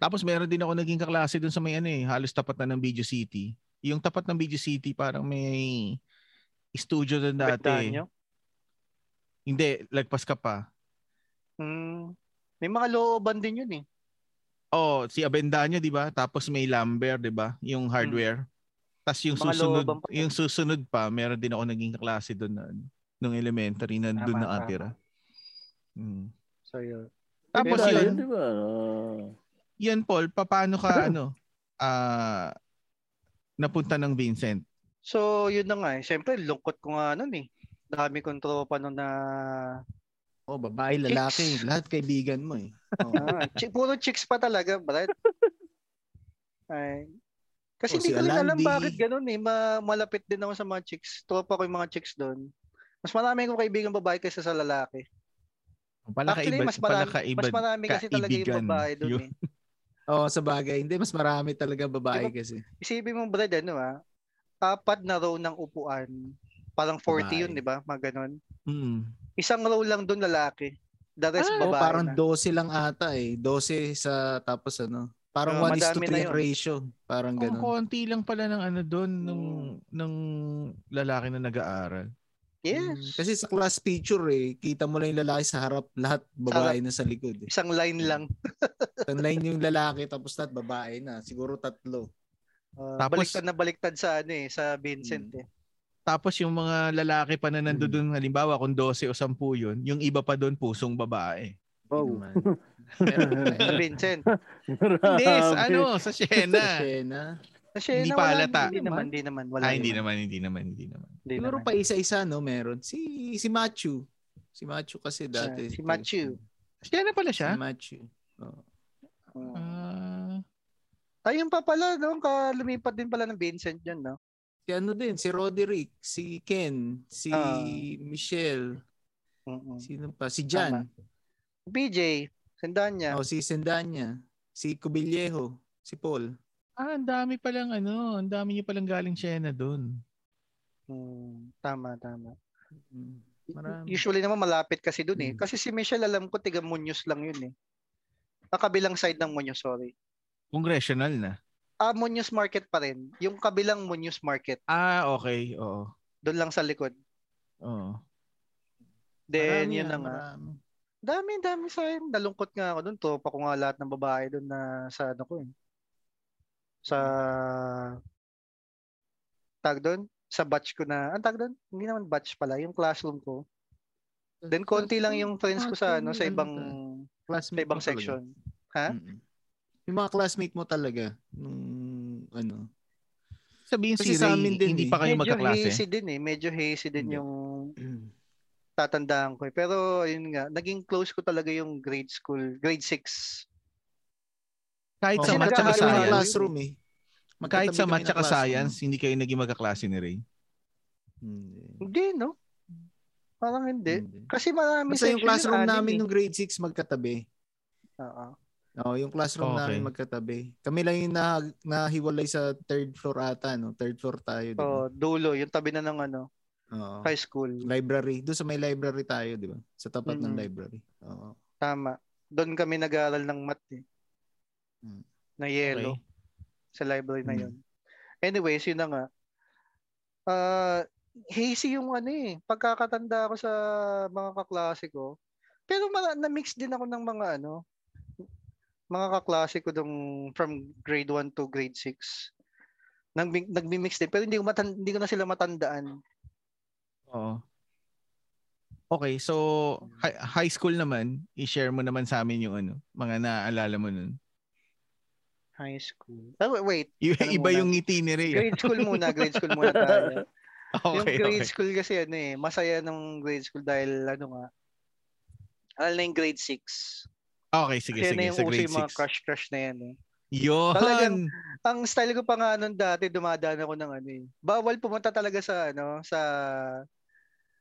S1: Tapos meron din ako naging kaklase dun sa may ano eh, halos tapat na ng Video City. Yung tapat ng Video City parang may studio doon dati.
S4: Kapitbahay
S1: eh.
S4: nyo.
S1: Hindi, lagpas ka pa.
S4: Hmm. May mga looban din yun eh.
S1: Oh, si Avendaño, 'di ba? Tapos may Lambert, 'di ba? Yung hardware. Tas yung
S4: Hmm. Mga
S1: susunod,
S4: looban pa yun.
S1: yung susunod pa, meron din ako naging kaklase doon na ano, nung elementary na doon
S4: Tama,
S1: na
S4: tama.
S1: atira. Mm.
S4: So yun.
S1: Tapos
S4: Pero
S2: Dagul,
S1: yun,
S2: Di ba? Ah.
S1: yan Paul, paano ka ano? Ah, napunta ng Vincent.
S4: So, yun na nga eh. Siyempre, lungkot ko nga nun eh. Dami kong tropa nun na...
S5: Oh, babae, lalaki,
S4: Chicks.
S5: lahat kaibigan mo eh. Oh.
S4: Ah, chi- puro chicks pa talaga, Brad. Ay. Kasi
S5: Oh,
S4: hindi
S5: si
S4: ko rin alam
S5: Alandi.
S4: bakit ganun eh. Ma- malapit din ako sa mga chicks. Tropa ko yung mga chicks doon. Mas marami kong kaibigan babae kaysa sa lalaki.
S1: Palakaiba,
S4: Actually, mas marami,
S1: palakaiba,
S4: mas marami kasi talaga
S1: kaibigan.
S4: yung babae doon
S1: Yun.
S4: eh.
S5: Oo, Oh, sa bagay. Hindi, mas marami talaga babae
S4: Diba?
S5: kasi.
S4: Isipin mo, Brad, ano ah, apat na row ng upuan. Parang 40 yun,
S5: Babae.
S4: di ba? Mga ganun.
S1: Mm.
S4: Isang row lang doon lalaki. The rest
S5: Oo,
S4: babae
S5: Ah, oh, parang
S4: na.
S5: 12 lang ata eh. 12 sa tapos ano. Parang
S4: Oo,
S5: 1 is to
S4: Ah, madami na
S5: 3
S4: yun.
S5: ratio. Parang
S1: Ang
S5: ganun.
S1: konti lang pala ng ano doon nung
S4: Hmm.
S1: nung lalaki na nag-aaral.
S4: Yes.
S5: Mm, Kasi sa class picture eh, kita mo lang yung lalaki sa harap, lahat babae na sa likod eh.
S4: Isang line
S1: Hmm.
S4: lang.
S5: Tanlayin yung lalaki tapos lahat babae na. Siguro tatlo.
S4: Uh,
S1: Tapos- Hmm.
S4: baliktad na baliktad sa ano eh, sa Vincent eh.
S1: Tapos yung mga lalaki pa na nandoon
S4: Hmm.
S5: Mm.
S1: doon, halimbawa kung 12 o 10 yun, yung iba pa doon pusong babae.
S2: Oh.
S5: Naman. Meron pa
S4: Sa
S5: eh.
S4: Vincent.
S1: Hindi, sa
S2: Grabe.
S1: ano, sa Siena.
S5: Kasi na.
S4: Kasi
S1: Hindi
S4: na
S1: pa
S4: wala,
S1: halata.
S4: Hindi naman, hindi naman. Wala
S1: Ay, Ah, hindi naman, hindi naman, hindi naman.
S4: Hindi
S5: Siguro
S4: naman.
S5: pa isa-isa no, meron. Si si Machu. Si Machu kasi dati.
S4: si Machu.
S1: Siena pala siya?
S5: Si Machu.
S1: Ah,
S4: Ayun Hmm. pa pala, no? Ka- lumipat din pala ng Vincent yun, no?
S5: Si ano din, si Roderick, si Ken, si
S4: Ah.
S5: Michelle,
S4: Mm-mm.
S5: sino pa? Si Jan.
S4: BJ, sandaan niya.
S1: Oh.
S5: O si Sendanya, si Cubillejo, si Paul.
S1: ah, ang dami palang ano, ang dami niyo palang galing Siena doon.
S4: Mm, tama, tama.
S5: Mm, Marami.
S4: Usually naman malapit kasi dun eh.
S1: Hmm.
S5: Mm.
S4: Kasi si Michelle alam ko tiga Muñoz lang yun eh. Ah, kabilang side ng Muñoz, sorry.
S1: Congressional na.
S4: Ah, Muñoz Market pa rin. Yung kabilang Muñoz Market.
S1: Ah, okay. Oo.
S4: Doon lang sa likod.
S1: Oo.
S4: Then,
S5: Marami
S4: yun
S5: ah,
S4: na nga.
S5: marami.
S4: Dami, dami sa akin. Nalungkot nga ako doon. Tropa ko nga lahat ng babae doon na sa ano ko eh. Sa...
S5: Mm.
S4: Tag doon? Sa batch ko na... Ang tag doon? Hindi naman batch pala. Yung classroom ko. Then konti lang yung friends ko sa ano sa ibang
S5: classmate
S4: sa ibang
S5: mo talaga.
S4: section. Ha?
S5: Mm-mm. Yung mga classmate mo talaga nung ano.
S1: Sabihin
S5: Kasi
S1: si
S5: sa
S1: Ray,
S5: amin din
S1: hindi
S5: eh.
S1: pa kayo
S4: Medyo
S1: magkaklase.
S4: hazy din eh. Medyo hazy din
S5: Hindi.
S4: yung tatandaan ko eh. Pero yun nga, naging close ko talaga yung grade school, grade 6.
S1: Kahit
S5: Oh,
S1: sa
S4: Kasi
S1: math at
S4: nagkakaalam na
S1: science.
S5: classroom eh.
S1: Kahit
S5: Magkatabi
S1: sa
S5: kami
S1: math
S5: ng
S1: at
S5: classroom.
S1: science, hindi kayo naging magkaklase ni Ray.
S5: Hindi.
S4: Hindi, no? Parang hindi.
S5: Hindi.
S4: Kasi marami
S5: Mm. Basta yung
S4: section
S5: classroom
S4: anim
S5: namin
S4: eh.
S5: nung grade 6 magkatabi.
S4: Oo.
S5: Oo, yung classroom
S1: Okay.
S5: namin magkatabi. Kami lang yung na, nahiwalay sa third floor ata, no? Third floor tayo, di ba?
S4: Oh,
S5: Oh.
S4: dulo, yung tabi na ng ano,
S5: Oo.
S4: high school.
S5: Library. Doon sa may library tayo, di ba? Sa tapat ng
S4: Mm-mm.
S5: library. Oo.
S4: Tama. Doon kami nag-aaral ng math eh.
S5: Mm.
S4: Na yellow.
S1: Okay.
S4: sa library na
S5: Mm.
S4: yun. Anyways, yun na nga. Ah, hazy yung ano eh, pagkakatanda ko sa mga kaklase ko. Pero mara- na-mix din ako ng mga ano, mga kaklase ko dong from grade 1 to grade 6. Nag nagmi-mix din pero hindi ko matan- hindi ko na sila matandaan.
S1: Oo. Okay, so hi- high school naman, i-share mo naman sa amin yung ano, mga naaalala mo nun.
S4: High school. Oh, wait.
S1: I-
S4: Ano
S1: iba
S4: muna?
S1: yung ngiti ni Ray. ah.
S4: Grade school muna. Grade school muna tayo. yung
S1: Okay,
S4: grade
S1: okay.
S4: school kasi ano eh, masaya nung grade school dahil ano nga, alam na yung grade 6.
S1: Okay, sige,
S4: Kasi
S1: sige.
S4: na yung
S1: Sa
S4: uso
S1: grade
S4: yung mga
S1: 6.
S4: crush-crush na yan eh. Talagang-
S1: Yun!
S4: Ang style ko pa nga nun dati, dumadaan ako ng ano eh. Bawal pumunta talaga sa ano, sa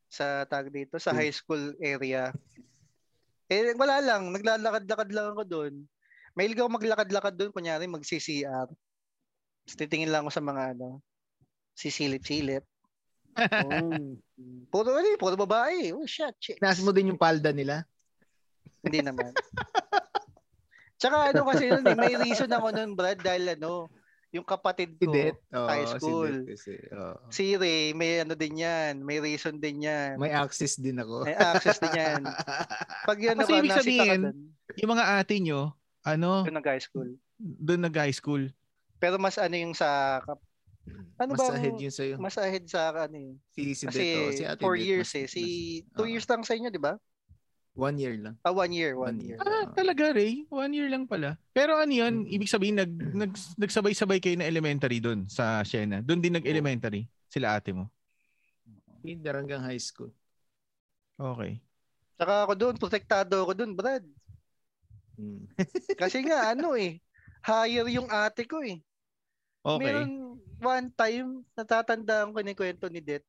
S4: sa tag dito,
S1: Hmm.
S4: sa high school area. Eh, wala lang. Naglalakad-lakad lang ako doon. Mahilig ako maglakad-lakad doon. Kunyari, mag-CCR. Tapos titingin lang ako sa mga ano, sisilip-silip.
S2: Oh.
S4: Puro ano eh, puro babae. Oh, shit, shit.
S5: Tinaas mo din yung palda nila.
S4: Hindi naman. Tsaka ano kasi yun, eh, may reason ako nun, Brad, dahil ano, yung kapatid
S5: Si
S4: ko,
S5: Det. Oo,
S4: high
S5: si Det
S4: school.
S5: kasi, oo.
S4: si Ray, may ano din yan, may reason din yan.
S5: May access din ako.
S4: May access din yan. Pag yun,
S1: Kasi
S4: ano,
S1: ibig
S4: nasita ka
S1: sabihin,
S4: dun,
S1: Yung mga ate nyo, ano,
S4: dun ng high school.
S1: doon nag high school.
S4: Pero mas ano yung sa, kap- ano
S5: Mas
S4: bang-
S5: ahead yun sa'yo.
S4: mas ahead sa ano eh.
S5: Si, si
S4: Kasi
S5: Det, oo, si Ate
S4: four
S5: Det,
S4: years
S5: mas-
S4: eh. Si,
S5: mas- ah.
S4: two
S5: oo.
S4: years lang sa inyo, di ba?
S5: One year lang.
S4: Ah, one year, one,
S5: One
S4: year.
S5: year.
S1: Ah, talaga, Ray? One year lang pala. Pero ano yun,
S5: Mm.
S1: ibig sabihin, nag, nag, nagsabay-sabay kayo na elementary doon sa Siena. Doon din nag-elementary sila ate mo.
S5: Kinder hanggang high school.
S1: Okay.
S4: Tsaka ako doon, protektado ako doon, Brad.
S5: Mm.
S4: Kasi nga, ano eh, higher yung ate ko eh.
S1: Okay.
S4: Meron one time, natatandaan ko ni kwento ni Det.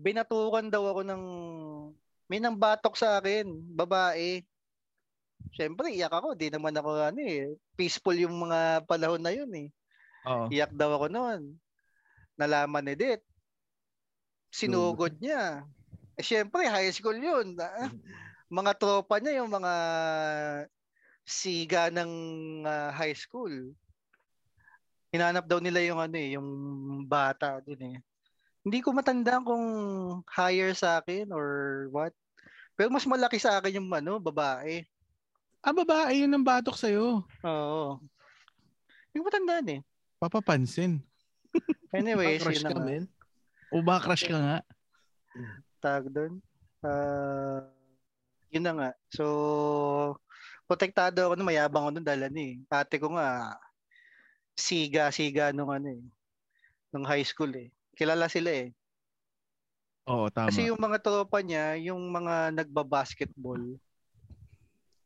S4: Binatukan daw ako ng, may nang batok sa akin, babae. Siyempre, iyak ako. Di naman ako ano eh. Peaceful yung mga panahon na yun eh.
S1: Oo.
S4: Iyak daw ako noon. Nalaman ni Det. Sinugod niya. Eh, siyempre, high school yun. Ah, Mga tropa niya yung mga siga ng ah, high school. Hinanap daw nila yung ano eh, yung bata din eh. Hindi ko matandaan kung higher sa akin or what. Pero mas malaki sa akin yung ano, babae.
S1: Ah, babae yun ang batok sa'yo.
S4: Oo. Hindi ko matandaan eh.
S1: Papapansin.
S4: Anyway,
S5: Crush
S4: yun na
S5: ka,
S4: nga.
S5: men.
S1: O ba crush ka nga?
S4: tag doon. Ah, yun na nga. So, protektado ako nun, mayabang ako nun dahil ano eh. Ate ko nga, siga-siga nung ano eh, nung high school eh. Kilala sila eh.
S1: Oo, tama.
S4: Kasi yung mga tropa niya, yung mga nagba-basketball,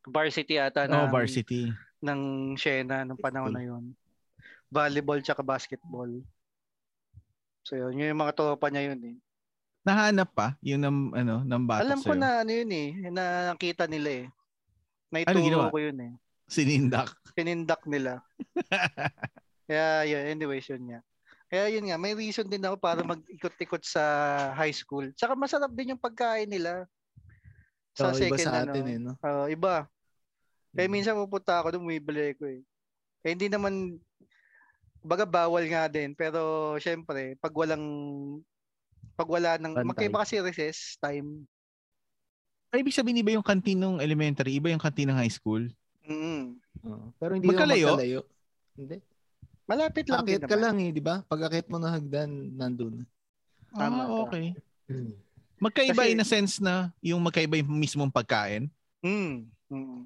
S4: varsity ata
S1: Oo,
S4: ng,
S1: varsity.
S4: ng Siena nung panahon na yun. Volleyball tsaka basketball. So yun, yun yung mga tropa niya yun eh.
S1: Nahanap pa yun ng, ano, ng batok
S4: Alam ko
S1: sa'yo.
S4: na ano yun eh, na nakita nila eh.
S1: Ano
S4: Naituro
S1: ginawa?
S4: ko yun eh.
S1: Sinindak.
S4: Pinindak nila. Kaya yun, anyways, yun nga. Kaya yun nga, may reason din ako para mag-ikot-ikot sa high school. Tsaka masarap din yung pagkain nila. Sa
S5: Oo, iba
S4: second,
S5: sa
S4: ano.
S5: atin eh, Mm. no?
S4: Oo, iba. Kaya minsan pupunta ako doon, bumibili ko eh. Eh, hindi naman, baga bawal nga din. Pero, syempre, pag walang, pag wala ng,
S5: Bantay.
S4: magkaiba kasi recess time.
S1: Ay, ibig sabihin iba yung kantin ng elementary, iba yung kantin ng high school.
S4: Mm.
S5: Oo. Pero hindi naman
S1: Magkalayo?
S5: magkalayo. Hindi.
S4: Malapit lang
S5: Akit
S4: din
S5: ka
S4: naman.
S5: lang eh, di ba? Pag akit mo na hagdan, nandun.
S1: ah,
S4: Tama ka.
S1: okay. Magkaiba
S4: Kasi-
S1: in a sense na yung magkaiba yung mismong pagkain.
S4: Mm. mm.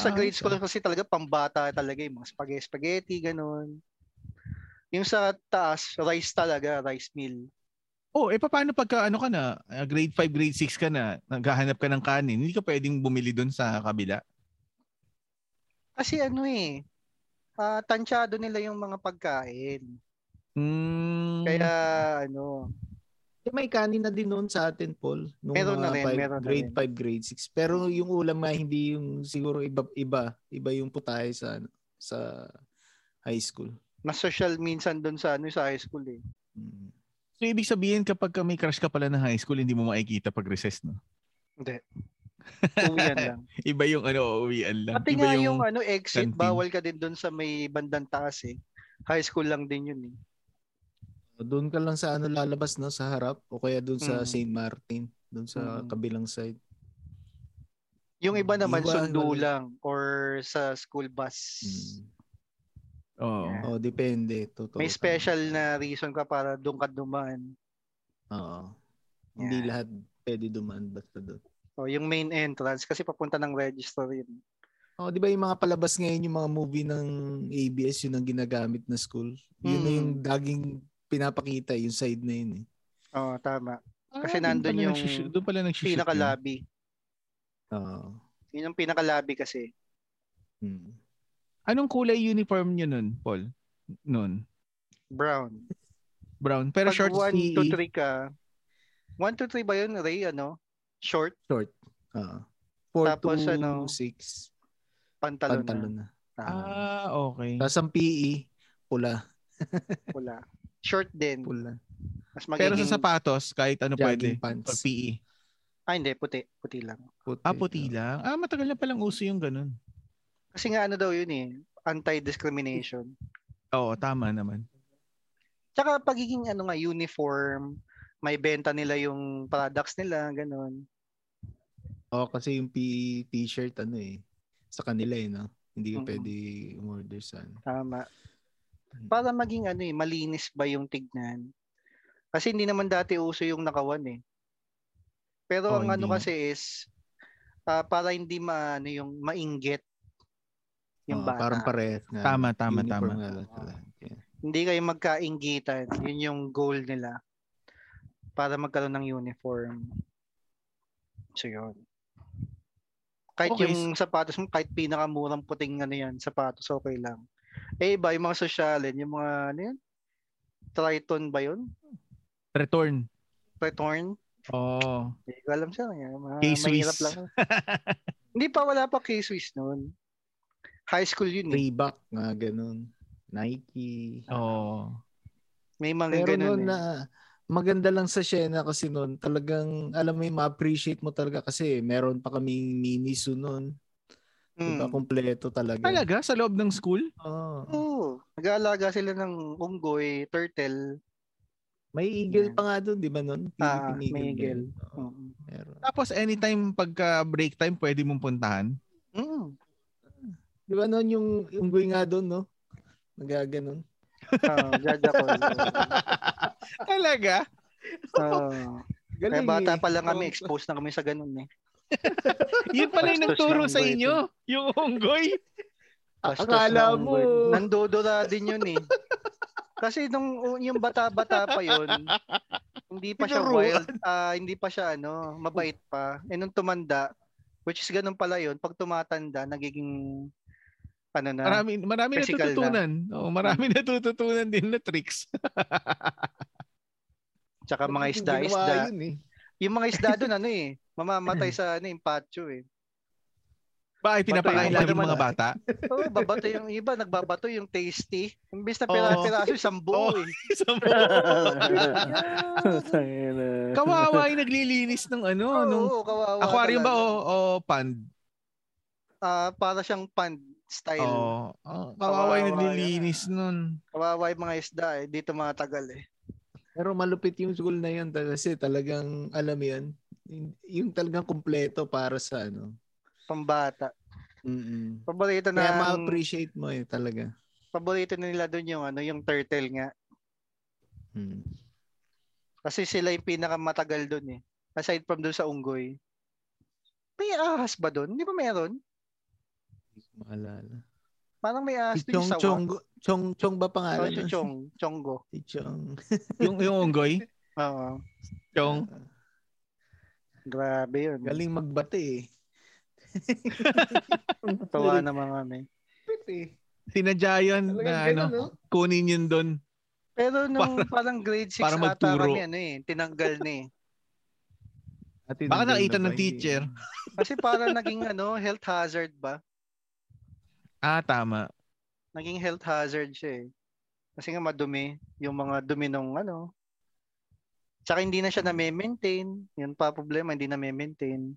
S1: Ah,
S4: sa grade
S1: ayos
S4: school kasi talaga pambata talaga yung mga spaghetti, spaghetti ganun. Yung sa taas, rice talaga, rice meal.
S1: Oh, eh paano pagka ano ka na, ah, grade 5, grade 6 ka na, naghahanap ka ng kanin, hindi ka pwedeng bumili doon sa kabila.
S4: Kasi ano eh, ah, tansyado nila yung mga pagkain.
S1: Mm,
S4: Kaya ano,
S5: Eh, may kanin na din noon sa atin, Paul. Nung
S4: Meron na
S5: mga
S4: rin,
S5: five-
S4: meron na
S5: grade
S4: rin.
S5: 5, grade 6. Pero yung ulam nga, hindi yung siguro iba, iba. Iba yung putahe sa, ano, sa high school.
S4: mas social minsan doon sa ano sa high school eh.
S5: Mm.
S1: so ibig sabihin kapag ka may crush ka pala ng high school, hindi mo makikita pag recess, no?
S4: Uwian lang.
S1: Iba yung ano, uuwian lang.
S4: Pati
S1: Iba
S4: nga yung, ano exit,
S1: canteen.
S4: bawal ka din doon sa may bandang taas eh. High school lang din yun eh.
S5: Doon ka lang sa ano lalabas no sa harap o kaya doon sa
S4: Mm.
S5: St. Martin, doon sa
S4: Mm.
S5: kabilang side.
S4: Yung iba naman
S5: Iba,
S4: sundo
S5: wala.
S4: lang or sa school bus.
S5: Mm.
S1: Oo.
S4: Yeah.
S5: Oh, depende, totoo.
S4: May
S5: tama.
S4: special na reason ka para doon ka dumaan.
S5: Oo. Hindi
S4: Yeah.
S5: lahat pwede dumaan basta doon.
S4: Oh, O, yung main entrance kasi papunta ng register yun.
S5: Oh, 'di ba yung mga palabas ngayon yung mga movie ng ABS yun ang ginagamit na school. Yun na
S4: Mm.
S5: yung daging pinapakita yung side na yun eh.
S4: Oo, Oh, tama.
S1: Ah,
S4: Kasi
S1: doon
S4: nandun
S1: pala
S4: yung
S1: nagsushoot- doon pala nagsushoot yun.
S4: Pinakalabi.
S5: Oo.
S4: Yun ang pinakalabi kasi.
S5: Mm.
S1: Anong kulay uniform niyo nun, Paul? Noon.
S4: Brown.
S1: Brown. Pero
S4: Pag
S1: shorts E? PE.
S4: 1, 2, 3 ka. 1, 2, 3 ba yun, Ray? Ano? Short,
S5: Ah. 4
S4: Tapos
S5: to
S4: ano,
S5: 6
S4: pantalon,
S5: pantalon
S4: na.
S5: na. Ah.
S1: Ah, okay.
S5: Tapos ang PE pula,
S4: Pula. Short din.
S5: pula.
S4: Mas magiging...
S1: Pero sa sapatos, kahit ano pwede. Or
S5: Jogging
S1: E?
S5: pants.
S1: PE.
S4: Ah, hindi. Puti. Puti lang.
S5: Puti.
S1: Ah, puti lang. Ah, matagal na palang uso yung ganun.
S4: Kasi nga ano daw yun eh. Anti-discrimination.
S1: Oo, tama naman.
S4: Tsaka pagiging ano nga, uniform. May benta nila yung products nila. Ganun.
S5: Oo, kasi yung PE t-shirt ano eh sa kanila eh, no. Hindi ka
S4: Mm.
S5: pwede umorder sa ano.
S4: Tama. Para maging ano eh, malinis ba yung tignan? Kasi hindi naman dati uso yung nakawan eh. Pero
S1: Oo,
S4: ang
S1: hindi
S4: ano
S1: nga.
S4: kasi is ah, para hindi maano yung mainggit yung
S5: Oo,
S4: bata.
S5: Ah, Parang parehas nga.
S1: Tama, tama,
S5: Uniform
S1: tama.
S5: nga lang sila. Yeah.
S4: hindi kayo magkainggitan. Yun yung goal nila para magkaroon ng uniform. So yun. Kahit
S1: Okay,
S4: yung sapatos mo, kahit pinakamurang puting ano yan, sapatos, okay lang. Eh iba, yung mga sosyalin, yung mga ano yan? Triton ba yun?
S1: Return.
S4: Return?
S1: Oo.
S4: Hindi ko alam siya. Yan. Mga
S1: K-Swiss.
S4: mahirap lang. hindi pa, wala pa K-Swiss noon. High school yun eh.
S5: Reebok, mga ganun. Nike.
S1: Oo.
S4: May mga
S5: Pero
S4: ganun
S5: noon
S4: eh.
S5: na maganda lang sa Siena kasi noon talagang alam mo yung ma-appreciate mo talaga kasi meron pa kaming mini suit noon.
S4: Mm.
S5: Diba? Kompleto talaga.
S1: Talaga? Sa loob ng school?
S5: Oo.
S4: Oo. Nag-aalaga sila ng unggoy, turtle.
S5: May eagle
S4: Yan.
S5: pa nga doon, di ba noon?
S4: Ah,
S5: Philippine
S4: may
S5: ba yun?
S4: eagle. Hmm.
S5: Oo,
S4: Oo.
S5: meron.
S1: Tapos anytime pagka break time, pwede mong puntahan?
S4: Mm.
S5: Di ba noon yung yung guy nga doon, no? Nagaganon.
S4: Oo, Ah, Jaja ko.
S1: Talaga?
S4: Oo. Eh,
S5: Galing
S4: bata
S5: eh.
S4: pa lang kami,
S5: Oo.
S4: exposed na kami sa ganun eh.
S1: Yun pala yung
S4: Bastos
S1: nagturo
S4: ng
S1: sa
S4: unggoy
S1: inyo? Yung unggoy?
S4: Bastos
S5: Akala
S4: ng
S5: mo.
S4: word. Nandodora din yun eh. Kasi nung uh, yung bata-bata pa yun, hindi pa siya
S1: Tinuruan.
S4: wild, ah, hindi pa siya ano, mabait pa. Eh nung tumanda, which is ganun pala yun, pag tumatanda, nagiging ano na,
S1: Marami, marami
S4: Physical na.
S1: natututunan. Oo, marami natututunan din na tricks.
S4: tsaka mga
S5: Yung
S4: isda,
S5: ginawa
S4: isda.
S5: yun eh.
S4: Yung mga isda doon ano eh, mamamatay sa ano, yung patio eh.
S1: Bakit pinapakain
S4: Bato yun,
S1: lagi ng
S4: bato
S1: mga bata?
S4: Oo, babato yung iba, nagbabato yung tasty. Imbis na
S1: Oo.
S4: pira-piraso, isang buo eh.
S1: Isang
S2: Tangin na.
S1: Kawawa yung naglilinis ng ano,
S4: Oo,
S1: nung
S4: oo, kawawa
S1: aquarium ba
S4: talaga.
S1: o, o pond?
S4: Ah, para siyang pond style.
S1: Oo. Oh, kawawa yung
S4: Kawawa
S1: naglilinis nun.
S4: Kawawa yung mga isda eh. Di tumatagal eh.
S5: Pero malupit yung school na yun tal- kasi talagang alam mo yun, yung- yung talagang kumpleto para sa ano.
S4: Pambata.
S5: Mm-mm.
S4: Paborito
S5: Kaya
S4: na
S5: ma-appreciate mo eh talaga.
S4: paborito na nila doon yung ano, yung turtle nga.
S5: Mm.
S4: Kasi sila yung pinakamatagal doon eh. Aside from doon sa unggoy. May ahas ba doon? Hindi ba meron?
S5: Hindi ko maalala.
S4: Parang may ahas
S5: Si
S4: din
S5: Chong
S4: sa
S5: Chong, Chong Chong ba
S4: Oh,
S5: pangalan?
S4: si
S5: nun?
S4: Chong. Chonggo.
S5: Si Chong.
S1: Yung, yung unggoy?
S4: Oo.
S1: Yung,
S4: Grabe yun.
S5: Galing magbate eh.
S4: Tawa na mga ano eh.
S1: sinadya yun na ano, kunin yun doon.
S4: Pero nung parang grade 6
S1: para
S4: ata
S1: magturo.
S4: kami ano eh, tinanggal na eh.
S1: Baka nakita ng
S5: eh.
S1: teacher.
S4: Kasi parang naging ano, health hazard ba?
S1: Ah, tama.
S4: naging health hazard siya eh. Kasi nga madumi yung mga dumi nung ano. Tsaka hindi na siya na-maintain. Yun pa problema, hindi na-maintain.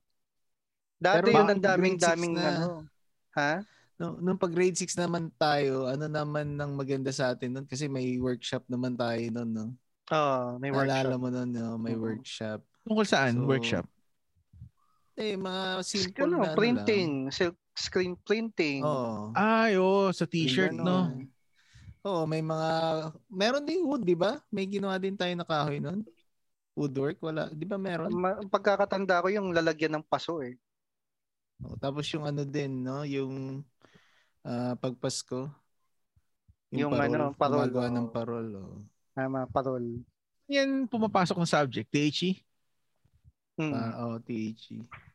S4: Dati
S5: Pero
S4: yun ang
S5: bakit grade six
S4: daming-daming
S5: na?
S4: ano. Ha?
S5: No, nung pag grade 6 naman tayo, ano naman ang maganda sa atin nun? Kasi may workshop naman tayo nun, no?
S4: Oo, may
S5: Naalala
S4: workshop.
S5: mo nun, no? may
S4: Oo.
S5: workshop.
S1: Tungkol saan?
S5: So,
S1: Workshop?
S5: Eh, mga simple
S4: Ano,
S5: na ano
S4: printing,
S5: lang.
S4: silk screen printing. ano.
S5: Oo.
S1: Ay, oo, Ah, sa t-shirt,
S4: Ganun.
S5: ano.
S1: no?
S5: Oo, may mga meron ding wood, 'di ba? May ginawa din tayo na kahoy noon. Woodwork wala, 'di ba meron?
S4: Ma- pagkakatanda ko yung lalagyan ng paso eh.
S5: O, tapos yung ano din, no? Yung ah, pagpasko.
S4: Yung ano, parol,
S5: Gumagawa
S4: oo.
S5: ng parol. Oh.
S4: Tama, Ah, parol.
S1: Yan pumapasok ng subject, eh, Teichi.
S4: Mm,
S5: Pa, oh, THE.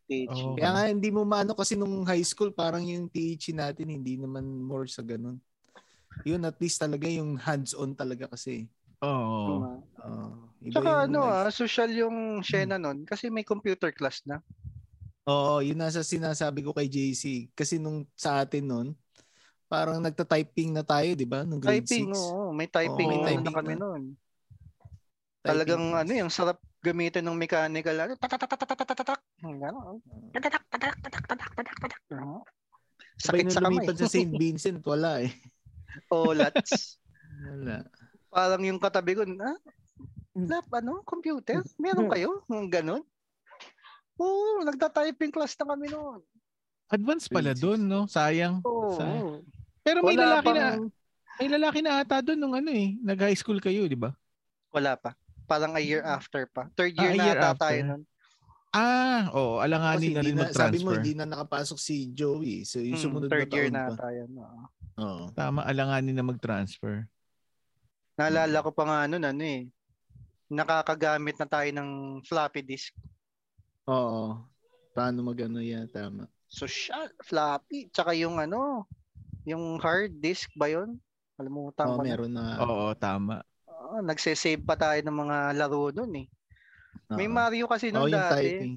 S4: TH.
S1: Oo.
S5: Kaya nga hindi mo maano kasi nung high school parang yung THE natin hindi naman more sa ganun. Yun at least talaga yung hands-on talaga kasi. Oh.
S1: Oo.
S4: Tama.
S5: Oo. iba
S4: Tsaka
S5: yung
S4: ano
S5: life.
S4: ah, social yung
S1: Hmm.
S4: Shena nun kasi may computer class na.
S5: Oo, yun nasa sinasabi ko kay JC. Kasi nung sa atin nun, parang nagta-typing na tayo, di ba? Nung grade
S4: Typing,
S5: 6.
S4: oo. May typing,
S1: Oo, may
S4: na ano
S5: typing
S4: na kami
S5: na.
S4: nun. Talagang ano, yung sarap gamitin ng mechanical. Ano, tatatatatatatatak. Gano'n. Tatatak, tatak, tatak, tatak, tatak, tatak. Ano?
S5: Sakit
S4: Sakit sa kamay.
S5: sa St. Vincent, wala eh.
S4: Oo, lats.
S5: Wala.
S4: Parang yung katabi ko, ah, lap, ano, computer? Meron kayo? Yung Ganun? Oo, nagta-typing class na kami noon.
S1: Advance pala doon, no? Sayang.
S4: Oo.
S1: Sayang. Pero may
S4: Wala
S1: lalaki na,
S4: pang,
S1: may lalaki na ata doon nung ano eh. Nag-high school kayo, di ba?
S4: wala pa. Parang a
S5: Mm.
S4: year after pa. Third
S1: Ah, a
S4: year na
S1: year
S4: ata
S1: after.
S4: tayo nun.
S1: Ah, oo.
S5: Kasi
S1: Alanganin na
S5: hindi
S1: rin
S5: na, sabi mo,
S1: mag-transfer.
S5: hindi na nakapasok si Joey. So yung
S4: Mm,
S5: sumunod
S4: third
S5: na
S4: year
S5: taon
S4: na
S5: pa.
S4: tayo. oo.
S5: Oo.
S1: Tama, alanganin na mag-transfer.
S4: Naalala ko pa nga nun, ano eh. Nakakagamit na tayo ng floppy disk.
S5: Oo. Paano magano yan, tama.
S4: Social, floppy. Tsaka yung ano, yung hard disk ba yun? Kalimutan
S5: Oo,
S4: ko na.
S5: Oh, meron na.
S1: Oo, tama.
S4: Oo, nagsisave pa tayo ng mga laro nun eh. May
S5: Oo.
S4: Mario kasi
S5: Oo,
S4: nung
S5: yung
S4: dati.
S5: typing.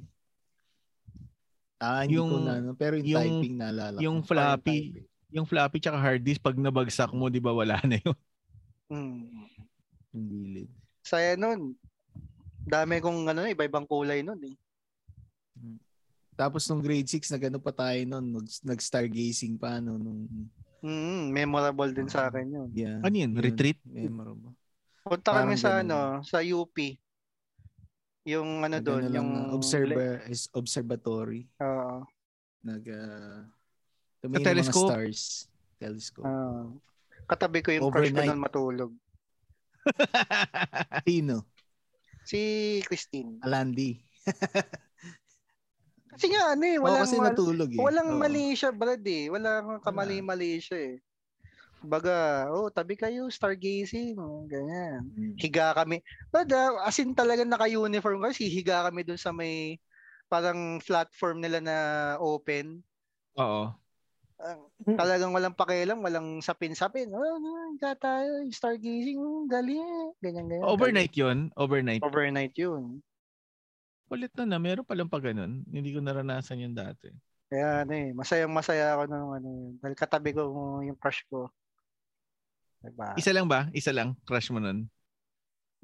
S5: Ah, hindi
S1: Yung-
S5: ko na, ano, pero yung,
S1: yung-
S5: typing naalala ko.
S1: Yung
S4: Parang
S1: floppy,
S4: typing.
S1: yung floppy tsaka hard disk, pag nabagsak mo, di ba wala na yun?
S4: Mm.
S5: Yung gilid.
S4: Saya nun. Dami kong ano, iba-ibang kulay nun eh.
S5: Tapos nung grade 6, nagano pa tayo noon, nag, nag-stargazing pa no nung
S4: Mm, memorable din
S5: Ah.
S4: sa akin yun.
S5: yeah.
S1: Ano yun?
S5: Mm, yun,
S1: Retreat?
S5: Memorable.
S4: Punta kami
S5: Parang
S4: sa
S5: ganun.
S4: ano, sa UP. Yung ano doon,
S5: Nagano lang
S4: yung
S5: na observer is observatory
S4: Oo.
S5: nag uh,
S1: Sa telescope?
S5: mga stars telescope.
S4: Ah. katabi ko yung crush ko
S5: Overnight.
S4: nun matulog. Ah.
S5: Pino,
S4: Si Christine.
S5: Alandi.
S4: Kasi nga ano eh,
S5: Oo,
S4: walang,
S5: kasi
S4: mal-
S5: natulog eh.
S4: walang
S5: Oo.
S4: mali siya, Brad eh. Walang kamali-mali siya eh. Baga, oh, tabi kayo, stargazing, oh, ganyan.
S5: Mm.
S4: higa kami. But uh, as in talaga naka-uniform kasi higa kami dun sa may parang platform nila na open.
S1: Oo.
S4: Talagang walang pakialam, walang sapin-sapin. Oh, ano, higa tayo, stargazing, oh, galing. Ganyan, ganyan.
S1: Overnight yun. Overnight.
S4: Galing. Overnight yun.
S1: Ulit na na. Meron palang pa ganun. Hindi ko naranasan yun dati.
S4: Kaya ano eh, masayang masaya ako nung ano yun. Dahil katabi ko yung crush ko. Diba?
S1: Isa lang ba? Isa lang? Crush mo nun?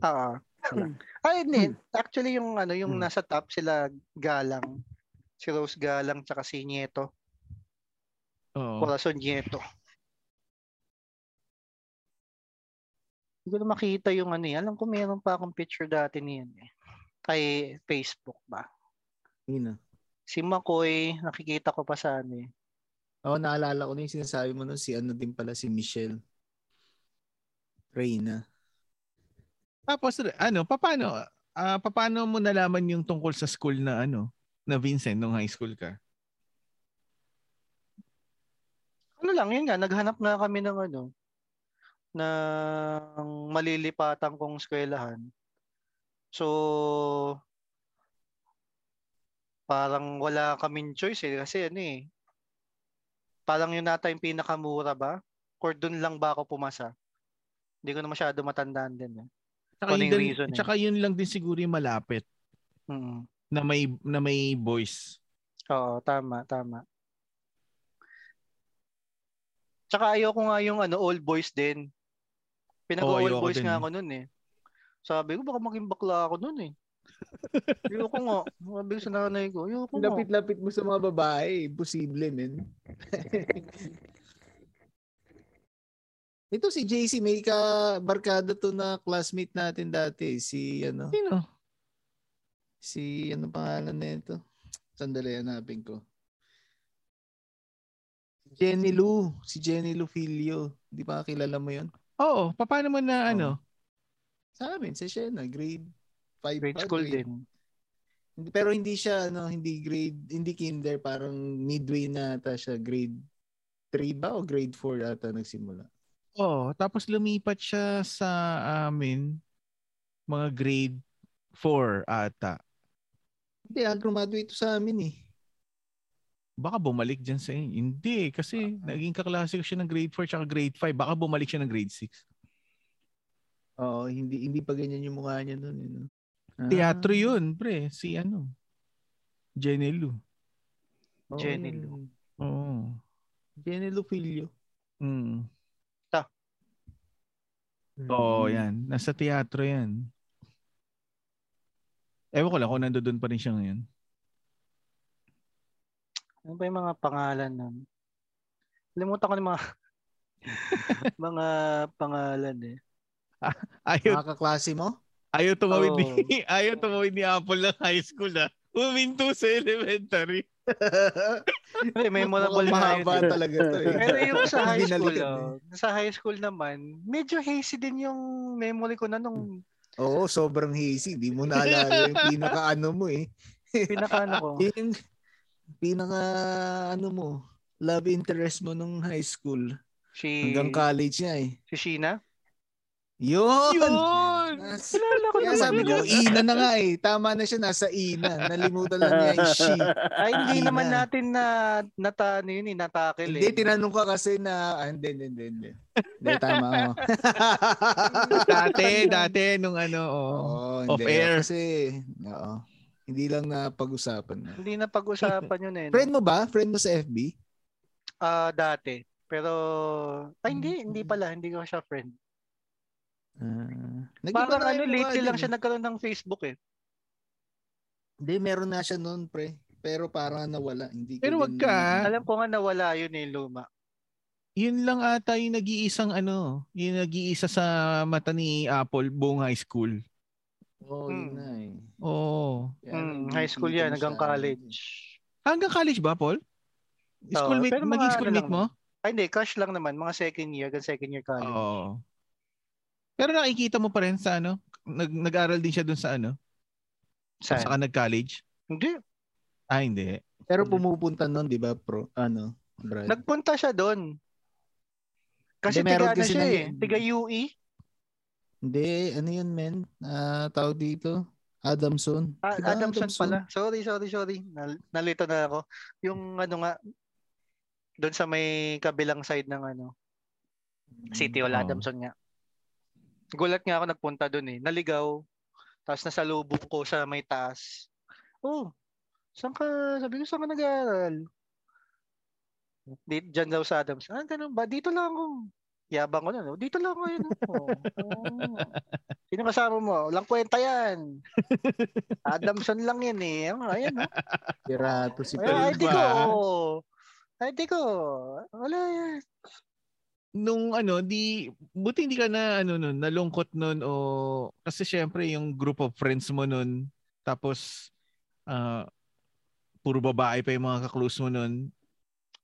S4: Oo. wala. Ay, hindi. Actually, yung ano, yung nasa top sila, Galang. Si Rose Galang, tsaka si Nieto.
S1: Oo.
S4: Corazon Nieto. Hindi ko na makita yung ano eh. Alam ko meron pa akong picture dati niyan eh. Kay Facebook ba?
S5: Pino.
S4: Si Makoy, nakikita ko pa sa ano eh.
S5: Oo, naalala ko na yung sinasabi mo nun, si ano din pala, si Michelle. Reyna.
S1: Tapos, ano, paano, ah paano mo nalaman yung tungkol sa school na ano, na Vincent nung high school ka?
S4: Ano lang, yun nga, naghanap nga kami ng ano, ng malilipatan kong eskwelahan. So, parang wala kaming choice eh. Kasi ano eh, parang yun nata yung pinakamura ba? Or dun lang ba ako pumasa? Hindi ko na masyado matandaan din eh.
S1: Tsaka
S4: Ano
S1: yun,
S4: yung
S1: din-
S4: reason eh?
S1: tsaka yun lang din siguro yung malapit
S4: Mm.
S1: na may na may voice.
S4: Oo, tama, tama. Tsaka ayoko nga yung ano, all boys din.
S1: Oo,
S4: Pinag-all
S1: ayoko
S4: boys
S1: din eh.
S4: nga ako nun eh. Sabi ko, baka maging bakla ako nun eh. ayoko nga. Sabi ko sa nanay ko, ayoko nga.
S5: Lapit-lapit mo sa mga babae, posible men. Ito si JC, may ka barkada to na classmate natin dati, si ano,
S1: Sino?
S5: si ano pangalan nito? Sandali hanapin ko. Jenny Lu, si Jenny Lu Filio. Di ba kilala mo 'yon?
S1: Oo, paano mo
S5: Um,
S1: na ano?
S5: Sa amin, sa Siena, grade 5
S4: Grade school din.
S5: Pero hindi siya ano, hindi grade, hindi kinder, parang midway na ata siya, grade 3 ba o grade 4 ata nagsimula.
S1: Oh, tapos lumipat siya sa amin mga grade 4 ata.
S5: Hindi, ah, graduate to sa amin eh.
S1: Baka bumalik dyan sa inyo. Hindi, eh, kasi naging kaklase ko siya ng grade 4 tsaka grade 5. Baka bumalik siya ng grade 6.
S5: Oo, hindi hindi pa ganyan yung mukha niya noon. You know? Ah,
S1: Teatro yun, pre. Si ano? Jenny Lu.
S5: oo,
S4: Jenny
S5: yun.
S4: Lu.
S1: Oo.
S5: Jenny Lu Filio.
S1: Mm.
S5: Mm.
S1: Oo, yan. Nasa teatro yan. Ewan ko lang kung nandoon pa rin siya ngayon.
S4: Ano ba yung mga pangalan nun? Limutan ko yung mga mga pangalan eh.
S1: Ayaw,
S5: Mga kaklase mo?
S1: ayaw tumawid
S4: Oo.
S1: ni, ayaw tumawid ni Apple ng high school ah. Huminto sa elementary.
S4: Ay, memorable na
S5: Mukhang mahaba
S4: yun.
S5: talaga to eh.
S4: Pero yung sa high school,
S5: Binalikan
S4: oh, sa high school naman, medyo hazy din yung memory ko na
S1: Hmm.
S4: nung
S5: Oo, sobrang hazy. Di mo naalala yung pinaka-ano mo eh.
S4: pinakaano ano ko.
S5: Yung pinaka-ano mo, love interest mo nung high school.
S4: Si,
S5: Hanggang college niya eh.
S4: si Sheena.
S5: Yun!
S1: Yun!
S5: Nas-
S4: Kilala ko
S5: Kaya
S4: naman
S5: sabi ko,
S4: yun.
S5: ina na nga eh. Tama na siya, nasa ina. Nalimutan lang niya eh. yung
S4: Ay,
S5: she.
S4: Ah, hindi
S5: Ah, Sheena.
S4: naman natin na nata, ano yun, eh, natakil
S5: Hindi,
S4: eh.
S5: tinanong ko kasi na, ah, hindi, hindi, hindi, hindi. Hindi, tama ako.
S1: dati, dati, nung ano, oo.
S4: Oh,
S5: Oo,
S1: Off
S5: hindi.
S1: air.
S5: Kasi, oo. Hindi lang na pag-usapan na.
S4: Hindi na pag-usapan yun eh. no?
S5: Friend mo ba? Friend mo sa FB?
S4: Ah, dati. Pero, ay
S5: Hmm.
S4: hindi, hindi pala. Hindi ko siya friend.
S5: Ah,
S4: Parang
S5: naghiwalay
S4: ano,
S5: na
S4: lately
S5: kayo,
S4: lang
S5: no?
S4: siya nagkaroon ng Facebook eh.
S5: Hindi, meron na siya noon, pre. Pero parang nawala. Hindi ko
S1: Pero wag
S5: din-
S1: ka.
S4: Alam ko nga nawala yun eh, luma.
S1: Yun lang ata yung nag-iisang ano, yung nag-iisa sa mata ni Apple buong high school.
S5: Oo, yun
S4: Hmm.
S5: na eh.
S1: Oo.
S5: Kaya
S4: Mm,
S5: nung
S4: high school
S5: nakita
S4: yan,
S5: mo
S4: hanggang
S5: siya,
S4: college.
S1: Hanggang college ba, Paul? Schoolmate,
S4: pero mga
S1: maging
S4: ano
S1: schoolmate
S4: lang.
S1: mo?
S4: Ay, hindi, crush lang naman. Mga second year, hanggang second year college.
S1: Oo. Pero nakikita mo pa rin sa ano, nag nag-aral din siya dun sa ano,
S4: Saan?
S1: saka nag-college.
S4: Hindi.
S1: Ah, hindi.
S5: Pero
S4: Hmm.
S5: pumupunta noon, di ba, pro? Ano? Brad?
S4: Nagpunta siya doon. Kasi
S5: Hindi,
S4: tiga
S5: meron
S4: na
S5: kasi
S4: siya
S5: na-
S4: eh. Tiga UE.
S5: Hindi, ano yun, men? Ah, tao dito? Adamson.
S4: Ah,
S5: Di ba,
S4: Adamson pala. Sorry, sorry, sorry. Nal- nalito na ako. Yung ano nga, doon sa may kabilang side ng ano,
S5: Mm.
S4: City o
S1: Oo.
S4: Adamson nga. Gulat nga ako nagpunta doon eh. Naligaw. Tapos nasa lubong ko sa may taas. Oh, saan ka? Sabi ko, saan ka nag-aaral? Di, dyan daw sa Adams. Ah, ganun ba? Dito lang ako. Yabang ko na. no? Dito lang ako yun. Oh. Oh. Sino kasama mo? Walang kwenta yan. Adamson lang yan eh. Ah, Ayan, no?
S5: Pirato si
S4: Ay, ID
S5: Pel.
S4: ko. ID ko. Wala yan.
S1: Nung ano, di buti hindi ka na ano nun, nalungkot nun o kasi syempre yung group of friends mo nun tapos ah puro babae pa yung mga kaklose mo nun.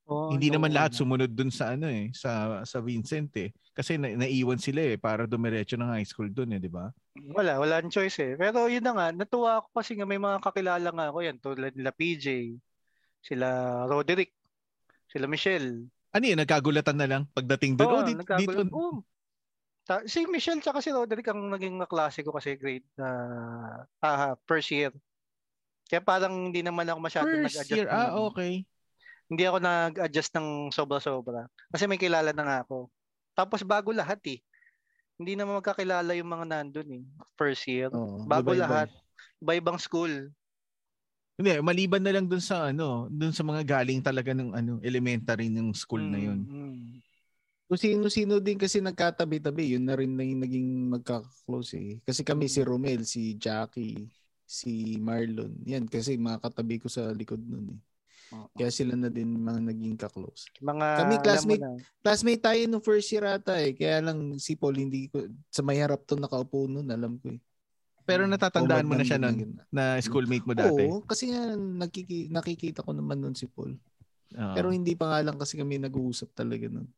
S4: Oh,
S1: hindi
S4: no.
S1: naman lahat sumunod dun sa ano eh, sa sa Vincent eh. Kasi na, naiwan sila eh para dumiretso ng high school dun eh, di ba?
S4: Wala, wala ang choice eh. Pero yun na nga, natuwa ako kasi nga may mga kakilala nga ako yan. Tulad nila PJ, sila Roderick, sila Michelle.
S1: Ano yun, nagkagulatan na lang pagdating dun.
S4: Oo,
S1: oh, di,
S4: nagkagulo-
S1: dito-
S4: Oo. Ta- si Michelle tsaka si Roderick ang naging kaklase ko kasi grade na ah, first year. Kaya parang hindi naman ako masyado
S1: first
S4: nag-adjust.
S1: year.
S4: ng-
S1: Ah, okay.
S4: Hindi ako nag-adjust ng sobra-sobra. Kasi may kilala na nga ako. Tapos bago lahat eh. Hindi naman magkakilala yung mga nandun eh. First year.
S5: Oo,
S4: Bago
S5: iba-iba.
S4: lahat. Iba-ibang school.
S1: Hindi, maliban na lang dun sa ano, dun sa mga galing talaga ng ano, elementary ng school na yun.
S4: Mm, mm.
S5: Kung sino-sino din kasi nagkatabi-tabi, yun na rin na yung naging magka-close eh. Kasi kami si Romel, si Jackie, si Marlon. Yan, kasi mga katabi ko sa likod nun eh. Kaya sila na din mga naging kaklose.
S4: Mga
S5: Kami,
S4: alam mo
S5: classmate.
S4: na.
S5: Classmate tayo nung first year ata eh. Kaya lang si Paul hindi ko, sa may harap to nakaupo nun, alam ko eh.
S1: Pero natatandaan mo na
S5: Command
S1: siya nun
S5: din yun.
S1: na schoolmate mo dati.
S5: Oo, kasi nga nakiki- nakikita ko naman nun si Paul.
S1: Oo.
S5: Pero hindi pa nga lang kasi kami nag-uusap talaga nun.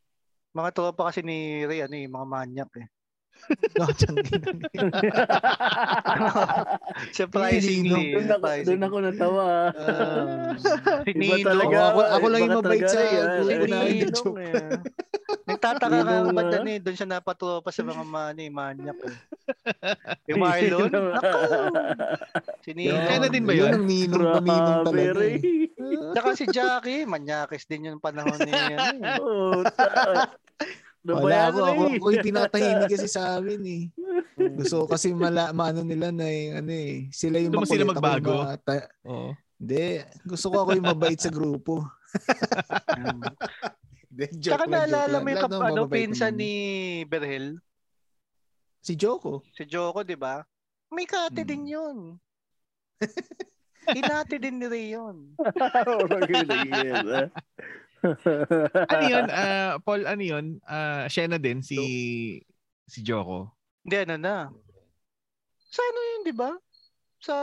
S4: Mga tropa kasi ni Ray, ano eh, mga manyak eh.
S1: Ah.
S5: No, tiyang-
S4: Surprisingly.
S2: doon, ako, doon ako natawa.
S1: Um,
S5: Ah.
S4: Si
S2: Iba
S4: Ninong.
S2: talaga.
S5: Ako- ako lang yung
S2: Iba
S5: mabait
S2: talaga
S5: sa iyo.
S2: yan.
S5: Ako
S4: Si
S5: na yung
S4: Ninong
S5: joke.
S4: eh. Nagtataka ka
S2: Ninong,
S4: ba't
S2: ah?
S4: ano eh, doon siya napatropa sa mga mani, manyak eh. Si Marlon, ako, si
S1: Yun.
S4: Ninong.
S1: Kaya na din ba
S5: Yun
S1: yun?
S5: ang ninong paninong
S2: Grabe,
S5: talaga. eh.
S2: Ray.
S4: Tsaka si Jackie, manyakis din yung panahon ano eh. niya.
S2: Oo, ta-
S1: Ano
S2: Nabayan,
S5: Wala ako. Ako,
S2: Ray.
S5: ako yung pinatahimik kasi sa amin eh. Gusto ko kasi mala, maano nila na yung ano eh. Sila yung
S1: Gusto mo sila
S5: makulit, ako eh, yung
S1: magbago?
S5: mata.
S1: Oo.
S5: Hindi. Gusto ko ako yung mabait sa grupo. Hindi, joke
S4: Tsaka
S5: lang, joke
S4: naalala
S5: lang.
S4: mo yung
S5: Lahat
S4: kap-
S5: naman
S4: ano,
S5: mababait
S4: pinsan
S5: naman.
S4: ni Berhel,
S5: Si Joko.
S4: si Joko, di ba? May kate
S5: Hmm.
S4: din yun. Inate din ni Ray yun.
S2: Oo, magaling yan, ah.
S1: Ano yun? Ah, Paul, ano yun? Ah, siya na din, si si Joko.
S4: Hindi, ano na. Sa ano yun, di ba? Sa...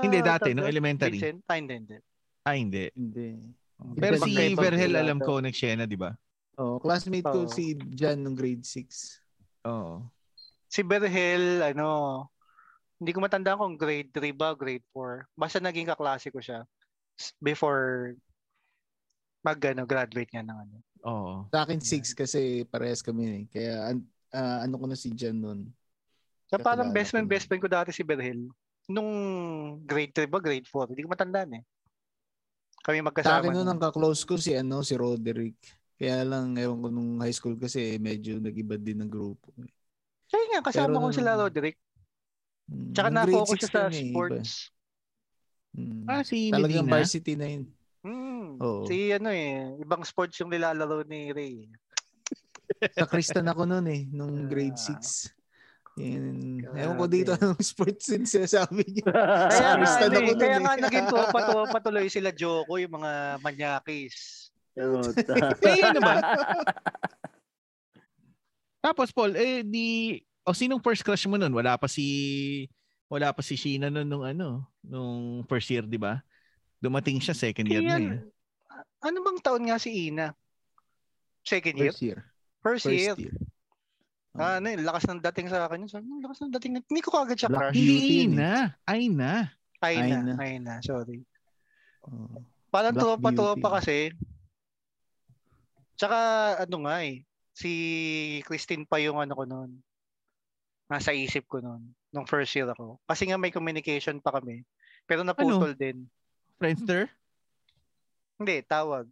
S1: Hindi, dati, no?
S4: Tagda-
S1: Elementary.
S4: Ah, Vincent? Ah, hindi, hindi.
S1: Ah, hindi.
S5: Hindi.
S1: Pero si
S4: Magkaibang
S1: Verhel,
S4: sila,
S1: alam ko, nag-Shena, di ba?
S5: Oh, classmate ko
S4: Oo.
S5: si Jan nung grade 6.
S1: Oo.
S4: Si Berhel, ano, hindi ko matandaan kung grade 3 ba o grade 4. Basta naging kaklase ko siya s- before mag ano, graduate niya ng ano.
S1: Oo.
S5: Sa akin 6 kasi parehas kami eh. Kaya an- ah, ano ko na si Jan nun.
S4: So parang
S5: Kakilala
S4: best
S5: ko
S4: friend,
S5: na.
S4: best friend ko dati si Berhel. Nung grade 3 ba, grade 4. Hindi ko matandaan eh. Kami
S5: Sa
S4: magkasama.
S5: akin nun,
S4: nun.
S5: ang kaklose ko si, ano, si Roderick. Kaya lang, ewan ko nung high school kasi eh, medyo nag-iba din ng grupo. eh.
S4: Kaya nga, kasama
S5: Pero
S4: ko
S5: nung-
S4: sila Roderick.
S5: Mm,
S4: Tsaka
S5: nung grade
S4: na-focus siya
S5: 6
S4: sa
S5: yun eh, iba.
S4: sports.
S5: Mm.
S1: Ah, si
S5: Talagang
S1: Medina.
S5: varsity na yun.
S4: Hmm.
S5: Oo.
S4: Si ano eh, ibang sports yung nilalaro ni Ray.
S5: Sa Kristan ako nun eh, nung grade
S4: Ah.
S5: 6. Yun. Ewan ko
S4: Grabe.
S5: dito anong sports yun sinasabi niya.
S4: Kaya
S5: Sabi
S4: nga,
S5: sa
S4: ano, eh,
S5: nakunan
S4: kaya
S5: eh.
S4: nga naging tropa tropa tuloy sila Joko, yung mga manyakis.
S2: Oo, ta-
S1: Eh, ano ba? Tapos, Paul, eh, di... O, sinong first crush mo nun? Wala pa si... Wala pa si Sheena nun nung ano, nung first year, di ba? Dumating siya second year na eh.
S4: Kaya, ano bang taon nga si Ina? Second year?
S5: First year.
S4: First,
S5: First
S4: year.
S5: year.
S4: Ah, ano, yun, lakas ng dating sa akin. yun. Sabi, "Ang lakas ng dating. niya." Hindi ko kagad siya
S5: Black
S4: crush.
S5: Beauty
S1: Hindi
S5: yun eh.
S1: na. Ay na.
S4: Ay na,
S5: Ina.
S4: ay na, sorry.
S5: Oo.
S4: Parang
S5: Black
S4: tropa-tropa
S5: Beauty.
S4: kasi. Tsaka, ano nga eh, si Christine pa yung ano ko noon. Nasa isip ko noon, nung first year ako. Kasi nga may communication pa kami. Pero naputol din.
S1: Friendster?
S4: Hindi, tawag.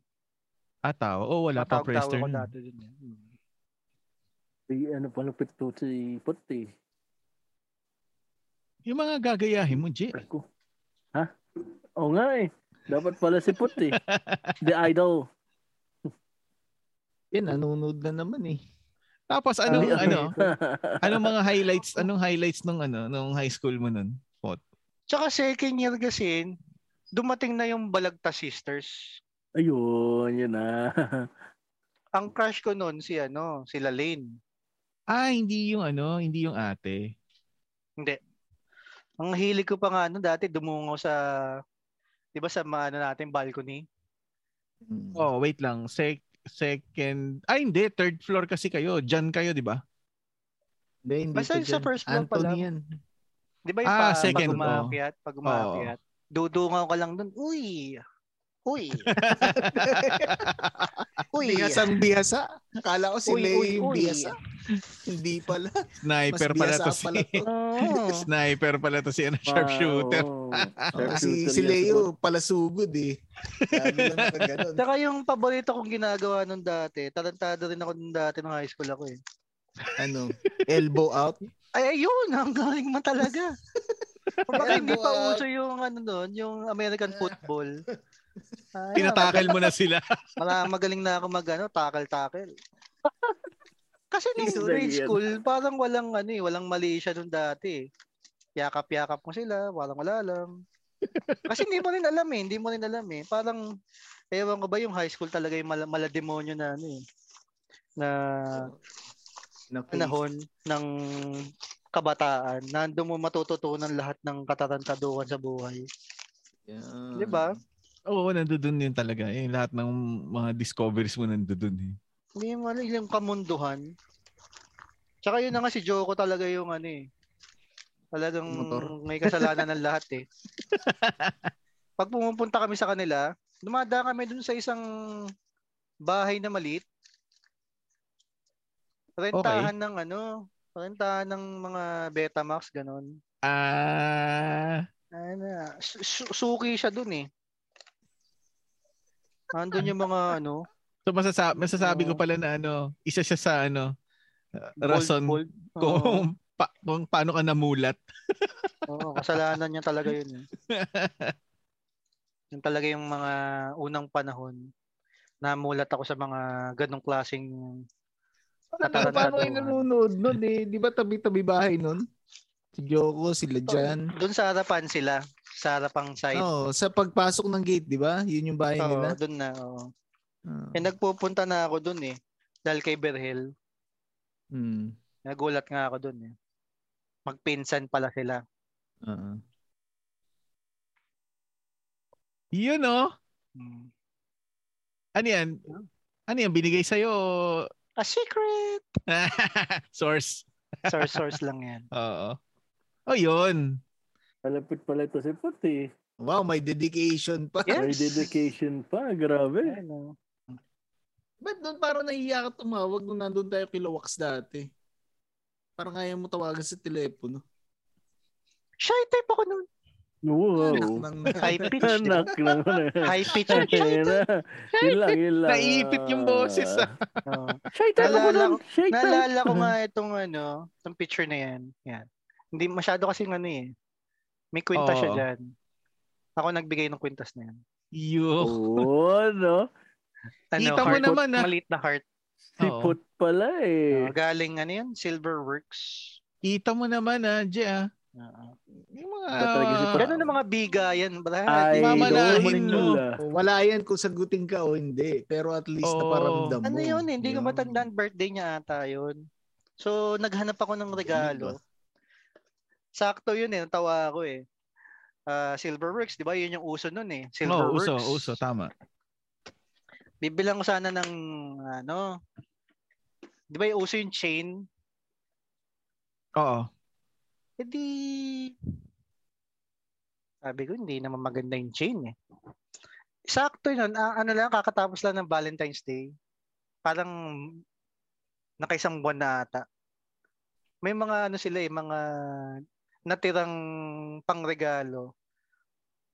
S1: Ah, tawa. Oh, wala pa
S4: Matawag tawag
S1: Friendster.
S4: ko
S1: nun.
S4: dati din. eh. Hmm.
S2: si, ano, palupit to si Puti.
S1: Yung mga gagayahin mo, J.
S2: Ako. Ha? Oo nga eh. Dapat pala si Puti. The idol.
S5: Yan, nanonood na naman eh.
S1: Tapos anong
S2: Ay,
S1: ano? Anong mga highlights? Anong highlights nung ano, nung high school mo nun?
S4: Tsaka second year kasi, dumating na yung Balagta Sisters.
S2: Ayun, yun na.
S4: Ang crush ko noon si ano, si Lalaine.
S1: Ah, hindi yung ano, hindi yung ate.
S4: Ang hilig ko pa nga ano, dati dumungo sa, di ba sa mga ano natin, balcony?
S5: Mm.
S1: Oh, wait lang. Sec second. Ah, hindi, third floor kasi kayo. Diyan kayo, 'di ba?
S5: Hindi, hindi
S4: Basta
S5: pa
S4: yung sa
S5: dyan.
S4: first floor pa
S5: Anthony
S4: lang.
S5: yan.
S4: Di ba yung
S1: Ah,
S4: pa,
S1: second,
S4: pag umaakyat, pag umaakyat, dudungaw ka lang doon, uy, uy, uy,
S5: Bihasang bihasa. Kala ko si
S4: Uy, uy,
S5: Leo yung
S4: uy.
S5: bihasa. Hindi pala.
S1: Sniper
S5: Mas
S1: pala
S5: bihasa
S1: to si
S5: pala to.
S4: Oo.
S1: Sniper pala to si ano, sharpshooter.
S2: Oo.
S5: Oh, si,
S2: Sharpshooter
S5: si
S2: yan
S5: Leo pala sugod eh. Lagi lang sa ganun.
S4: Tsaka yung paborito kong ginagawa nung dati, tarantado rin ako nung dati nung high school ako eh.
S5: Ano? Elbow out.
S4: Ay, ayun, ang galing mo talaga. Baka hindi pa
S5: Elbow out.
S4: uso yung ano noon, yung American football. Ay,
S1: Tinatackle mo na sila.
S4: Mala, magaling na ako mag ano, tackle-tackle. Kasi nung
S2: Please,
S4: grade
S2: Daniel.
S4: school, parang walang ano eh, walang mali siya nung dati. eh. Yakap-yakap mo sila, walang wala alam. Kasi hindi mo rin alam eh, hindi mo rin alam eh. Parang, ewan ko ba yung high school talaga yung mala, malademonyo na ano eh. Na
S5: Naku.
S4: panahon ng kabataan na doon mo matututunan lahat ng katarantaduhan sa buhay.
S5: Yan.
S4: Di ba?
S1: Oo, nandoon yun talaga. Eh, lahat ng mga discoveries mo nandoon eh.
S4: Hindi mo alam yung kamunduhan. Tsaka yun na nga si Joko talaga yung ano eh. Talagang
S5: Motor.
S4: may kasalanan ng lahat eh. Pag pumupunta kami sa kanila, dumada kami dun sa isang bahay na maliit. Rentahan ng ano, rentahan ng mga Betamax, ganon.
S1: Ah,
S4: Ano, su- su- suki siya dun eh. Andun yung mga ano,
S1: so masasabi, masasabi ko
S4: Oo.
S1: pala na ano, isa siya sa ano, uh,
S4: bold-
S1: rason
S4: bold.
S1: kung,
S4: Oo.
S1: pa, kung paano ka namulat.
S4: Oo, kasalanan niya talaga yun. eh. Yun talaga yung mga unang panahon. Namulat ako sa mga ganong klaseng
S5: Paano, paano kayo nanonood nun eh? Di ba tabi-tabi bahay nun? Si Joko, sila Jan.
S4: Doon sa harapan sila, sa harapang side.
S5: Oo, sa pagpasok ng gate, di ba? Yun yung
S4: Oo,
S5: bahay Oh, nila. Ah.
S4: doon na. Oo.
S5: Oo.
S4: Eh, nagpupunta na ako doon eh. Dahil kay Berhel,
S5: Hmm.
S4: nagulat nga ako doon eh. Magpinsan pala sila.
S5: Oo.
S1: Yun oh.
S4: Mm.
S1: Ano yan? Ano yan? Binigay sa'yo? o-
S4: A secret!
S1: Source.
S4: Source source lang yan.
S1: Oo. Oh, yun.
S2: Malapit pala ito si Puti.
S5: Wow, may dedication pa.
S4: Yeah.
S2: May
S4: Yes.
S2: dedication pa. Grabe.
S4: Ano?
S5: Ba't doon parang nahiya ka tumawag nung nandun tayo kay Lawaks dati? Parang ayaw mo tawagan sa telepono.
S4: Shy type ako nun.
S5: Anak
S2: Wow.
S5: ng...
S4: High pitch. di ba?
S2: Anak naman eh.
S4: High pitch. yung Shy type.
S2: Tangina. Yun lang, yun lang.
S1: Naipit yung boses ah.
S4: Oo.
S2: Shaitan ako
S4: Naalala
S2: nun. ah.
S4: ko-
S2: Shaitan.
S4: Naalala ko nga itong ano, itong picture na yan. Yan. Hindi masyado kasi ano eh. May kwintas siya
S1: Oo.
S4: dyan. Ako nagbigay ng kwintas na yan.
S1: Yun.
S2: Oo, no?
S1: Kita mo
S4: Ano, heart,
S1: naman, ah.
S4: Maliit na heart.
S1: Oo.
S2: Sipot pala eh.
S4: Oo, galing ano yan, Silverworks.
S1: Kita mo naman ah, Jay ah.
S4: Oo.
S1: Yung mga... Oh,
S2: Ito talaga si Pat-
S4: Ganun ang mga biga yan, brad.
S2: Ay,
S1: mamanahin
S2: don't
S1: Ah, mo.
S2: wala.
S5: Wala yan kung sagutin ka o hindi. Pero at least
S1: Oo.
S5: naparamdam mo.
S4: Ano yun, eh, hindi ko
S5: Yun.
S4: matandaan birthday niya ata yun. So, naghanap ako ng regalo. Sakto yun eh, natawa ako eh. Ah, Silverworks, di ba? Yun yung uso nun eh.
S1: Oo,
S4: Silverworks.
S1: uso, uso. Tama.
S4: Bibilang ko sana ng ano. 'Di ba yung uso yung chain?
S1: Oo.
S4: Eh di Sabi ko hindi naman maganda yung chain eh. Sakto yun. A- ano lang, kakatapos lang ng Valentine's Day. Parang nakaisang buwan na ata. May mga ano sila eh, mga natirang pangregalo.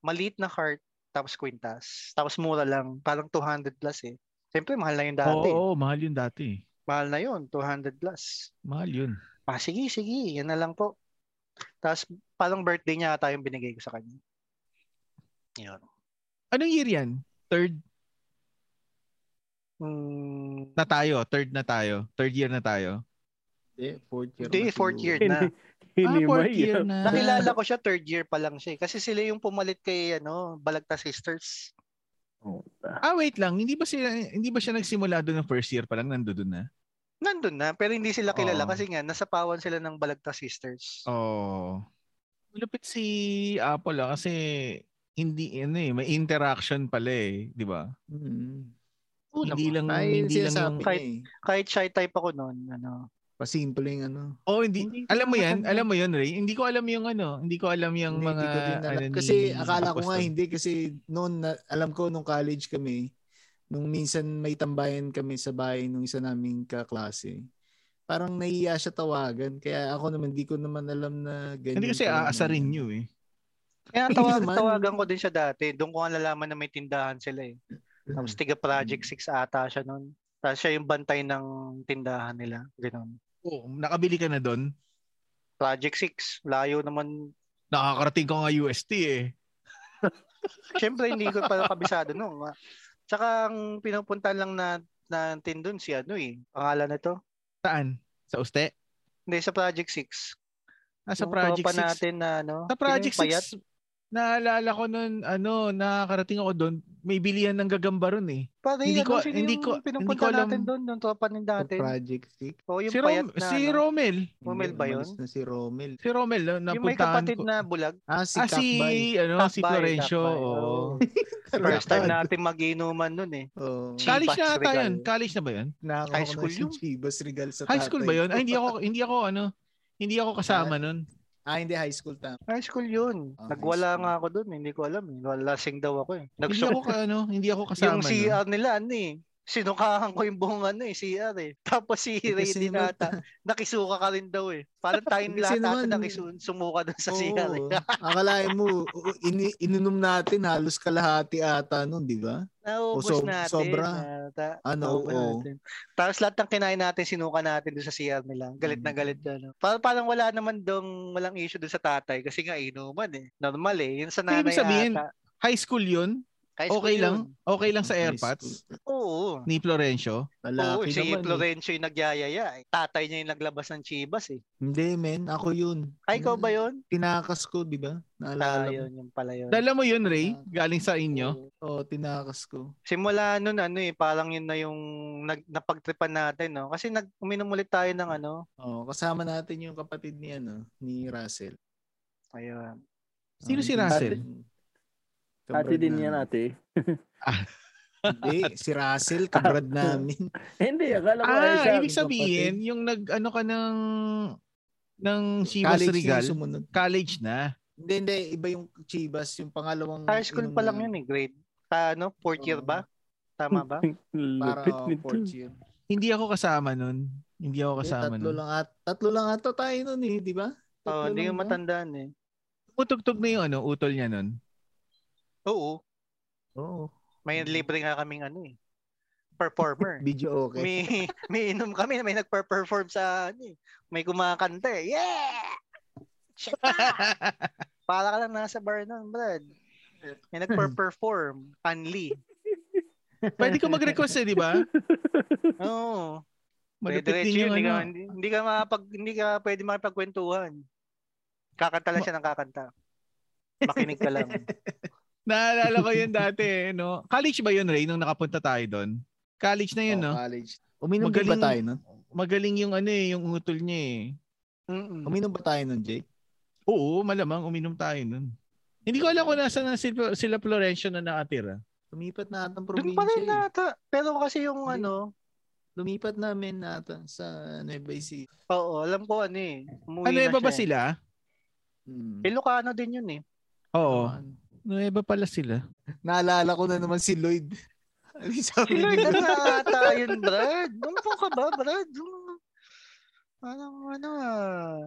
S4: Maliit na heart, tapos kwintas. Tapos mura lang. Parang 200 plus eh. Siyempre, mahal na yung
S1: Oo,
S4: dati.
S1: oo, mahal yun dati.
S4: Mahal na yun, 200 plus.
S1: Mahal yun.
S4: Ah, sige, sige, yan na lang po. Tapos parang birthday niya ata yung binigay ko sa kanya. Yun.
S1: Anong year yan? Third
S4: Mm,
S1: na tayo. Third na tayo. Third year na tayo.
S5: Hindi, fourth year.
S4: Hindi,
S5: na
S4: fourth
S5: siguro.
S4: year
S2: Hindi,
S4: na.
S2: hindi
S1: ah, fourth year
S2: mahirap.
S1: na.
S4: Nakilala ko siya third year pa lang siya. eh. Kasi sila yung pumalit kay ano, Balagta Sisters.
S1: Ah, wait lang. Hindi ba siya, hindi ba siya nagsimula doon ng first year pa lang? Nandoon na?
S4: Nandun na, pero hindi sila kilala
S5: Ah.
S1: Oo.
S4: kasi nga nasa pawan sila ng Balagta Sisters.
S5: Oh.
S1: Oo. Malupit si Apple ah, kasi hindi ano eh, may interaction pala eh, 'di ba?
S5: Mm.
S1: Hindi lang
S5: Ay,
S1: hindi lang
S5: sinasabi
S1: yung
S5: niya
S4: Kahit-
S5: eh.
S4: Kahit shy type ako noon, ano.
S5: Pasimple yung ano.
S1: Oh, hindi.
S4: Hindi ko
S1: alam mo 'yan,
S4: matanda.
S1: alam mo 'yon, Ray. Hindi ko alam yung ano, hindi ko alam yung
S5: Hindi,
S1: mga
S5: hindi ko din alam.
S1: ano ni
S5: kasi akala ko nga
S1: Apostol.
S5: hindi kasi noon na, alam ko nung college kami nung minsan may tambayan kami sa bahay nung isa naming kaklase. Parang nahiya siya tawagan kaya ako naman di ko naman alam na ganyan.
S1: Hindi kasi aasarin niyo eh.
S4: Kaya
S5: Hindi
S4: tawag,
S5: naman.
S4: tawagan ko din siya dati. Doon ko nga nalaman na may tindahan sila eh. Tapos
S5: Hmm.
S4: tiga Project 6 ata siya noon. Tapos siya yung bantay ng tindahan nila. Ganun.
S1: Oh, nakabili ka na doon.
S4: Project 6, layo naman.
S1: Nakakarating ka nga UST eh.
S4: Siyempre, hindi ko pala kabisado noon. ah. Tsaka ang pinupunta lang na natin doon si ano eh. Pangalan na to.
S1: Saan? Sa Uste?
S4: Hindi, sa Project 6.
S1: Ah, sa
S4: Yung
S1: Project
S4: tropa
S1: 6.
S4: natin na ano.
S1: Sa Project
S4: sino yung payat?
S1: 6, Naalala ko noon, ano, nakakarating ako doon, may bilihan ng gagamba ron eh.
S4: Pare,
S1: Hindi
S4: hindi
S1: ko-
S4: ko, sino
S1: hindi
S4: yung
S1: ko- hindi
S4: pinupunta
S1: ko alam.
S4: natin doon, yung tropa ni dati.
S5: Project 6.
S4: O yung
S1: si,
S4: payat
S1: Rom-
S4: na,
S1: si
S4: ano,
S1: Romel.
S4: Romel ba yun?
S5: Na si Romel.
S1: Si Romel, no,
S4: Yung
S1: napuntahan
S4: may kapatid
S1: ko.
S4: na bulag.
S5: Ah, si
S1: ah, si,
S5: Kakbay.
S1: ano, si
S4: Kakbay,
S1: Florencio.
S4: Kakbay,
S1: oo.
S4: oo.
S5: Kakbay.
S4: Oh. First time natin maginuman nun eh.
S5: Oo.
S4: Chivas
S1: College na ata
S4: Regal.
S1: yun. College na ba yun?
S5: Nakakakuha
S4: High school
S5: na si
S4: yun.
S5: Chivas Regal sa
S1: High school ba
S5: tatay
S1: yun?
S5: ko.
S1: Ay, hindi ako, hindi ako, ano, hindi ako kasama nun.
S5: Ah, hindi high school tam.
S4: High school yun.
S5: Ah, high
S4: Nagwala
S5: school.
S4: nga ako doon. Hindi ko alam. eh. Lasing daw ako eh.
S1: Hindi ako,
S4: Nagsuko.
S1: ka- ano, hindi ako kasama
S4: Yung
S1: nun.
S5: uh,
S4: CR nila, ano eh. Sinukahan ko yung buong ano eh, CR eh. Tapos si
S5: Eh,
S4: Ray
S5: kasi
S4: din
S5: naman-
S4: ata. Nakisuka ka rin daw eh. Parang tayong lahat
S5: Kasi naman-
S4: ata nakisumuka doon sa
S5: Oo.
S4: CR eh.
S5: Akalain mo, u- ini- ininom natin halos kalahati ata nun, di ba?
S4: Naubos
S5: so-
S4: natin.
S5: Oh, sobra.
S4: Ata,
S5: Ano,
S4: naubos
S5: oo.
S4: natin. Tapos lahat ng kinain natin, sinuka natin doon sa CR nila. Galit na
S5: Mm.
S4: galit ka. No? Parang, parang wala naman dong, walang issue doon sa tatay. Kasi nga inuman eh. Normal eh. Yun sa
S1: So, ibig
S4: nanay
S1: sabihin,
S4: ata.
S1: High school yun?
S4: High school
S1: Okay lang?
S4: yun.
S1: Okay lang sa
S5: High
S1: AirPods
S4: Oo.
S1: ni Florencio?
S4: Oo,
S5: Lalaki
S4: si
S5: naman. eh.
S4: Florencio yung nagyayaya. Eh. Tatay niya yung naglabas ng chibas eh.
S5: Hindi, men. Ako yun.
S4: Ay, Ah, ikaw ba yun?
S5: Tinakas ko, di ba?
S4: Ah,
S5: Naalala mo?
S4: yun, yung pala yun.
S1: Dala mo yun, Ray?
S4: Ah.
S1: Galing sa inyo?
S4: Oo.
S5: Oo, tinakas ko.
S4: Simula nun, ano eh, parang yun na yung nag, napagtripan natin, no? Kasi nag, uminom ulit tayo ng ano,
S5: Oo, kasama natin yung kapatid ni, ano, ni Russel.
S4: ayun.
S1: Sino
S5: Ah,
S1: si
S5: yung-
S1: Russell?
S5: Kabrad
S2: Ate din yan
S5: namin.
S2: ate.
S5: Hindi, si Russell, kabrad namin.
S2: Eh, Hindi, akala ko ay
S1: Ah,
S2: sa-
S1: ibig sabihin, yung nag-ano ka ng ng Chivas
S5: College
S1: Regal,
S5: yung sumunod.
S1: college na.
S5: Hindi, hindi. Iba yung Chivas, yung pangalawang...
S4: High school pa
S5: mm.
S4: lang yun eh, grade. Ah, ano, fourth year ba? Tama ba?
S5: Para
S2: Lupit
S5: oh,
S2: nito.
S5: fourth year.
S1: Hindi ako kasama nun. Hindi ako
S5: Hindi,
S1: kasama
S5: tatlo
S1: nun.
S5: lang at tatlo lang ata tayo noon eh, di ba?
S1: Oh,
S4: Oo,
S5: Tatlo
S4: hindi
S5: lang
S4: Oh, ko
S5: ba?
S4: matandaan eh.
S1: Tumutugtog na yung ano, utol niya nun.
S4: Oo,
S5: Oo. Mm.
S4: may libre nga kaming ano eh, performer.
S5: Video okay.
S4: May, may inom kami, may nagpa-perform sa ano eh. May kumakanta eh. Yeah! Shit na! Para ka lang nasa bar nun, Brad. May nagpa-perform. Anli.
S1: Pwede ka mag-request eh, di ba?
S4: Oo. Pwede
S1: Malupit
S4: rin
S1: din
S4: yun.
S1: yung
S4: Hindi ka,
S1: ano.
S4: hindi, hindi ka, makapag, hindi ka pwede makipagkwentuhan. Kakanta lang siya ng kakanta. Makinig ka lang.
S1: Naalala ko yun dati, eh, no? College ba yun, Ray, nung nakapunta tayo doon? College na yun,
S5: Oh,
S1: no?
S5: College. Uminom din ba
S1: Magaling-
S5: tayo nun?
S1: Magaling yung ano eh, yung utol niya eh.
S4: Mm-mm.
S5: Uminom ba tayo nun, Jake?
S1: Oo, malamang uminom tayo nun. Hindi ko alam kung nasa na sila, sila Florencio na nakatira.
S5: Lumipat na ata
S4: Doon
S5: ang
S4: pa rin
S5: probinsya eh.
S4: nata. Pero kasi yung
S5: Hindi.
S4: ano,
S5: Lumipat namin ata sa Nueva Ecija.
S4: oo, alam ko ano eh. Umuwi
S1: Ano
S4: na
S1: iba ba
S4: siya eh.
S1: sila?
S5: Hmm.
S4: Ilocano din yun eh.
S1: Oo. Nueva pala sila.
S5: Naalala ko na naman si Lloyd. Ano yung sabi
S4: Killer
S5: ni
S4: ka
S5: Lloyd?
S4: na ata yun, Brad. Ano po ka ba, Brad? Ano- Parang ano ah.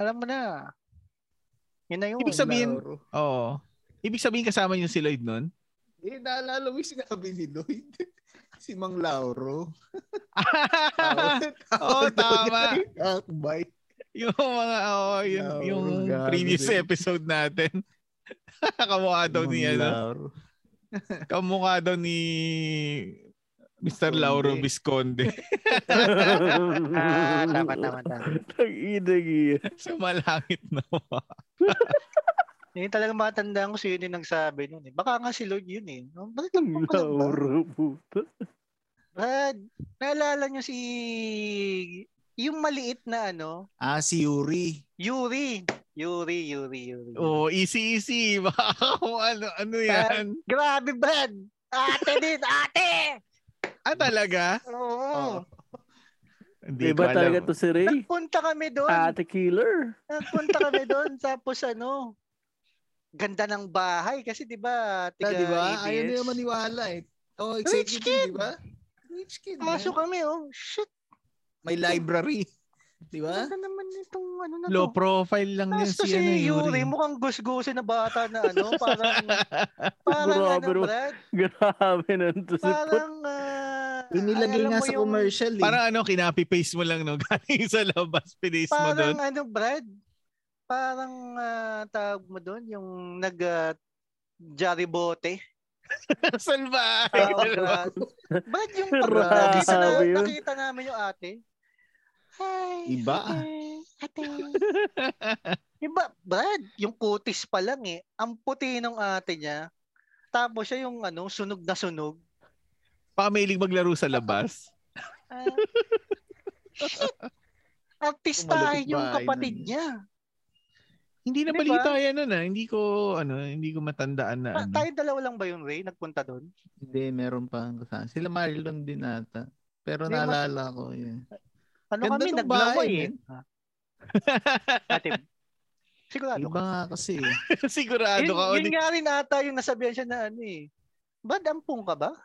S4: Alam mo na. Yun na yun.
S1: Ibig sabihin-
S5: Lauro.
S1: Oo. Ibig sabihin kasama niyo si Lloyd nun?
S5: Eh, naalala mo yung sinabi ni Lloyd. si Mang Lauro.
S1: Oo, tama.
S5: Kakbay.
S1: yung mga, oo, yung,
S5: Lauro,
S1: yung
S5: gago
S1: previous
S5: sila.
S1: episode natin. Kamukha daw ni,
S5: Mang
S1: ano,
S5: Lauro.
S1: kamukha daw ni Mr. Lauro
S5: Visconde.
S1: Visconde
S4: Ah, tama, tama, tama.
S2: Tag-inag yun.
S1: sa malangit na mukha.
S4: Yun talaga matandaan ko sino yung nagsabi nun eh. Baka nga si Lord yun eh. Oh, Bakit
S5: Hmm,
S4: lang po pala ba?
S2: Lauro puta.
S4: Brad, naalala nyo si... Yung maliit na ano,
S5: Ah, si Yuri.
S4: Yuri. Yuri, Yuri, Yuri.
S1: Oo, easy, easy. Baka kung ano, ano yan.
S4: Grabe, Brad! Ate din, ate!
S1: Ah, talaga?
S4: Oo.
S1: Hindi ko
S2: Iba talaga
S1: alam.
S2: to si Ray.
S4: Nagpunta kami doon.
S2: Ate Killer.
S4: Nagpunta kami doon. Tapos ano, ganda ng bahay. Kasi di ba,
S5: Ah,
S4: tiga
S5: di ba?
S4: ABS.
S5: Ayaw nila maniwala eh. Oh,
S4: Rich
S5: executive,
S4: kid!
S5: di ba? Rich kid. man.
S4: Pumasok kami, oh. Shit,
S5: May library. Di ba?
S4: ganda naman itong ano na
S1: Low
S4: to.
S1: profile lang niya si,
S4: Tapos si
S1: ano,
S4: Yuri,
S1: Yuri.
S4: mukhang gusgusin na bata na ano, parang, parang ano,
S2: Grabe, no?
S4: Brad,
S2: Grabe nandito si Put.
S4: parang, ah,
S5: Yung nilagay
S4: ay, alam
S5: nga
S4: mo
S5: sa
S4: yung-
S5: commercial eh.
S1: Parang ano, kinapi-paste mo lang no, galing sa labas, pinis mo
S4: Parang
S1: doon.
S4: ano, Brad, parang ah, tawag mo doon, yung nag, ah, jaribote.
S1: Salbahe.
S4: Tawag, ah, Brad, yung pag
S2: Grabe
S4: nakita, na,
S2: yun.
S4: nakita namin yung ate,
S5: Iba.
S4: Iba, Brad, yung kutis pa lang eh. Ang puti nung ate niya. Tapos siya yung ano, sunog na sunog.
S1: Pamilig maglaro sa labas.
S4: Ah. Shit! Artistahin
S5: Malupit
S4: yung
S5: bahay
S4: kapatid
S5: nun.
S4: niya.
S1: Hindi na
S4: Diba?
S1: balita yan nun ah. Hindi ko, ano, hindi ko matandaan na
S4: Pa-
S1: ano.
S4: tayo dalawa lang ba yun, Ray? Nagpunta doon?
S5: Hindi, meron pa. ang kasama. Sila Marlon din ata. Pero
S4: Hindi, mas-
S5: naalala ko yun.
S4: Ano
S5: Ganda
S4: kami,
S5: nung
S4: naglaway
S5: bahay,
S4: eh. Ah. Ate, sigurado
S5: Iba
S4: ka.
S5: nga kasi. eh.
S1: Sigurado
S4: Yun,
S1: ka.
S4: yun
S1: Oni.
S4: nga rin ata yung nasabihan siya na ano eh. Brad, ampong ka ba?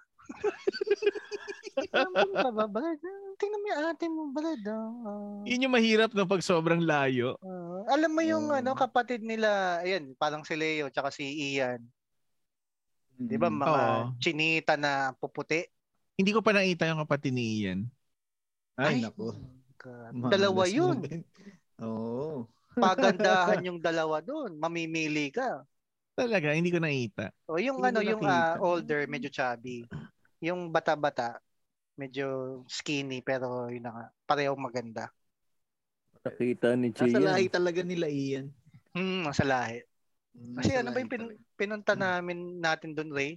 S4: ampong ka ba, Brad? Ah, Tingnan mo yung ate mo, Brad. ah. Ah.
S1: Yun yung mahirap no pag sobrang layo.
S4: Ah, alam mo yung
S5: Oo.
S4: ano kapatid nila, ayan, parang si Leo tsaka si Ian. 'Di
S5: Mm.
S4: ba mga
S1: Oo.
S4: chinita na puputi?
S1: Hindi ko pa nakita yung kapatid ni Ian.
S5: Ay, nako.
S4: God.
S5: Malas
S4: Dalawa
S5: mo
S4: yun.
S5: ba yun? Oo.
S4: Pagandahan yung dalawa doon. Mamimili ka.
S1: Talaga, hindi ko nakita.
S4: O yung
S5: Hindi
S4: ano,
S5: ko
S4: yung ah,
S5: nakita.
S4: older, medyo chubby. Yung bata-bata, medyo skinny pero yun na nga, pareho maganda.
S2: Nakita ni
S5: Nasa lahi
S2: Gian.
S5: talaga nila iyan.
S4: Hmm, sa lahi. Kasi ano ba yung pin- pinunta
S5: Hmm.
S4: namin natin doon, Ray?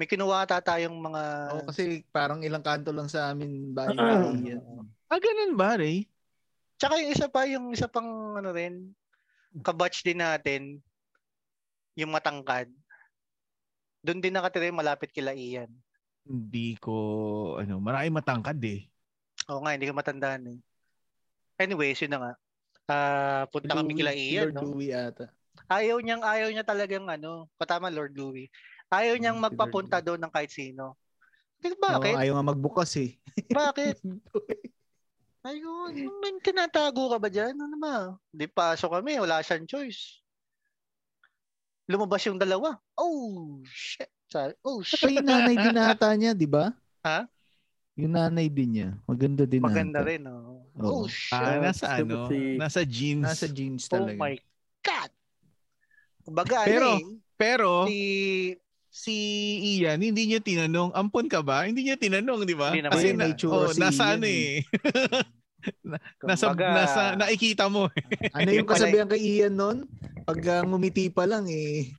S4: May kinuha ata tayong mga...
S5: Oo, kasi parang ilang kanto lang sa amin bahay nila iyan.
S1: Ah, ganun ba, Ray?
S4: Tsaka yung isa pa, yung isa pang ano rin, kabatch din natin, yung matangkad. Doon din nakatira yung malapit kila Ian.
S1: Hindi ko, ano, marami matangkad eh.
S4: Oo nga, hindi ko matandaan eh. Anyways, yun na nga. Ah, punta kami kila
S5: Louie,
S4: Ian.
S5: Lord
S4: No?
S5: Louie ata.
S4: Ayaw niyang, ayaw niya talagang ano, patama Lord Louis. Ayaw niyang
S5: Mm, si Lord
S4: magpapunta
S5: Louie.
S4: doon ng kahit sino. Hindi,
S5: Oo,
S4: bakit?
S5: ayaw nga magbukas eh.
S4: Bakit? Ayun, man, tinatago ka ba dyan? Ano ba? Di paso kami, wala siyang choice. Lumabas yung dalawa. Oh, shit. Sa- Oh,
S5: Siya
S4: shit.
S5: yung nanay din ata niya, di ba?
S4: Ha?
S5: Yung nanay din niya. Maganda din
S4: Maganda
S5: ata.
S4: rin, oh. Oh,
S5: Oo.
S4: shit.
S1: Ah,
S2: Siya,
S1: nasa
S2: gusto ko
S1: ano,
S2: si-
S1: nasa jeans.
S5: Nasa jeans
S4: oh
S5: talaga.
S4: my God. Kumbaga,
S1: Pero, oh,
S4: ano eh,
S1: Pero,
S4: si...
S1: si Ian, hindi niya tinanong, ampon ka ba? Hindi niya tinanong, di ba?
S4: Hindi naman.
S1: Kasi
S4: Hindi,
S1: na,
S5: may tsura
S1: oh,
S5: si
S1: nasa
S5: Ian
S1: ano eh. Na- nasa,
S4: kumbaga,
S1: nasa, nakikita mo eh.
S5: Ano yung
S4: Yung pala-
S5: kasabihan kay Ian nun? Pag ah, ngumiti pa lang eh.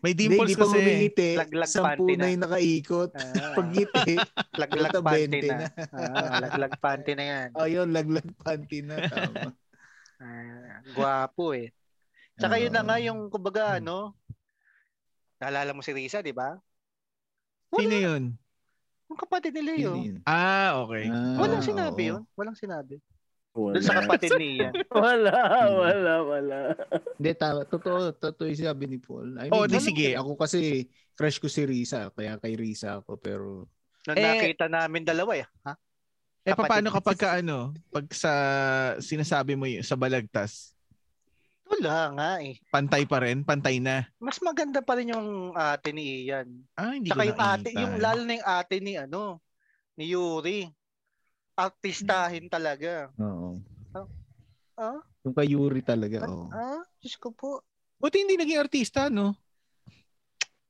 S1: May
S5: Hindi,
S1: dimples
S5: hindi pa
S1: kasi.
S5: ngumiti.
S4: Laglag
S5: Sampu
S4: panty na.
S5: na yung nakaikot.
S4: ah,
S5: Pag ngiti,
S4: laglag
S5: puta,
S4: panty
S5: 20
S4: na.
S5: na.
S4: Ah, laglag panty na yan.
S5: oh, yun, laglag panty na. Tama.
S4: Ah, gwapo eh. Tsaka yun na
S5: Oo.
S4: nga yung, kumbaga, ano, naalala mo si Risa, di ba?
S1: Sino yun?
S4: Yung kapatid ni Leo.
S5: Yun, yun.
S1: Ah, okay.
S5: Ah,
S4: Walang sinabi
S5: oo.
S4: yun. Walang sinabi.
S2: Wala.
S4: Doon sa kapatid ni ah, Ian.
S2: wala, wala, wala.
S5: Hindi, tama. Totoo. Totoo yung sabi ni Paul. I mean,
S1: Oh, di
S5: walang-
S1: sige.
S5: Ako kasi, crush ko si Risa. Kaya kay Risa ako. Pero,
S4: Nung
S1: Eh,
S4: nakita namin dalawa eh. Ha?
S5: Ah,
S1: Eh,
S4: Kapatid.
S1: paano kapag ka, ano, pag sa sinasabi mo yun, sa balagtas,
S4: Wala nga eh.
S1: pantay pa rin, pantay na.
S4: Mas maganda pa rin yung ate ni Ian.
S1: Ah, hindi
S4: Tsaka
S1: ko
S4: yung ate,
S1: nakita.
S4: yung lalo na yung ate ni ano, ni Yuri. Artistahin talaga.
S5: oo.
S4: Ah?
S5: Yung kay Yuri talaga, oo.
S4: Ah, Diyos ko po.
S1: Buti hindi naging artista, no?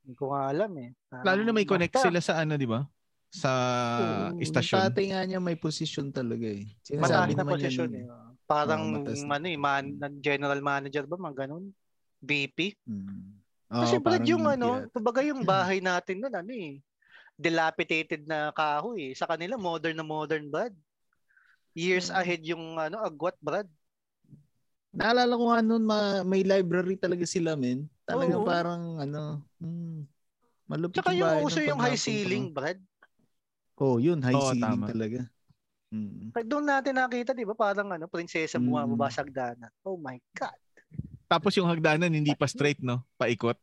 S4: Hindi ko nga alam eh. Ah,
S1: Lalo na may connect
S4: basta.
S1: sila sa ano, di ba? Sa
S4: Ah,
S5: Oo, Yung
S1: istasyon.
S5: tatay Mm, nga niya may posisyon talaga eh.
S4: Mataas
S5: Sinasabi
S4: na
S5: naman
S4: posisyon
S5: niya.
S4: eh. Parang
S5: Oo, mataas na
S4: ano eh, man, general manager ba? Mga ganun. VP?
S5: Mm.
S4: Kasi
S5: pala
S4: Brad, yung ano, kumbaga yung bahay natin nun, ano eh, dilapidated na kahoy. eh. Sa kanila, modern na modern, Brad. Years ahead yung ano, agwat, Brad.
S5: Naalala ko nga noon, ma- may library talaga sila, men. Talaga
S4: Oo.
S5: parang ano, hmm, malupit
S4: Tsaka yung
S5: bahay
S4: uso
S5: nun
S4: yung
S5: pag
S4: high
S5: napunta
S4: ceiling,
S5: ka.
S4: Brad.
S5: Oh, yun, high
S1: Oo,
S5: ceiling
S1: tama.
S5: talaga. Mm.
S4: Kahit Doon natin nakita, di ba, parang ano, prinsesa
S5: Mm.
S4: bumababa sa hagdanan. Oh my God.
S1: Tapos yung hagdanan, hindi pa straight, no? Paikot.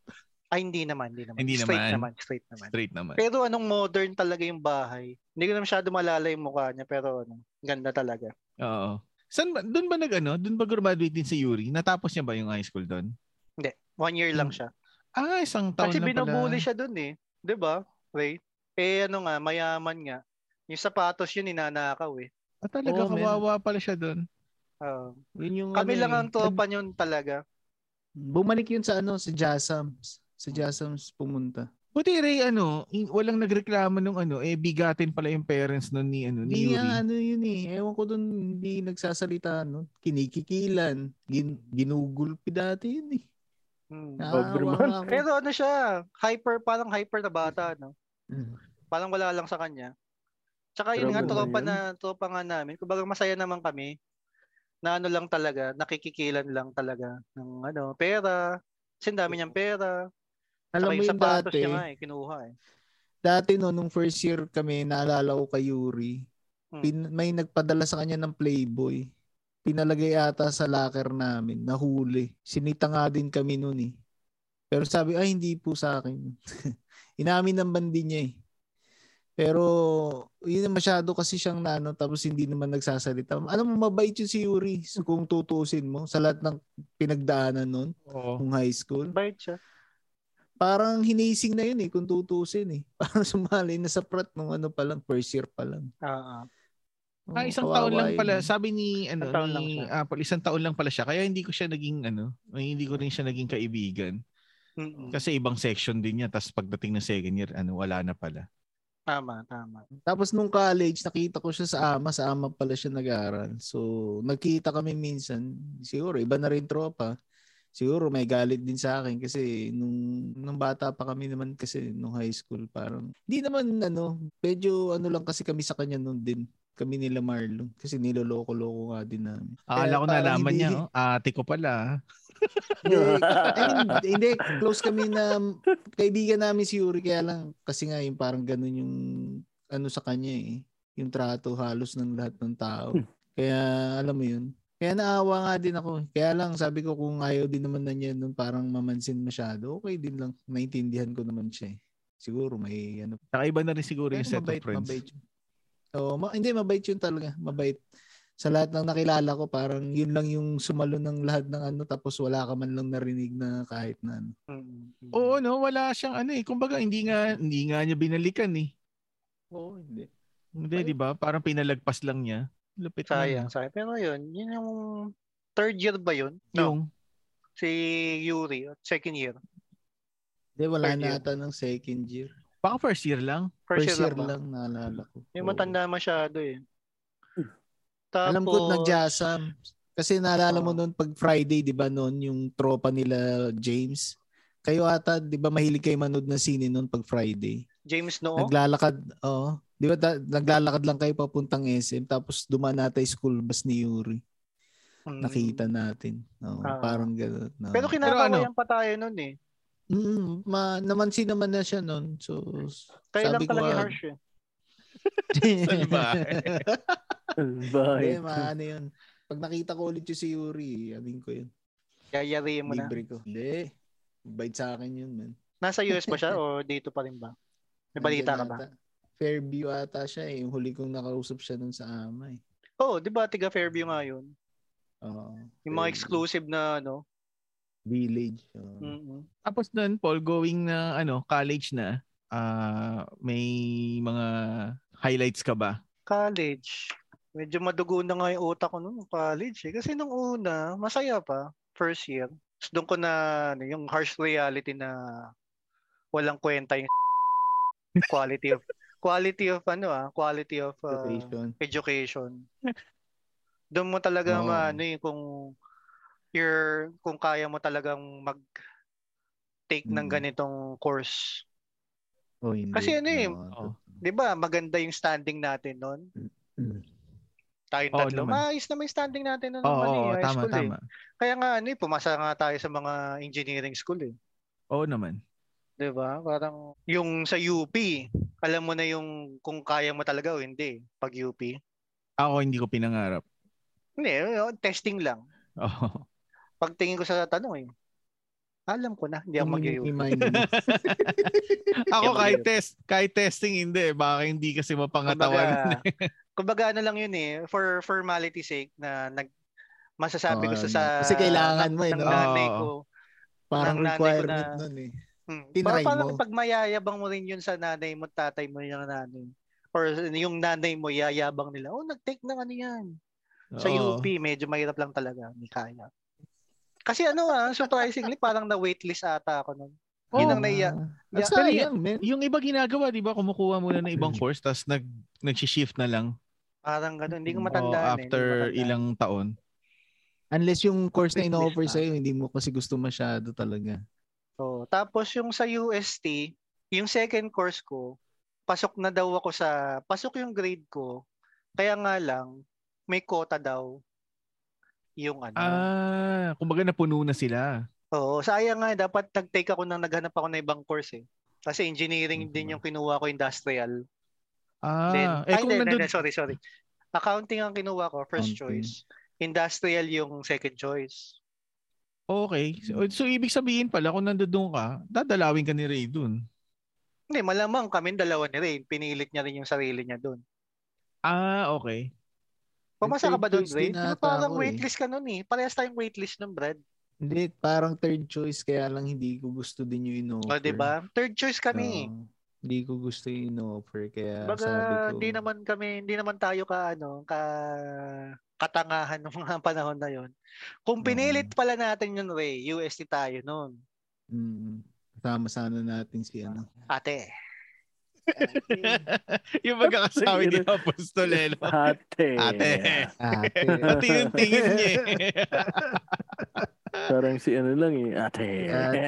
S4: Ay, hindi naman, hindi naman.
S1: Hindi naman.
S4: straight naman. Straight naman.
S1: Straight naman.
S4: Pero anong modern talaga yung bahay? Hindi ko na masyado malala yung mukha niya, pero ano, ganda talaga.
S1: Oo. San ba, doon ba nag ano? Doon ba graduate din si Yuri? Natapos niya ba yung high school doon?
S4: One year lang siya.
S1: Ah, isang taon
S4: Kasi
S1: lang pala.
S4: binubuli siya dun eh. 'Di ba? Ray? Eh ano nga, mayaman nga. Yung sapatos yun ninanakaw eh.
S1: Ah, talaga
S5: Oo, men.
S1: kawawa pala siya doon.
S4: Oo.
S5: Yun yung
S4: kami
S5: ano
S4: lang
S5: eh.
S4: ang tropa yun talaga.
S5: Bumalik yun sa ano, sa Jasams. Sa Jasams pumunta.
S1: Buti Ray, ano, in- walang nagreklamo nung ano, eh bigatin pala yung parents nun ni, ano, ni
S5: Hindi nga
S1: Yuri.
S5: ano yun eh. Ewan ko dun, hindi nagsasalita. No? Kinikikilan. Gin, ginugulpi dati yun eh.
S4: Hmm.
S5: Naawa
S2: Doberman.
S5: nga ako.
S4: Pero ano siya, hyper, parang hyper na bata, no?
S5: Mm.
S4: Parang wala lang sa kanya. Tsaka yun nga,
S2: Trouble
S4: tropa
S2: ba
S4: na, tropa nga namin. Kumbaga masaya naman kami na ano lang talaga, nakikikilan lang talaga ng ano, pera. Kasi ang dami niyang pera.
S5: Alam
S4: Tsaka
S5: mo
S4: yung
S5: yung
S4: sapatos
S5: dati,
S4: niya nga eh, kinuha eh.
S5: dati no, nung first year kami, naalala ko kay Yuri,
S4: Hmm.
S5: pin, may nagpadala sa kanya ng Playboy. Pinalagay ata sa locker namin, nahuli. Sinita nga din kami noon eh. Pero sabi, ay hindi po sa akin. Inamin ng bandi niya eh. Pero yun masyado kasi siyang nano tapos hindi naman nagsasalita. Alam mo mabait yun si Yuri so, kung tutusin mo sa lahat ng pinagdaanan noon
S1: Oo.
S5: nung high school.
S4: Bait siya.
S5: Parang hinising na yun eh kung tutusin eh. Parang sumali na sa prat nung ano pa lang, first year pa lang.
S4: Ah, ah.
S1: Ah,
S5: Oo,
S1: isang
S5: kawawa
S1: taon lang
S5: yun
S1: pala.
S5: eh.
S1: Sabi ni, ano,
S4: Isang taon lang
S1: ni
S4: siya.
S1: Apple, isang taon lang pala siya. Kaya hindi ko siya naging, ano, ay, hindi ko rin siya naging kaibigan.
S4: Mm-mm.
S1: Kasi ibang section din niya. Tapos pagdating ng second year, ano, wala na pala.
S4: Tama, tama.
S5: Tapos nung college, nakita ko siya sa ama. Sa ama pala siya nag-aaral. So, nagkita kami minsan. Siguro, iba na rin tropa. Siguro may galit din sa akin kasi nung, nung bata pa kami naman kasi nung high school parang hindi naman ano, medyo ano lang kasi kami sa kanya noon din. Kami nila Marlon kasi niloloko-loko nga din namin.
S1: Akala ko
S5: parang
S1: nalaman
S5: hindi-
S1: niya, oh, ate ko pala.
S5: Hindi, I mean, hindi, close kami na kaibigan namin si Yuri kaya lang kasi nga yung parang ganun yung ano sa kanya eh. Yung trato halos ng lahat ng tao. Kaya alam mo yun. Kaya naawa nga din ako. Kaya lang sabi ko kung ayaw din naman na niya nun parang mamansin masyado, okay din lang. Naintindihan ko naman siya eh. Siguro may ano.
S1: Saka iba na rin siguro yung
S5: Pero
S1: set of
S5: mabait,
S1: friends.
S5: mabait yun. Oo, ma- hindi, mabait yun talaga. Mabait. Sa lahat ng nakilala ko, parang yun lang yung sumalo ng lahat ng ano tapos wala ka man lang narinig na kahit na ano.
S4: Mm-mm.
S1: Oo, no, wala siyang ano eh. Kumbaga, hindi nga, hindi nga niya binalikan eh.
S5: Oo, hindi.
S1: Hindi, di ba? Parang pinalagpas lang niya. Lupit
S4: Sayang,
S5: Mm-hmm.
S1: naman.
S4: sayang. Pero yun, yun yung third year ba yun? No.
S1: Yung,
S4: Si Yuri, second year.
S5: Hindi, wala
S4: Third
S5: na
S4: year.
S5: ata ng second year.
S1: baka first year lang.
S4: First,
S5: First,
S4: lang.
S5: year,
S4: ba?
S5: lang, naalala ko.
S4: Yung
S5: Oo.
S4: matanda masyado eh. Tapos,
S5: Alam ko nagjasam. Kasi naalala mo
S4: Oo.
S5: noon pag Friday, di ba noon, yung tropa nila James. Kayo ata, di ba mahilig kayo manood na sine noon pag Friday?
S4: James Noo.
S5: Naglalakad, oo. Di ba da- naglalakad lang kayo papuntang SM tapos dumaan natin yung school bus ni Yuri.
S4: Mm.
S5: Nakita ano? natin. Oo,
S4: Ah.
S5: Parang gano'n. oo.
S4: Pero kinakawayan pa tayo nun eh.
S5: Mm, ma, namansin naman na siya noon. So,
S4: Kaya lang
S5: sabi ko
S4: talaga
S5: nga-
S4: harsh eh.
S5: Hindi,
S2: Bye.
S5: maano yun. Pag nakita ko ulit yung si Yuri, amin ko yun.
S4: Yayariin mo na.
S5: Libre ko. Hindi. Bait sa akin yun, man.
S4: Nasa US ba siya o dito pa rin ba? May balita ka
S5: Nandyan
S4: ba?
S5: ata. Fairview ata siya eh. Yung huli kong nakausap siya nun sa ama eh.
S4: Oo, oh, di ba tiga Fairview nga yun?
S5: Oo.
S4: Yung mga
S5: Fairview. Mm.
S4: exclusive na ano.
S5: Village. Oo.
S4: Mm-mm.
S1: Tapos nun, Paul, going na ano, college na, ah, may mga highlights ka ba?
S4: College. Medyo madugo na nga yung utak ko nung college eh. Kasi nung una, masaya pa. First year. Tapos doon ko na ano, yung harsh reality na walang kwenta yung quality of quality of ano ah, quality of uh,
S5: Location.
S4: education. Doon mo talaga
S5: Oo.
S4: maano eh, kung your kung kaya mo talagang mag take ng
S5: Mm.
S4: ganitong course.
S5: Oh, hindi.
S4: Kasi ano eh,
S5: Oo.
S4: 'Di ba? Maganda yung standing natin noon. oh.
S5: Mm.
S4: Tayong
S1: Oo
S4: tatlo.
S1: naman.
S4: Maayos na may standing natin noon
S1: Oo,
S4: naman eh,
S1: oo,
S4: high
S1: tama,
S4: school eh.
S1: tama.
S4: Kaya nga ano eh, pumasa nga tayo sa mga engineering school eh.
S1: Oo naman.
S4: 'Di ba? Parang yung sa UP, alam mo na yung kung kaya mo talaga o hindi pag UP.
S1: Ako hindi ko pinangarap.
S4: Hindi, oh, testing lang.
S1: Oo.
S4: Pagtingin ko sa tanong eh. Alam ko na, hindi ako
S5: Hmm, Yung
S4: mag-UP.
S5: Remind mo.
S1: Ako
S4: Yeah,
S1: kahit
S4: yeah.
S1: test, kahit testing hindi, baka hindi kasi mapangatawan.
S4: Kumbaga, kumbaga ano lang yun eh, for formality sake na nag masasabi ko
S5: Oo,
S4: sa
S5: no.
S4: sa
S5: Kasi kailangan mo eh,
S4: ng
S5: no?
S4: nanay
S1: Oo.
S4: ko.
S5: Parang
S4: ng nanay ko
S5: requirement
S4: na-
S5: nun eh.
S4: Hmm.
S5: Tinry
S4: Parang, parang
S5: mo.
S4: pag mayayabang mo rin yun sa nanay mo, tatay mo yung nanay. Or yung nanay mo, yayabang nila. Oh, nag-take ng ano yan. Sa
S1: Oo.
S4: UP, medyo mahirap lang talaga. Hindi kaya. Kasi ano ah, surprisingly, parang na-waitlist ata ako nun. Yun eh. ang naiya.
S5: Ang
S4: Yeah.
S5: sayang, man.
S1: Yung iba ginagawa, di ba? Kumukuha muna ng ibang course, tapos nag, nag-shift na lang
S4: Parang gano'n. Hindi ko
S5: Oo,
S1: o,
S4: matandaan. eh, hindi ko
S1: after
S4: matandaan.
S1: ilang taon.
S5: Unless yung course na ino-offer
S4: Business na.
S5: sa'yo, hindi mo kasi gusto masyado talaga.
S4: So, tapos yung sa UST, yung second course ko, pasok na daw ako sa, pasok yung grade ko. Kaya nga lang, may quota daw yung ano.
S1: Ah, kumbaga napuno na sila.
S4: Oo, sayang nga. eh, Dapat nag-take ako nang naghanap ako ng ibang course eh. Kasi engineering
S5: Mm-hmm.
S4: din yung kinuha ko, industrial. Then,
S1: Ah, eh
S4: ay,
S1: kung
S4: hindi, hindi,
S1: nandun,
S4: hindi, sorry, sorry. Accounting ang kinuha ko, first
S5: Accounting.
S4: choice. Industrial yung second choice.
S1: okay. So, so, ibig sabihin pala, kung nandun ka, dadalawin ka ni Ray dun.
S4: Hindi, malamang kami dalawa ni Rain. Pinilit niya rin yung sarili niya doon.
S1: Ah, okay.
S4: Pumasa ka ba doon,
S5: Third
S4: Rain?
S5: choice din ata
S4: Parang
S5: ako eh.
S4: waitlist ka nun eh. Parehas tayong waitlist ng Brad.
S5: Hindi, parang third choice, kaya lang hindi ko gusto din yung
S4: O,
S5: ino-offer.
S4: di ba? Third choice kami.
S5: Oo. hindi ko gusto yung ino-offer, kaya
S4: Baga,
S5: sabi ko.
S4: di naman kami, di naman tayo ka, ano, ka, katangahan ng mga panahon na yon. Kung
S5: Oo.
S4: pinilit pala natin yun, Ray, UST tayo nun.
S5: Mm, kasama sana natin si ano.
S4: Ate.
S1: yung magkakasabi ni Apostolelo.
S2: Ate.
S1: Ate.
S5: Ate.
S1: Pati yung tingin niya. eh.
S2: Parang si ano lang eh. Ate.
S5: Ate.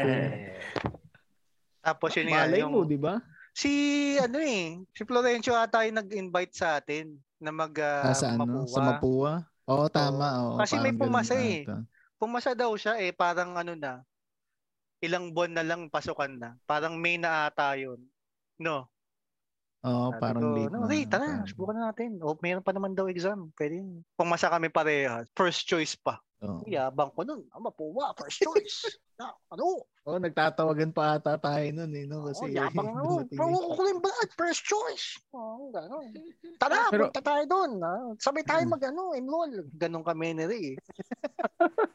S4: Tapos yun nga,
S5: Malay
S4: yung,
S5: mo, di ba?
S4: si, ano eh, si Florencio ata yung nag-invite sa atin na mag, ah,
S5: Ah, sa ano?
S4: mapuwa.
S5: Sa Mapua? Oo, tama. oo,
S4: Kasi may
S5: parang
S4: pumasa
S5: ganun
S4: eh.
S5: ata.
S4: Pumasa daw siya eh, parang ano na, ilang buwan na lang pasukan na. Parang May na ata yun. No?
S5: Oo,
S4: Sabi
S5: Oh, parang
S4: ko,
S5: late
S4: No,
S5: na
S4: Ray,
S5: ata.
S4: tara, subukan na natin. O, mayroon pa naman daw exam. Pwede. yun. Pumasa kami pareha. First choice pa.
S5: Oo.
S4: Yabang ko nun. Ang mapuwa, first choice. na, ano?
S5: Oh, nagtatawagan pa ata tayo nun eh, no? Kasi
S4: oh, yabang na. Oh,
S5: dumating eh.
S4: ko rin ba? First choice. Oh, gano'n. Tara,
S1: Pero-
S4: punta tayo doon. ah. Sabay tayo
S5: Hmm.
S4: mag ano, enroll. Ganon kami ni Ray. eh.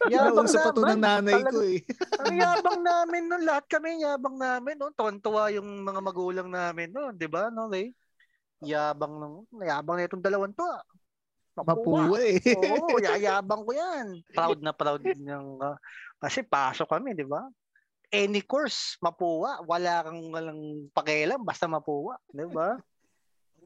S4: yabang
S5: Nausap pa to
S4: naman.
S5: ng nanay ko eh.
S4: Ang yabang namin nun. Lahat kami yabang namin. No? Tuwan-tuwa yung mga magulang namin nun. Di ba, no, Ray? Yabang nung, yabang na itong dalawang to. ah. Mapuwa.
S5: Mapua eh.
S4: Oo, yayabang ko yan. Proud na proud ng ah, kasi pasok kami, di ba? Any course, mapuwa. Wala kang walang pakialam, basta mapuwa. Di ba?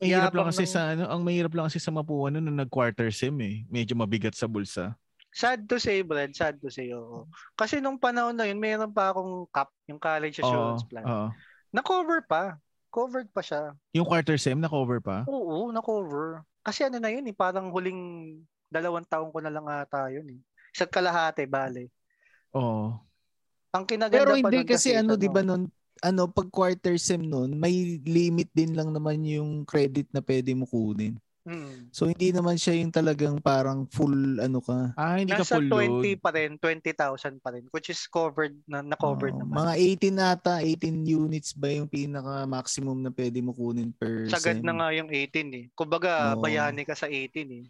S1: mahirap lang
S4: Yabang
S1: kasi
S4: ng-
S1: sa ano, ang mahirap lang kasi sa mapuha noon nung nag-quarter sim eh. Medyo mabigat sa bulsa.
S4: Sad to say, Brad. Sad to say, oo. Kasi nung panahon na yun, meron pa akong CAP, yung College
S1: Oo.
S4: Assurance Plan.
S1: oo.
S4: Na-cover pa. Covered pa siya.
S1: Yung quarter sim na cover pa.
S4: Oo, na-cover. Kasi ano na yun, eh, parang huling dalawang taon ko na lang ata yun. Eh. Isa't kalahati, bale.
S1: Oo.
S4: Ang kinaganda
S5: Pero
S4: pa
S5: hindi
S4: nun
S5: kasi ano,
S4: ano,
S5: di ba nun, ano, pag quarter sem nun, may limit din lang naman yung credit na pwede mo kunin.
S4: mm.
S5: So, hindi naman siya yung talagang parang full ano ka.
S1: Ah, hindi ka
S4: Nasa
S1: full load.
S4: 20 pa rin, 20,000 pa rin, which is covered na na-covered
S5: Oo,
S4: naman.
S5: um, Mga 18 ata, 18 units ba yung pinaka maximum na pwede mo kunin per
S4: Sagad
S5: sem?
S4: na nga yung 18 eh. Kumbaga,
S5: Oo.
S4: bayani ka sa 18 eh.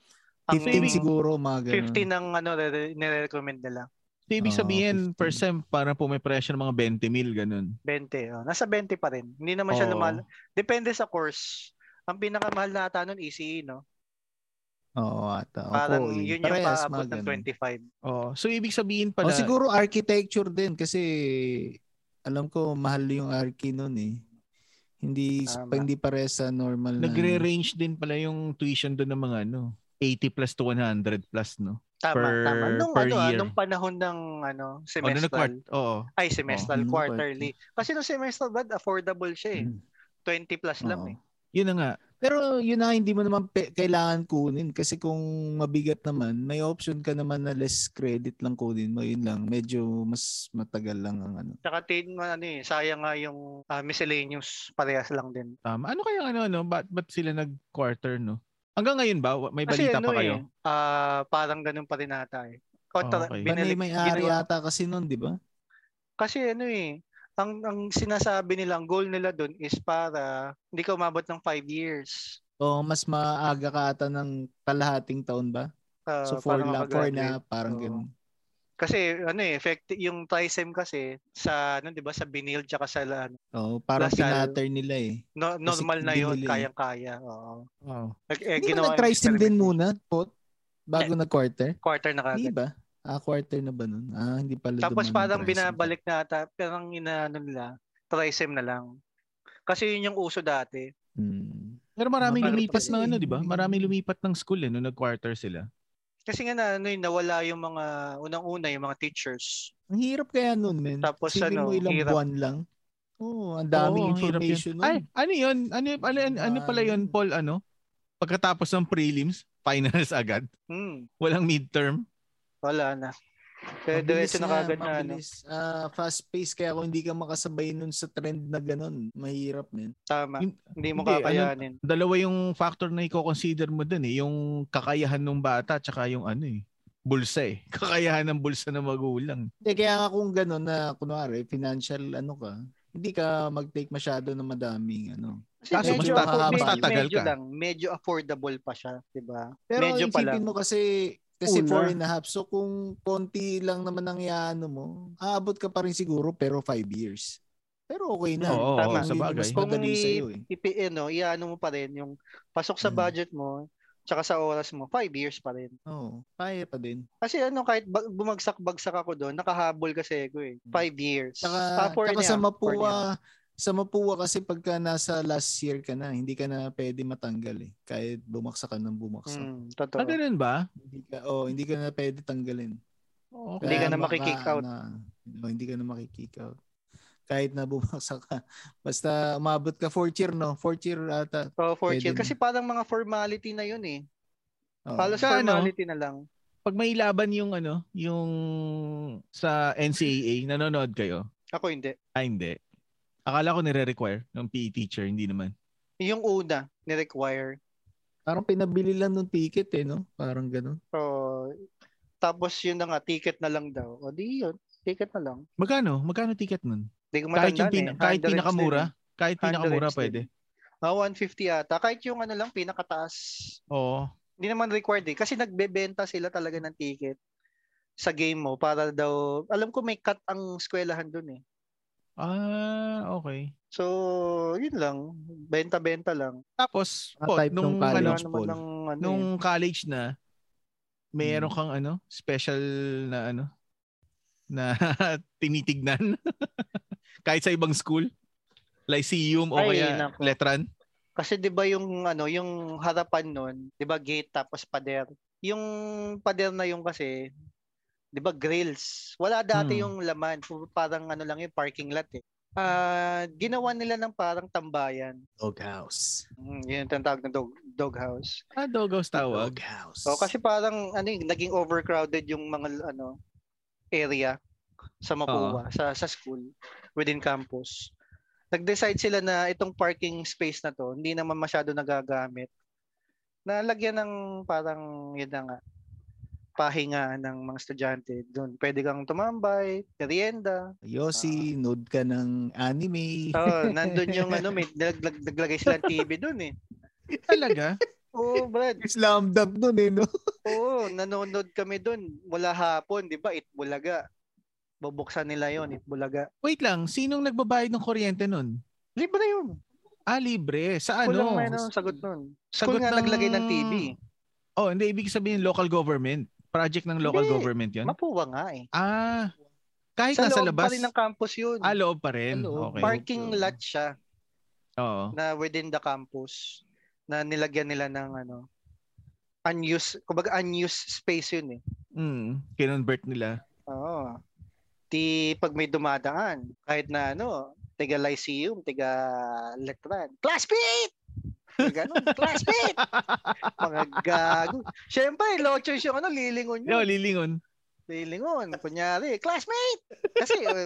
S5: 15 siguro, mga ganun.
S4: 15 ang ano, re- nire-recommend nila.
S1: So, ibig
S5: Oo,
S1: sabihin,
S5: 15.
S1: per sem, parang pumipresyo ng mga 20 mil, ganun.
S4: 20. Oh. Nasa 20 pa rin. Hindi naman siya
S1: Oo.
S4: lumal. Depende sa course. Ang pinakamahal na ata nun, ECE, no?
S5: Oo, ata. Opo,
S4: Parang
S5: eh.
S4: yun yung
S5: Parehas,
S4: paabot
S5: mga
S4: ng
S5: ganun.
S4: 25.
S1: Oo. So, ibig sabihin
S5: O
S1: pala,
S5: siguro architecture din kasi alam ko mahal yung arki noon eh. Hindi
S4: Tama.
S5: pa, hindi pare sa normal
S1: hmm.
S5: na.
S1: nagre-range din pala yung tuition doon ng mga ano, 80 plus to 100 plus, no?
S4: Tama,
S1: Per-
S4: tama. Nung,
S1: per
S4: ano, ah,
S1: year.
S4: nung panahon ng ano,
S1: O, Oh, nung Oh,
S4: semestral.
S1: nag-quart- Oo.
S4: ay, semestral,
S5: Oo, nung
S4: quarterly. Kasi nung semestral, Brad, affordable siya eh.
S5: Mm.
S4: 20 plus lang
S5: Oo.
S4: eh.
S1: Yun na nga.
S5: Pero yun na hindi mo naman pe- kailangan kunin kasi kung mabigat naman, may option ka naman na less credit lang kunin mo. Yun lang, medyo mas matagal lang ang ano.
S4: Tsaka tin mo ano eh, sayang nga yung ah, miscellaneous parehas lang din.
S1: Tama. Ano kaya ano, ano? Ba't, ba't sila nag-quarter, no? Hanggang ngayon ba? Wa- May balita pa kayo?
S4: eh, ah, parang ganun pa rin ata eh. O,
S1: Oh,
S4: tara-
S1: okay.
S5: Panay
S4: binalik-
S5: may ari
S4: ginawa-
S5: ata kasi noon, di ba?
S4: Kasi ano eh, ang, ang sinasabi nila, ang goal nila doon is para hindi ka umabot ng 5 years.
S5: O mas maaga ka ata ng kalahating taon ba?
S4: ah,
S5: So four,
S4: para
S5: na, four na,
S4: makagraduate.
S5: parang
S4: Oo.
S5: ganun.
S4: Kasi ano eh, effective yung trisem kasi sa ano 'di ba sa binil tsaka sa ano,
S5: Oo, parang
S4: Lasal.
S5: pinattern nila eh.
S4: no, normal na yon,
S5: binil eh.
S4: kayang-kaya. Oo.
S1: Oo.
S4: Nag, eh,
S5: Hindi ba
S4: ginawa yung
S5: nag-try sim din
S4: experimentation.
S5: muna, Pot? Bago nag-quarter?
S4: Quarter na
S5: Hindi
S4: kagad.
S5: ba? Ah, quarter na ba nun? Ah, hindi pala
S4: Tapos
S5: dumaan yung
S4: parang
S5: tricep.
S4: binabalik na ata, parang inaano nila, tricep na lang. Kasi yun yung uso dati.
S5: Hmm.
S1: Pero maraming
S4: Parang
S1: lumipat
S5: kasi-
S1: ng ano, di ba? Maraming lumipat ng school eh, nung nag-quarter sila.
S4: Kasi nga na, ano, yun, nawala yung mga, unang-una yung mga teachers.
S5: Ang hirap kaya nun, men.
S4: Tapos
S5: Isipin
S4: ano,
S5: mo ilang
S4: hirap.
S5: buwan lang. Oo, ang daming
S1: Oo, ang hirap yun.
S5: information nun.
S1: Ay, ano yun? Ano, ano, ano, ano pala yun,
S5: Ano?
S1: Paul? Ano? Pagkatapos ng prelims, finals agad.
S4: Hmm,
S1: Walang midterm.
S4: wala na. Kaya
S5: Mabilis
S4: diretso na kagad na ano.
S5: mabilis. Ah, fast pace kaya kung hindi ka makasabay nun sa trend na ganun, mahirap men.
S4: Tama.
S1: Yun-
S4: Hindi mo
S1: hindi, ano-
S4: kakayanin.
S1: Dalawa yung factor na i-consider mo dun eh. Yung kakayahan ng bata tsaka yung ano eh. Bulsa eh. Kakayahan ng bulsa ng magulang.
S5: Eh, kaya nga kung ganun na kunwari financial ano ka, hindi ka mag-take masyado ng madaming ano.
S4: Kasi
S1: Kaso
S4: medyo,
S1: mas tata-
S4: affo-
S5: mas
S4: medyo-
S1: tatagal
S4: medyo
S1: ka.
S4: lang, medyo affordable pa siya, 'di ba?
S5: Pero
S4: Medyo
S5: Medyo
S4: pa lang.
S5: isipin mo kasi kasi
S2: Una.
S5: four and a half. So kung konti lang naman ang yaano mo, aabot ka pa rin siguro pero five years. Pero okay na.
S1: Oo,
S4: tama.
S1: oo, sa bagay.
S5: Mas madali
S4: Kung
S5: sa'yo eh.
S4: IPN, no, ano, iano mo pa rin yung pasok sa
S5: Mm.
S4: budget mo tsaka sa oras mo, 5 years pa rin.
S5: Oo, kaya pa din.
S4: Kasi ano, kahit ba- bumagsak-bagsak ako doon, nakahabol kasi ako eh. 5 years. Ah,
S5: Saka,
S4: four and a
S5: saka Mm. sa
S4: half, four and a half.
S5: Mapua, sa Mapua kasi pagka nasa last year ka na, hindi ka na pwede matanggal eh. Kahit bumaksak ka ng bumaksak.
S4: Mm, totoo.
S1: Ah, ganun ba?
S5: Hindi ka, oh, hindi ka na pwede tanggalin.
S1: Oo.
S4: Hindi ka
S5: Kaya
S4: na
S5: baka
S4: makikick out.
S5: Na, no, hindi ka na makikick out. Kahit na bumaksak ka. Basta umabot ka fourth year, no? Fourth year ata.
S4: So, four
S5: Pwede
S4: year.
S5: na. Oh.
S4: Kasi parang mga formality na yun eh.
S5: Oo.
S4: Halos
S1: Sa ano?
S4: formality na lang.
S1: Pag may laban yung ano, yung sa NCAA, nanonood kayo?
S4: Ako hindi.
S1: Ah, hindi. Akala ko nire-require ng PE teacher, hindi naman.
S4: Yung una, ni-require.
S5: Parang pinabili lang nung ticket eh, no? Parang ganun.
S4: So, tapos yun na nga, ticket na lang daw. O di yun, ticket na lang.
S1: Magkano? Magkano ticket nun?
S4: Hindi
S1: Kahit
S4: ko
S1: yung
S4: matandaan
S1: pina,
S4: eh.
S1: kahit
S4: 100 din
S1: pinakamura,
S4: eh.
S1: kahit
S4: 100
S1: pinakamura
S4: din.
S1: pwede.
S4: Ah, 150 ata. Kahit yung ano lang, pinakataas.
S1: Oo.
S4: Hindi naman required eh. Kasi nagbebenta sila talaga ng ticket sa game mo para daw, alam ko may cut ang eskwelahan dun eh.
S1: Ah, okay.
S4: So, yun lang. Benta-benta lang.
S1: Tapos,
S5: Ah,
S1: po,
S5: type
S1: nung,
S5: nung college.
S1: ano,
S4: Wala naman
S5: Paul.
S4: ng ano
S1: nung
S4: eh.
S1: college na,
S4: Hmm.
S1: meron kang ano, special na ano, na tinitignan. kahit sa ibang school. Lyceum o
S4: Ay,
S1: kaya
S4: nako.
S1: Letran.
S4: Kasi 'di ba yung ano, yung harapan nun, 'di ba gate tapos pader. Yung pader na yung kasi 'di ba grills. Wala dati
S1: Hmm.
S4: yung laman, Puro parang ano lang yung parking lot eh. Ah, ginawa nila ng parang tambayan.
S5: Doghouse.
S4: Mm, yun ang tawag ng dog, dog house.
S1: Ah, Doghouse tawag.
S5: Doghouse.
S4: So Oh, kasi parang ano yung naging overcrowded yung mga ano area sa Mapua, sa sa school within campus. Nag-decide sila na itong parking space na to hindi naman masyado nagagamit. Nalagyan ng parang yun na nga pahinga ng mga estudyante doon. Pwede kang tumambay, merienda.
S5: Yossi, node ka ng anime.
S4: Oh, nandun yung ano, may naglag, naglagay sila ng TV doon eh.
S1: Talaga?
S4: Oo, Brad.
S5: Slam dunk nun eh, no?
S4: Oo, nanonood kami doon mula hapon, 'di ba? Itbulaga. Bubuksan nila 'yon, Itbulaga.
S1: Wait lang, sinong nagbabayad ng kuryente nun?
S4: Libre 'yun.
S1: Ah, libre. Sa ano?
S4: Ano? may ano, sagot noon.
S1: Sagot
S4: School nga
S1: ng-
S4: naglagay ng TV.
S1: Oh, hindi ibig sabihin local government. Project ng local
S4: Hindi.
S1: government 'yon.
S4: Mapuwa nga eh.
S1: Ah. Kahit Ano?
S4: Sa
S1: nasa
S4: loob
S1: labas.
S4: pa rin ng campus 'yun.
S1: Ah, loob pa rin.
S5: Sa loob.
S1: Okay.
S5: Park-
S4: Parking lot siya
S1: Oo.
S4: na within the campus na nilagyan nila ng ano unused, kumbaga unused space 'yun eh.
S1: Mm, kinonvert nila.
S4: Oo. Di pag may dumadaan, kahit na ano, tiga Lyceum, tiga Letran, class pit! Ganun, class pit! Mga gago. Siyempre, low choice yung ano, lilingon
S1: Yo,
S4: yun.
S1: lilingon.
S4: Lilingon, kunyari, classmate! Kasi, uh,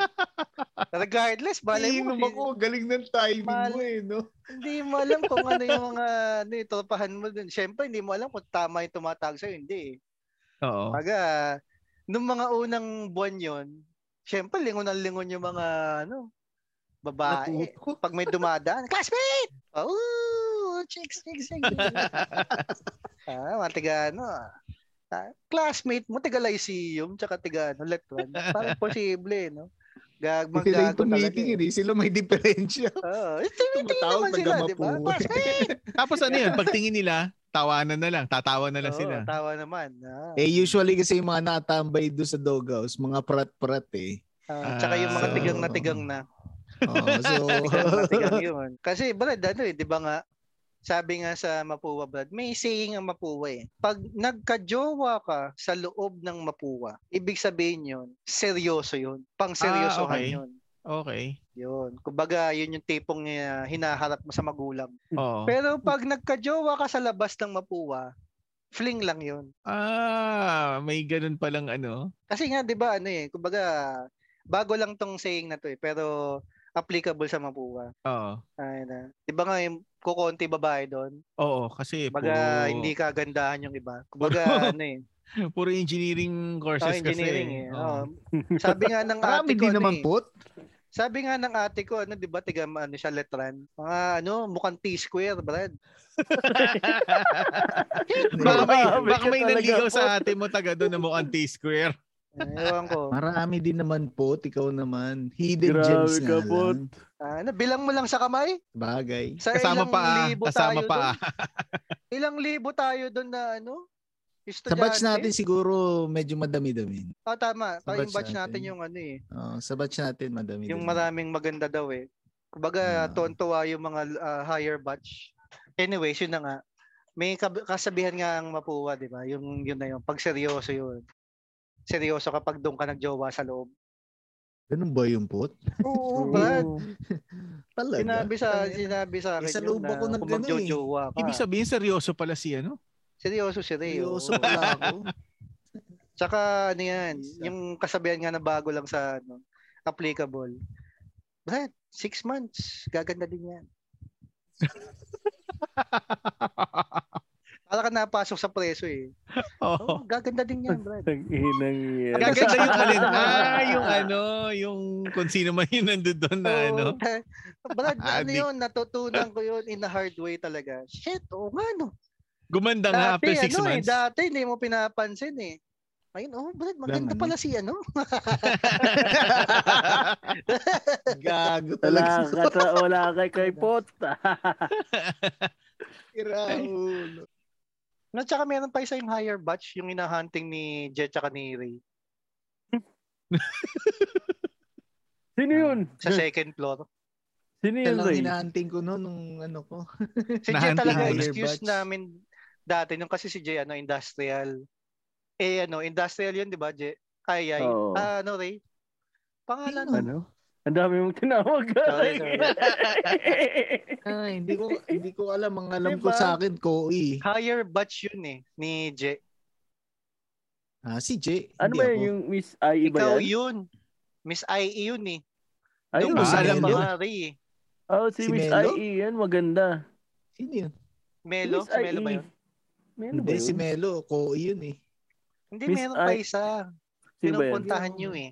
S4: regardless, balay mo,
S6: Galing
S4: eh.
S6: naman ko, galing ng timing mo eh, no?
S4: hindi mo alam kung ano yung mga, ano, yung tropahan mo dun. Siyempre, hindi mo alam kung tama yung tumatawag sa'yo, hindi eh.
S6: Oh.
S1: Oo.
S4: Baga, nung mga unang buwan yon, syempre lingon ang lingon yung mga ano, babae.
S5: Naputo.
S4: Pag may dumadaan, classmate! Oh, chicks, chicks, chicks. ah, mga tiga, ano, ah, classmate mo, tiga Lyceum, tsaka tiga, ano, Letran. Parang posible, no? Gagmang
S6: Sila yung
S4: gago talaga.
S6: tumitingin eh. Sila may diferensya.
S4: Oo, tumitingin
S6: Tumatawag,
S4: naman sila, di ba?
S6: taga-Mapua.
S4: Classmate!
S1: Tapos ano yun, pagtingin nila, tawanan na lang. Tatawa na lang
S4: Oo,
S1: sila.
S4: tawa naman. Ah.
S5: Eh, usually kasi yung mga natambay doon sa doghouse, mga prat-prat eh.
S4: Ah, tsaka yung mga
S1: Ah.
S4: tigang na tigang na.
S5: Oo, so,
S4: Tigang na tigang yun. Kasi Brad, ano eh, di ba nga, sabi nga sa Mapua, Brad, may saying ang Mapua eh. Pag nagkajowa ka sa loob ng Mapua, ibig sabihin yun, seryoso yun. Pang
S1: Ah,
S4: seryosohan
S1: okay.
S4: yun.
S1: Okay.
S4: Yun. Kumbaga, yun yung tipong ah, hinaharap mo sa magulang.
S1: Oo.
S4: Hmm. Pero pag nagkajowa ka sa labas ng Mapua, fling lang yun.
S1: Ah, may ganun palang ano.
S4: Kasi nga, di ba, ano eh, kumbaga, bago lang tong saying na to eh, pero applicable sa Mapua.
S1: Oo.
S4: Ayun na. Di ba nga, yung kukonti babae doon,
S1: Oo, kasi
S4: kumbaga,
S1: puro,
S4: hindi kagandahan yung iba. Kumbaga, ano eh,
S1: puro engineering courses
S4: oh, engineering
S1: kasi.
S4: eh.
S1: Oo.
S4: Oo. Sabi nga ng ate
S5: marami
S4: ko,
S5: din
S4: ano
S5: naman
S4: eh,
S5: put.
S4: sabi nga ng ate ko, ano, di ba, tiga, ano siya, letran. Mga, ano, mukhang T-square, Brad.
S1: baka may,
S2: Grabe
S1: baka
S2: ka
S1: may
S2: talaga
S1: naligaw
S2: po.
S1: sa ate mo taga doon na mukhang T-square.
S4: Eh, Ewan ko.
S5: Marami din naman put, ikaw naman. Hidden
S2: Grabe
S5: gems
S2: ka,
S5: nga
S2: put.
S5: lang.
S4: Ah, ano, bilang mo lang sa kamay?
S5: Bagay.
S4: Sa
S1: Kasama
S4: ilang
S1: pa ah.
S4: libo
S1: Kasama
S4: tayo
S1: pa
S4: dun?
S1: ah.
S4: Ilang libo tayo doon na ano?
S5: Sa batch
S4: estudyante?
S5: natin siguro medyo madami-dami.
S4: Oh, tama. Sa
S5: Sa
S4: yung
S5: batch
S4: batch
S5: natin.
S4: natin yung ano eh.
S5: Oo, sa batch natin madami.
S4: Yung
S5: din.
S4: maraming maganda daw eh. Kumbaga,
S5: Ah.
S4: tuwan-tuwa yung mga ah, higher batch. Anyways, yun na nga. May kab- kasabihan nga ang mapuwa, di ba? Yung yun na yun. Pag seryoso yun. Seryoso kapag doon ka nagjowa sa loob.
S5: Ganun ba yung put?
S4: Oo, Brad.
S5: Talaga.
S4: Sinabi sa,
S5: Tangina.
S4: sinabi sa akin
S5: Eh, sa
S4: yun
S5: loob
S4: na
S5: ako ng
S4: kung
S5: ganun eh.
S4: magjojowa ka.
S1: Ibig sabihin seryoso pala si ano?
S4: seryoso si Ray. oo.
S5: Seryoso pala ako.
S4: Tsaka ano yan,
S5: Isa.
S4: yung kasabihan nga na bago lang sa ano, applicable. Brad, six months, gaganda din yan. Para ka napasok sa preso eh.
S1: Oo.
S4: Oh, gaganda din yan, Brad.
S2: Ang inang yan.
S1: Gaganda yung alin. Ah, yung ano, yung kung sino man yung nandun doon na
S4: Oo,
S1: ano.
S4: Brad, ano
S1: Addict.
S4: yun, natutunan ko yun in a hard way talaga. Shit, oo nga no.
S1: Gumanda nga after
S4: Dati,
S1: six
S4: ano eh,
S1: months.
S4: dati hindi mo pinapansin eh. Ayun, oh Brad, maganda
S5: ano?
S4: pala si ano.
S5: Gago
S2: Wala
S5: talaga.
S2: ka, ta- wala kay kay Pot.
S5: Raul.
S4: No, tsaka meron pa isa yung higher batch, yung hinahunting ni Jet tsaka ni Ray.
S2: Sino yun?
S4: sa second floor.
S2: Sino
S5: Yan
S2: yun,
S5: lang
S2: Ray?
S5: hinahanting ko noon nung ano ko.
S4: Si Jay
S1: Nahanti
S4: talaga
S5: higher
S4: excuse
S5: batch.
S4: namin dati nung kasi si Jay ano industrial. Eh ano, industrial 'yun 'di ba, Jay? Ay ay.
S2: Oo.
S4: Ah, ano Ray? Pangalan
S5: Sino?
S4: nun?
S2: Ano? Ang dami mong tinawag.
S4: Oh. Sorry, sorry. Ah,
S5: Ay, hindi ko hindi ko alam. Ang alam
S4: Diba?
S5: ko sa akin, Koi.
S4: Higher batch 'yun eh ni Jay.
S5: Ah, si Jay.
S2: ano
S5: Hindi
S2: ba yun?
S5: ako.
S2: Yung Miss I E ba
S4: Ikaw
S2: yan?
S4: 'yun. Miss IE 'yun eh.
S2: Ayun. E
S4: Yung
S1: Ah,
S4: alam
S1: alam
S4: pa
S1: mo.
S4: nga Ray. eh.
S2: Oh, si,
S5: Si
S2: Miss
S5: Melo?
S2: IE yan. Maganda.
S5: Sino yun?
S2: Miss
S4: Melo,
S2: E.
S4: si
S2: IE.
S4: Melo ba 'yun?
S2: Melo Ano ba
S5: Hindi, si
S2: yun?
S5: Melo. Koi yun eh.
S4: Hindi
S2: Miss
S4: meron pa
S2: I- E.
S4: isa.
S2: Sino ba yan?
S4: Pinupuntahan
S5: Yung-
S4: niyo eh.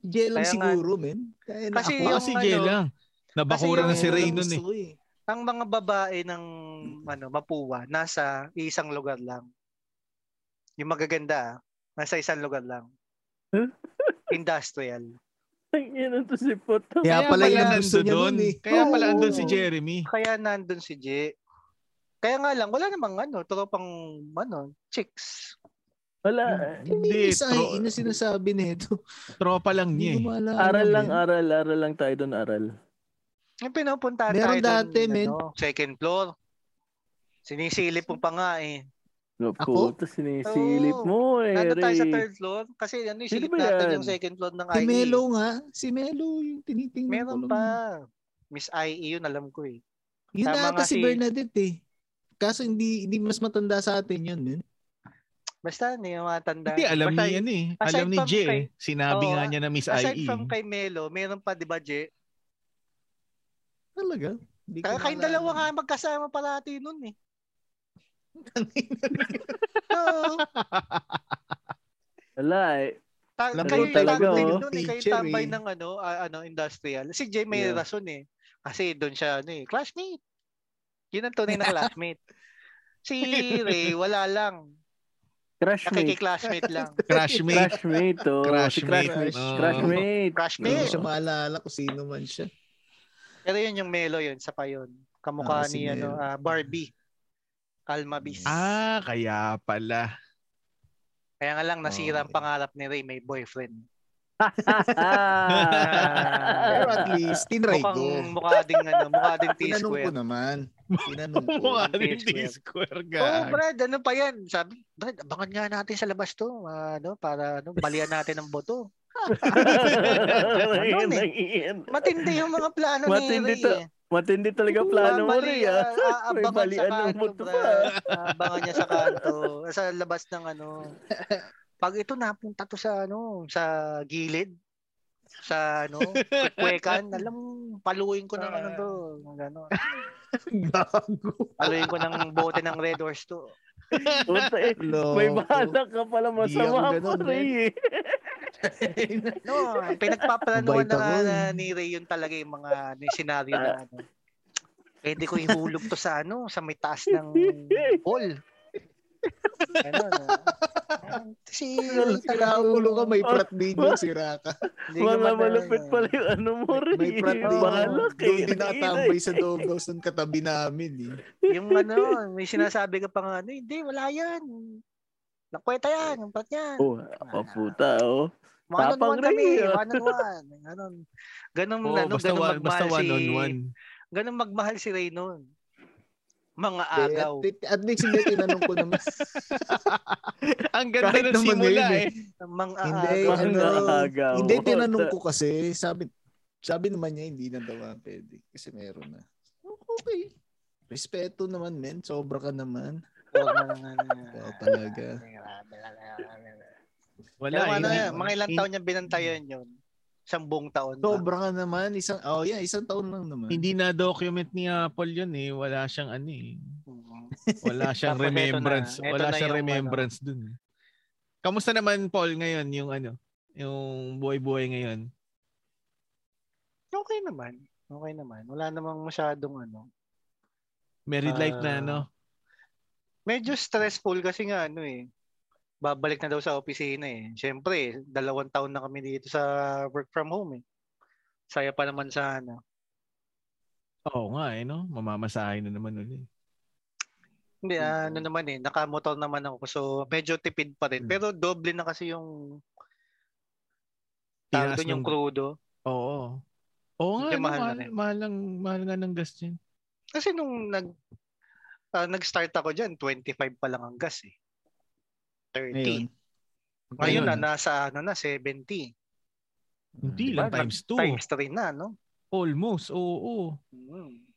S5: Si Jay lang
S4: Kaya nga-
S5: siguro, men. Kaya na
S4: Kasi
S5: ako.
S1: Baka
S4: yung
S1: si Jay
S4: ano,
S1: lang. Nabakura
S4: kasi
S1: na
S4: yung- ano
S1: si Ray
S5: Yun ang
S1: nun eh.
S5: gusto ko eh.
S4: Ang mga babae ng ano, Mapua nasa isang lugar lang. Yung magaganda, ah, nasa isang lugar lang.
S2: Huh?
S4: Industrial.
S2: Ang ina to si Pot.
S5: Kaya pala yun ang gusto niya
S1: doon.
S5: nun eh.
S1: Kaya pala
S2: Oo.
S1: andun si Jeremy.
S4: Kaya nandun si J. Kaya nga lang, wala namang ano, tropang ano, chicks.
S2: Wala.
S1: Hindi,
S5: Ah, Hindi, isa
S1: tro-
S5: ay ina sinasabi nito.
S1: tropa lang
S5: Hindi
S1: niya
S4: Diba?
S5: ko
S1: eh.
S5: maalala.
S2: Aral lang,
S4: ah,
S5: men.
S2: aral. Aral lang tayo doon, aral.
S4: Yung pinupuntahan
S5: Meron
S4: tayo dun,
S5: dati, men.
S4: ano, second floor. Sinisilip mo pa nga eh.
S2: Of
S5: Ako?
S2: course, sinisilip
S4: Oo.
S2: mo eh,
S4: Oh. Nandun tayo sa
S2: Ray.
S4: third floor. Kasi ano,
S2: Sino
S4: silip
S2: ba yan?
S4: natin yung second floor ng
S5: Si
S4: IE.
S5: Melo nga. Si Melo yung tinitingnan ko.
S4: Meron
S5: lang.
S4: pa. Miss IE yun, alam ko eh.
S5: Yun
S4: Tama
S5: na ata
S4: nga
S5: si
S4: si-
S5: Bernadette eh. Kaso hindi, hindi mas matanda sa atin yun, eh. men.
S4: Basta, hindi yung mga tanda.
S1: Hindi, alam
S4: Basta,
S1: ni yan eh.
S4: aside
S1: Alam ni
S4: from
S1: Jay.
S4: kay-
S1: eh. Sinabi
S4: Oo,
S1: nga niya na Miss E.
S4: Aside
S1: IE.
S4: from kay Melo, meron pa, di ba, J?
S5: Talaga. Hindi ko
S4: Kaya kayong
S5: maalala.
S4: dalawa nga magkasama palati nun eh. Oo.
S2: Wala eh.
S4: Ta-
S5: Alam
S4: kayo
S2: ko
S4: yung
S2: talaga,
S4: tambay
S2: oh.
S4: nun eh. Kayo yung
S5: Teacher,
S4: tambay
S5: eh.
S4: ng ano, ah, ano, industrial. Si Jay may
S2: Yeah.
S4: rason eh. Kasi doon siya ano eh, classmate. Yun ang tunay na classmate. Si Ray, wala lang.
S2: Crushmate.
S4: Nakikiclassmate lang.
S1: Crashmate.
S2: Crushmate, oh. Si
S1: Crashmate.
S2: Crush-
S5: Oh.
S1: Oo.
S2: Crushmate.
S5: Hindi ko
S4: Crushmate.
S5: siya maalala kung sino man siya.
S4: Pero yun yung Melo yun, sa pa yun. Kamukha
S5: Ah, si
S4: ni ano,
S5: Melo.
S4: ah, Barbie. Almabis.
S1: Ah, kaya pala.
S4: Kaya nga lang nasira
S5: Oh.
S4: ang
S1: Okay.
S4: pangarap ni Ray, may boyfriend.
S2: Ah.
S5: Pero at least, tinry ko.
S4: Ah. Mukhang eh. mukha ding ano, mukha ding
S5: Tinanong ko
S4: T-square.
S5: naman. Tinanong ko.
S1: Mukha rin
S4: T-square.
S1: T-square
S4: Oo, oh,
S1: ka.
S4: Brad, ano pa yan? Sabi, Brad, abangan nga natin sa labas to. ah, Ano, para ano, balian natin ang boto. Ganun eh. Matindi yung mga plano
S2: Matindi
S4: ni Ray.
S2: to.
S4: eh.
S2: Matindi talaga plano mo rin
S4: Babali-
S2: ah.
S4: ah,
S2: May
S4: Aabangan sa
S2: balian ng
S4: kanto,
S2: buto pa.
S4: Brad. Aabangan niya sa kanto. Sa labas ng ano. Pag ito napunta to sa ano, sa gilid, sa ano, kwekan, alam, paluin ko ng ano to. Gano. Paluin ko ng bote ng Red Horse to.
S2: Puta eh.
S5: Loko.
S2: May balak ka pala masama
S5: Di ako
S2: pa
S5: ganun,
S2: rin eh.
S4: No, pinagpaplanuhan
S5: Mabait
S4: na
S5: ako,
S4: nga na
S5: eh.
S4: ni Ray yun talaga yung mga yung scenario na ano. Pwede ko ihulog to sa ano, sa may taas ng wall. Ano, ano. Si Ray talaga
S5: Kailangan ulo ka,
S4: Oh.
S5: may prat video, sira ka.
S4: Hindi
S2: Mga
S4: naman na-
S2: malapit pala yung ano mo rin.
S5: May
S2: eh.
S5: prat video.
S2: Balak eh.
S5: Doon dinatambay sa Dove House ng katabi namin. Eh.
S4: yung ano, may sinasabi ka pa nga, ano, hindi, wala yan. Nakweta yan, yung part yan.
S2: Oh, oh, puta oh.
S4: One on
S2: tapang
S4: one kami,
S2: rin, ah. Oh,
S4: one on one. Ganon. Ganun,
S1: Oo,
S4: ano,
S1: basta,
S4: ganun
S1: one, basta
S4: magmahal
S1: one
S4: si,
S1: on one.
S4: ganun magmahal si Ray noon. Mga
S5: At,
S4: agaw.
S5: at least hindi tinanong ko naman.
S1: Ang ganda
S5: Kahit
S1: ng
S5: naman
S1: simula
S5: yun,
S1: eh.
S4: Mga
S5: Hindi,
S4: agaw.
S5: ano,
S2: Nakakagaw.
S5: hindi, tinanong ko kasi. Sabi, sabi naman niya, hindi na daw ah, pwede. Kasi meron na. Okay. Respeto naman, men. Sobra ka naman.
S4: Huwag mo nang ano.
S5: Wow, talaga.
S1: Wala
S4: Pero ano,
S1: hindi.
S4: yan, mga ilang
S1: Hin-
S4: taon niya binantayan yun. Isang buong taon. ba?
S5: Sobra ka naman. Isang, oh yeah, isang taon lang naman.
S1: Hindi na document ni Apple yun eh. Wala siyang ano eh.
S4: Mm.
S1: Wala siyang
S4: Tapos eto
S1: remembrance.
S4: na, eto
S1: Wala
S4: na
S1: siyang
S4: yung ano.
S1: remembrance dun. eh. Kamusta naman Paul ngayon yung ano? Yung buhay-buhay ngayon?
S4: Okay naman. Okay naman. Wala namang masyadong ano.
S1: Married life na
S4: Ah.
S1: ano?
S4: Medyo stressful kasi nga ano eh. Babalik na daw sa opisina eh. Siyempre, dalawang taon na kami dito sa work from home eh. Saya pa naman sa ano.
S1: Oo nga eh no. Mamamasahin na naman ulit.
S4: Hindi, ano naman eh. Nakamotor naman ako. So, medyo tipid pa rin.
S1: Hmm.
S4: Pero doble na kasi yung
S1: Tinaas
S4: tawag doon yung
S1: ng-
S4: crudo.
S1: Oo. Oo nga,
S4: Medyo
S1: no,
S4: mahal na
S1: mahal,
S4: rin.
S1: mahal, ang, mahal nga ng gas yun.
S4: Kasi nung nag ah, nag-start ako diyan, 25 pa lang ang gas eh. 30. Ngayon,
S5: Ngayon.
S4: na nasa ano na 70.
S1: Hindi
S5: Diba?
S1: lang,
S4: Diba?
S1: times two.
S4: Times 3 na, no?
S1: Almost, oo.
S4: Mm.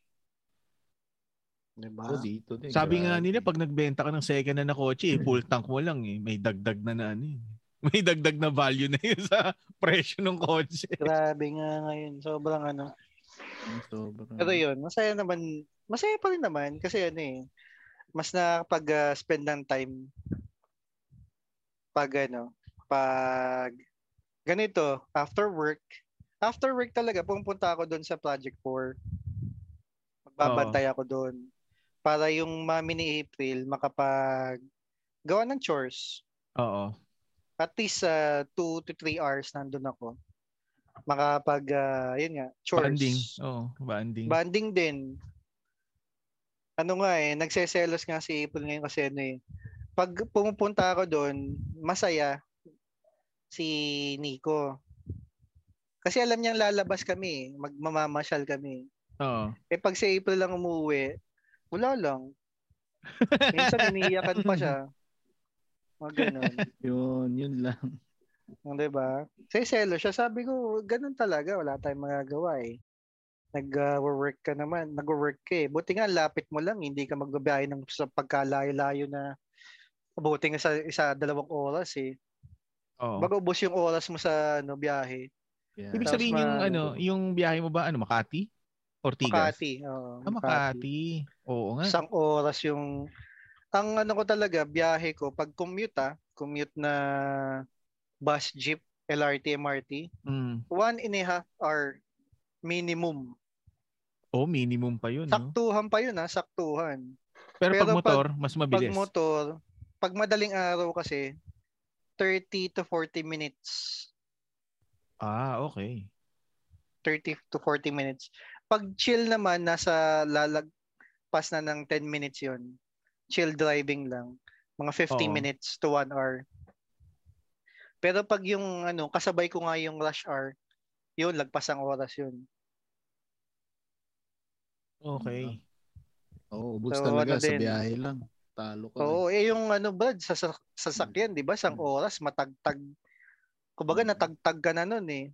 S4: 'Di ba?
S5: Ako dito din.
S1: Sabi nga
S5: grabe.
S1: nila, pag nagbenta ka ng second hand na kotse, eh, full tank mo lang eh. May dagdag na na ano eh. May dagdag na value na yun sa presyo ng kotse.
S4: Grabe nga ngayon, sobrang ano.
S5: Sobra.
S4: Pero 'yun, masaya naman. Masaya pa rin naman kasi ano eh, mas nakapag-spend ng time pag ano, pag ganito, after work. After work talaga, pumunta ako doon sa Project 4. Magbabantay ako doon. Para yung mami ni April makapag gawa ng chores.
S1: Oo.
S4: At least 2 to 3 hours nandun ako. Makapag, ah, yun nga, chores.
S1: Banding. Oo, banding.
S4: Banding din. Ano nga eh, nagseselos nga si April ngayon kasi ano eh. Pag pumupunta ako doon, masaya si Nico. Kasi alam niyang lalabas kami, eh, magmamamasyal kami.
S1: Oo.
S4: Eh pag si April lang umuwi, wala lang. Minsan iniiyakan pa siya. Mga ganun.
S5: Yun, yun lang.
S4: Ang diba? Kasi selo siya, sabi ko, ganun talaga, wala tayong magagawa eh. Nag-work ka naman, nag-work ka eh. Buti nga, lapit mo lang, hindi ka magbabiyahe ng sa pagkalayo-layo na buti nga sa isa dalawang oras eh.
S1: Oo.
S4: Bago ubos yung oras mo sa ano, biyahe.
S5: Yeah.
S1: Ibig
S4: Tapos
S1: sabihin yung
S4: ma-
S1: ano, yung biyahe mo ba, ano, Makati? Ortigas?
S4: Makati. oo,
S1: Ah, Makati. Oo nga.
S4: Isang oras yung... Ang ano ko talaga, biyahe ko, pag commute ah, commute na bus, jeep, LRT, MRT,
S1: Mm.
S4: one and a half hour minimum.
S1: Oo, minimum pa yun. No?
S4: Saktuhan pa yun ha, saktuhan.
S1: Pero,
S4: Pero
S1: pag
S4: pag-
S1: motor, mas mabilis.
S4: Pag motor, pag madaling araw kasi, 30 to 40 minutes.
S1: ah, okay.
S4: 30 to 40 minutes. Pag chill naman, nasa lalagpas na ng 10 minutes yon chill driving lang. Mga 15
S1: Oo.
S4: minutes to 1 hour. Pero pag yung ano, kasabay ko nga yung rush hour, yun, lagpas ang oras yun.
S1: Okay.
S5: Oo, oh, ubos
S4: So,
S5: talaga
S4: ano
S5: sa
S4: din?
S5: biyahe lang. Talo ka.
S4: Oo, eh yung ano Brad, sa sa- sasakyan, di ba? Sang oras, matagtag. Kumbaga, natagtag ka na nun eh.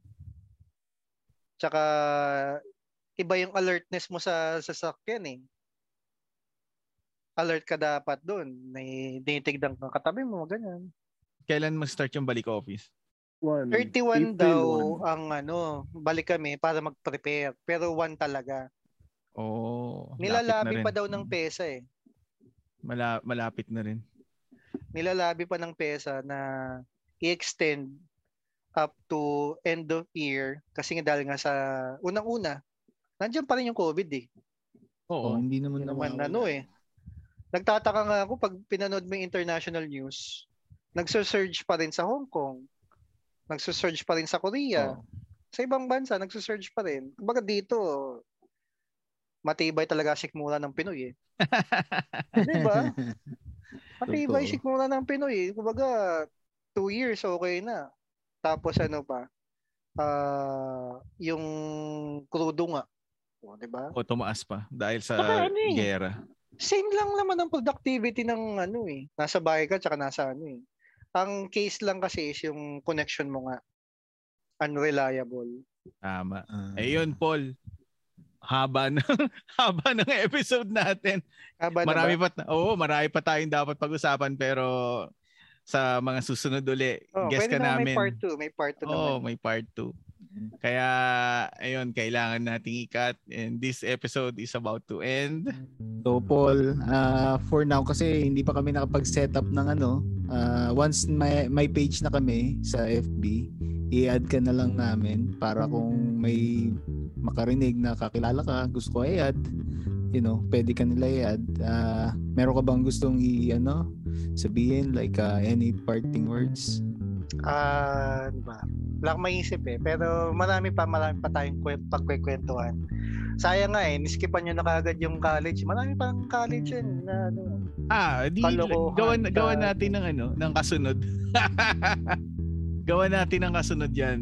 S4: Tsaka, iba yung alertness mo sa sasakyan eh. Alert ka dapat doon. Dinitigdan ka katabi mo, ganyan.
S1: Kailan mag-start yung balik office?
S2: One.
S4: 31
S2: Hmm. April
S4: daw
S2: 1.
S4: ang ano, balik kami para mag-prepare. Pero one talaga.
S1: Oh.
S4: Nilalabi pa daw ng
S1: Hmm.
S4: pesa eh.
S1: Mala- malapit na rin.
S4: nilalabi pa ng PESA na i-extend up to end of year kasi nga dahil nga sa unang-una, nandiyan pa rin yung COVID eh.
S1: Oo.
S5: Oo, Oh, hindi naman
S4: Yun naman
S5: nawawala.
S4: ano eh. Nagtataka nga ako pag pinanood mo yung international news, nagsusurge pa rin sa Hong Kong, nagsusurge pa rin sa Korea,
S5: Oo.
S4: sa ibang bansa, nagsusurge pa rin. Kumbaga dito, matibay talaga sikmura ng Pinoy eh. Diba? Di ba? Pati
S5: Totoo.
S4: iba isik muna ng Pinoy. Kumbaga, two years, okay na. Tapos ano pa, ah yung crudo nga. O, di ba?
S1: O tumaas pa dahil sa
S4: Baka ano eh.
S1: gera.
S4: Same lang naman ang productivity ng ano eh. Nasa bahay ka, tsaka nasa ano eh. Ang case lang kasi is yung connection mo nga. Unreliable.
S1: Tama.
S5: Ah.
S1: Eh yun, Paul. Haba ng haba ng episode natin.
S4: Aba na
S1: marami
S4: ba?
S1: pa Oo, marami pa tayong dapat pag-usapan pero sa mga susunod uli,
S4: Oh,
S1: guess ka
S4: pwede na
S1: namin.
S4: may part 2. May part 2 naman.
S1: Oo, may part 2.
S4: Mm-hmm.
S1: Kaya ayun, kailangan nating ikat and this episode is about to end.
S5: So Paul, ah, for now kasi hindi pa kami nakapag-setup ng ano, ah, once may, may page na kami sa FB, i-add ka na lang namin para kung may makarinig na kakilala ka, gusto ko i-add, you know, pwede ka nila i-add. Ah, meron ka bang gustong i ano, sabihin like ah, any parting words?
S4: Ah, ano ba? Wala akong maisip eh. Pero marami pa, marami pa tayong kwe- pagkwekwentuhan. Sayang nga eh, niskipan nyo na kagad yung college. Marami pang college yun. Na, ano.
S1: Ah, di
S4: Kalokohan
S1: gawan
S4: ka.
S1: gawan natin ng ano, ng kasunod. gawan natin ng kasunod 'yan.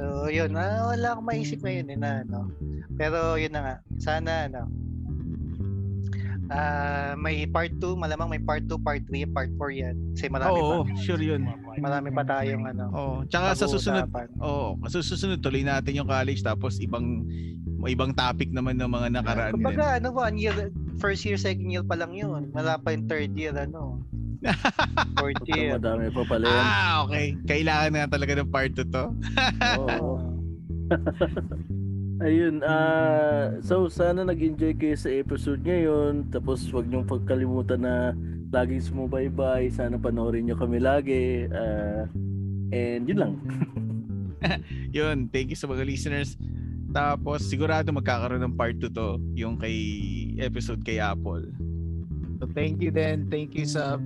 S4: So, yun. Ah, wala akong maisip ngayon eh, na ano. Pero yun na nga. Sana ano. Ah, may part 2, malamang may part 2, part 3, part 4 yan. Kasi marami
S1: Oo,
S4: pa.
S1: sure 'yun.
S4: Marami pa tayong ano.
S1: Oo, tsaka sa susunod
S4: pag-uusapan.
S1: Oo, oh, sa susunod tuloy natin yung college tapos ibang ibang topic naman ng mga nakaraan din.
S4: Kumbaga, ano ba, one year, first year, second year pa lang yun. Wala pa yung third year, ano. Fourth
S2: Pero
S4: year.
S2: madami pa pala yan.
S1: Ah, okay. Kailangan na talaga ng part 2 to.
S2: Oo. Ayun, ah, so sana nag-enjoy kayo sa episode ngayon. Tapos wag niyong pagkalimutan na laging sumubaybay. Sana panoorin niyo kami lagi. Ah, and yun lang.
S1: Yun, thank you sa mga listeners. Tapos sigurado magkakaroon ng part 2 to yung kay episode kay Apple.
S5: So thank you then, thank you sa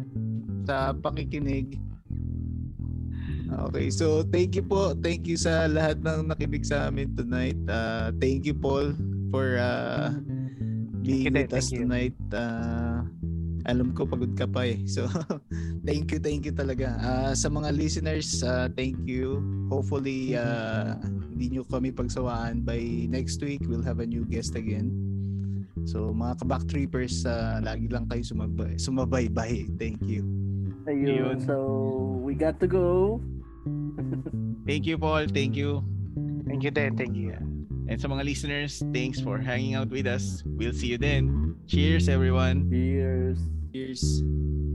S5: sa pakikinig. Okay, so thank you po. Thank you sa lahat ng nakinig sa amin tonight. Uh, thank you Paul for uh,
S4: Thank
S5: being
S4: you din,
S5: with us
S4: thank you.
S5: tonight. Uh, alam ko pagod ka pa eh. So thank you, thank you talaga. Uh, sa mga listeners, uh, thank you.
S4: Mm-hmm.
S5: Hopefully uh, hindi nyo kami pagsawaan by next week. We'll have a new guest again. So mga kabak trippers, ah, lagi lang kayo sumabay, sumabaybay. Thank you.
S1: Ayun.
S2: Ayun, so we got to go.
S1: Thank you Paul, thank you.
S4: Thank you din, thank you.
S1: And sa mga listeners, thanks for hanging out with us. We'll see you then. Cheers everyone.
S2: Cheers.
S5: Cheers.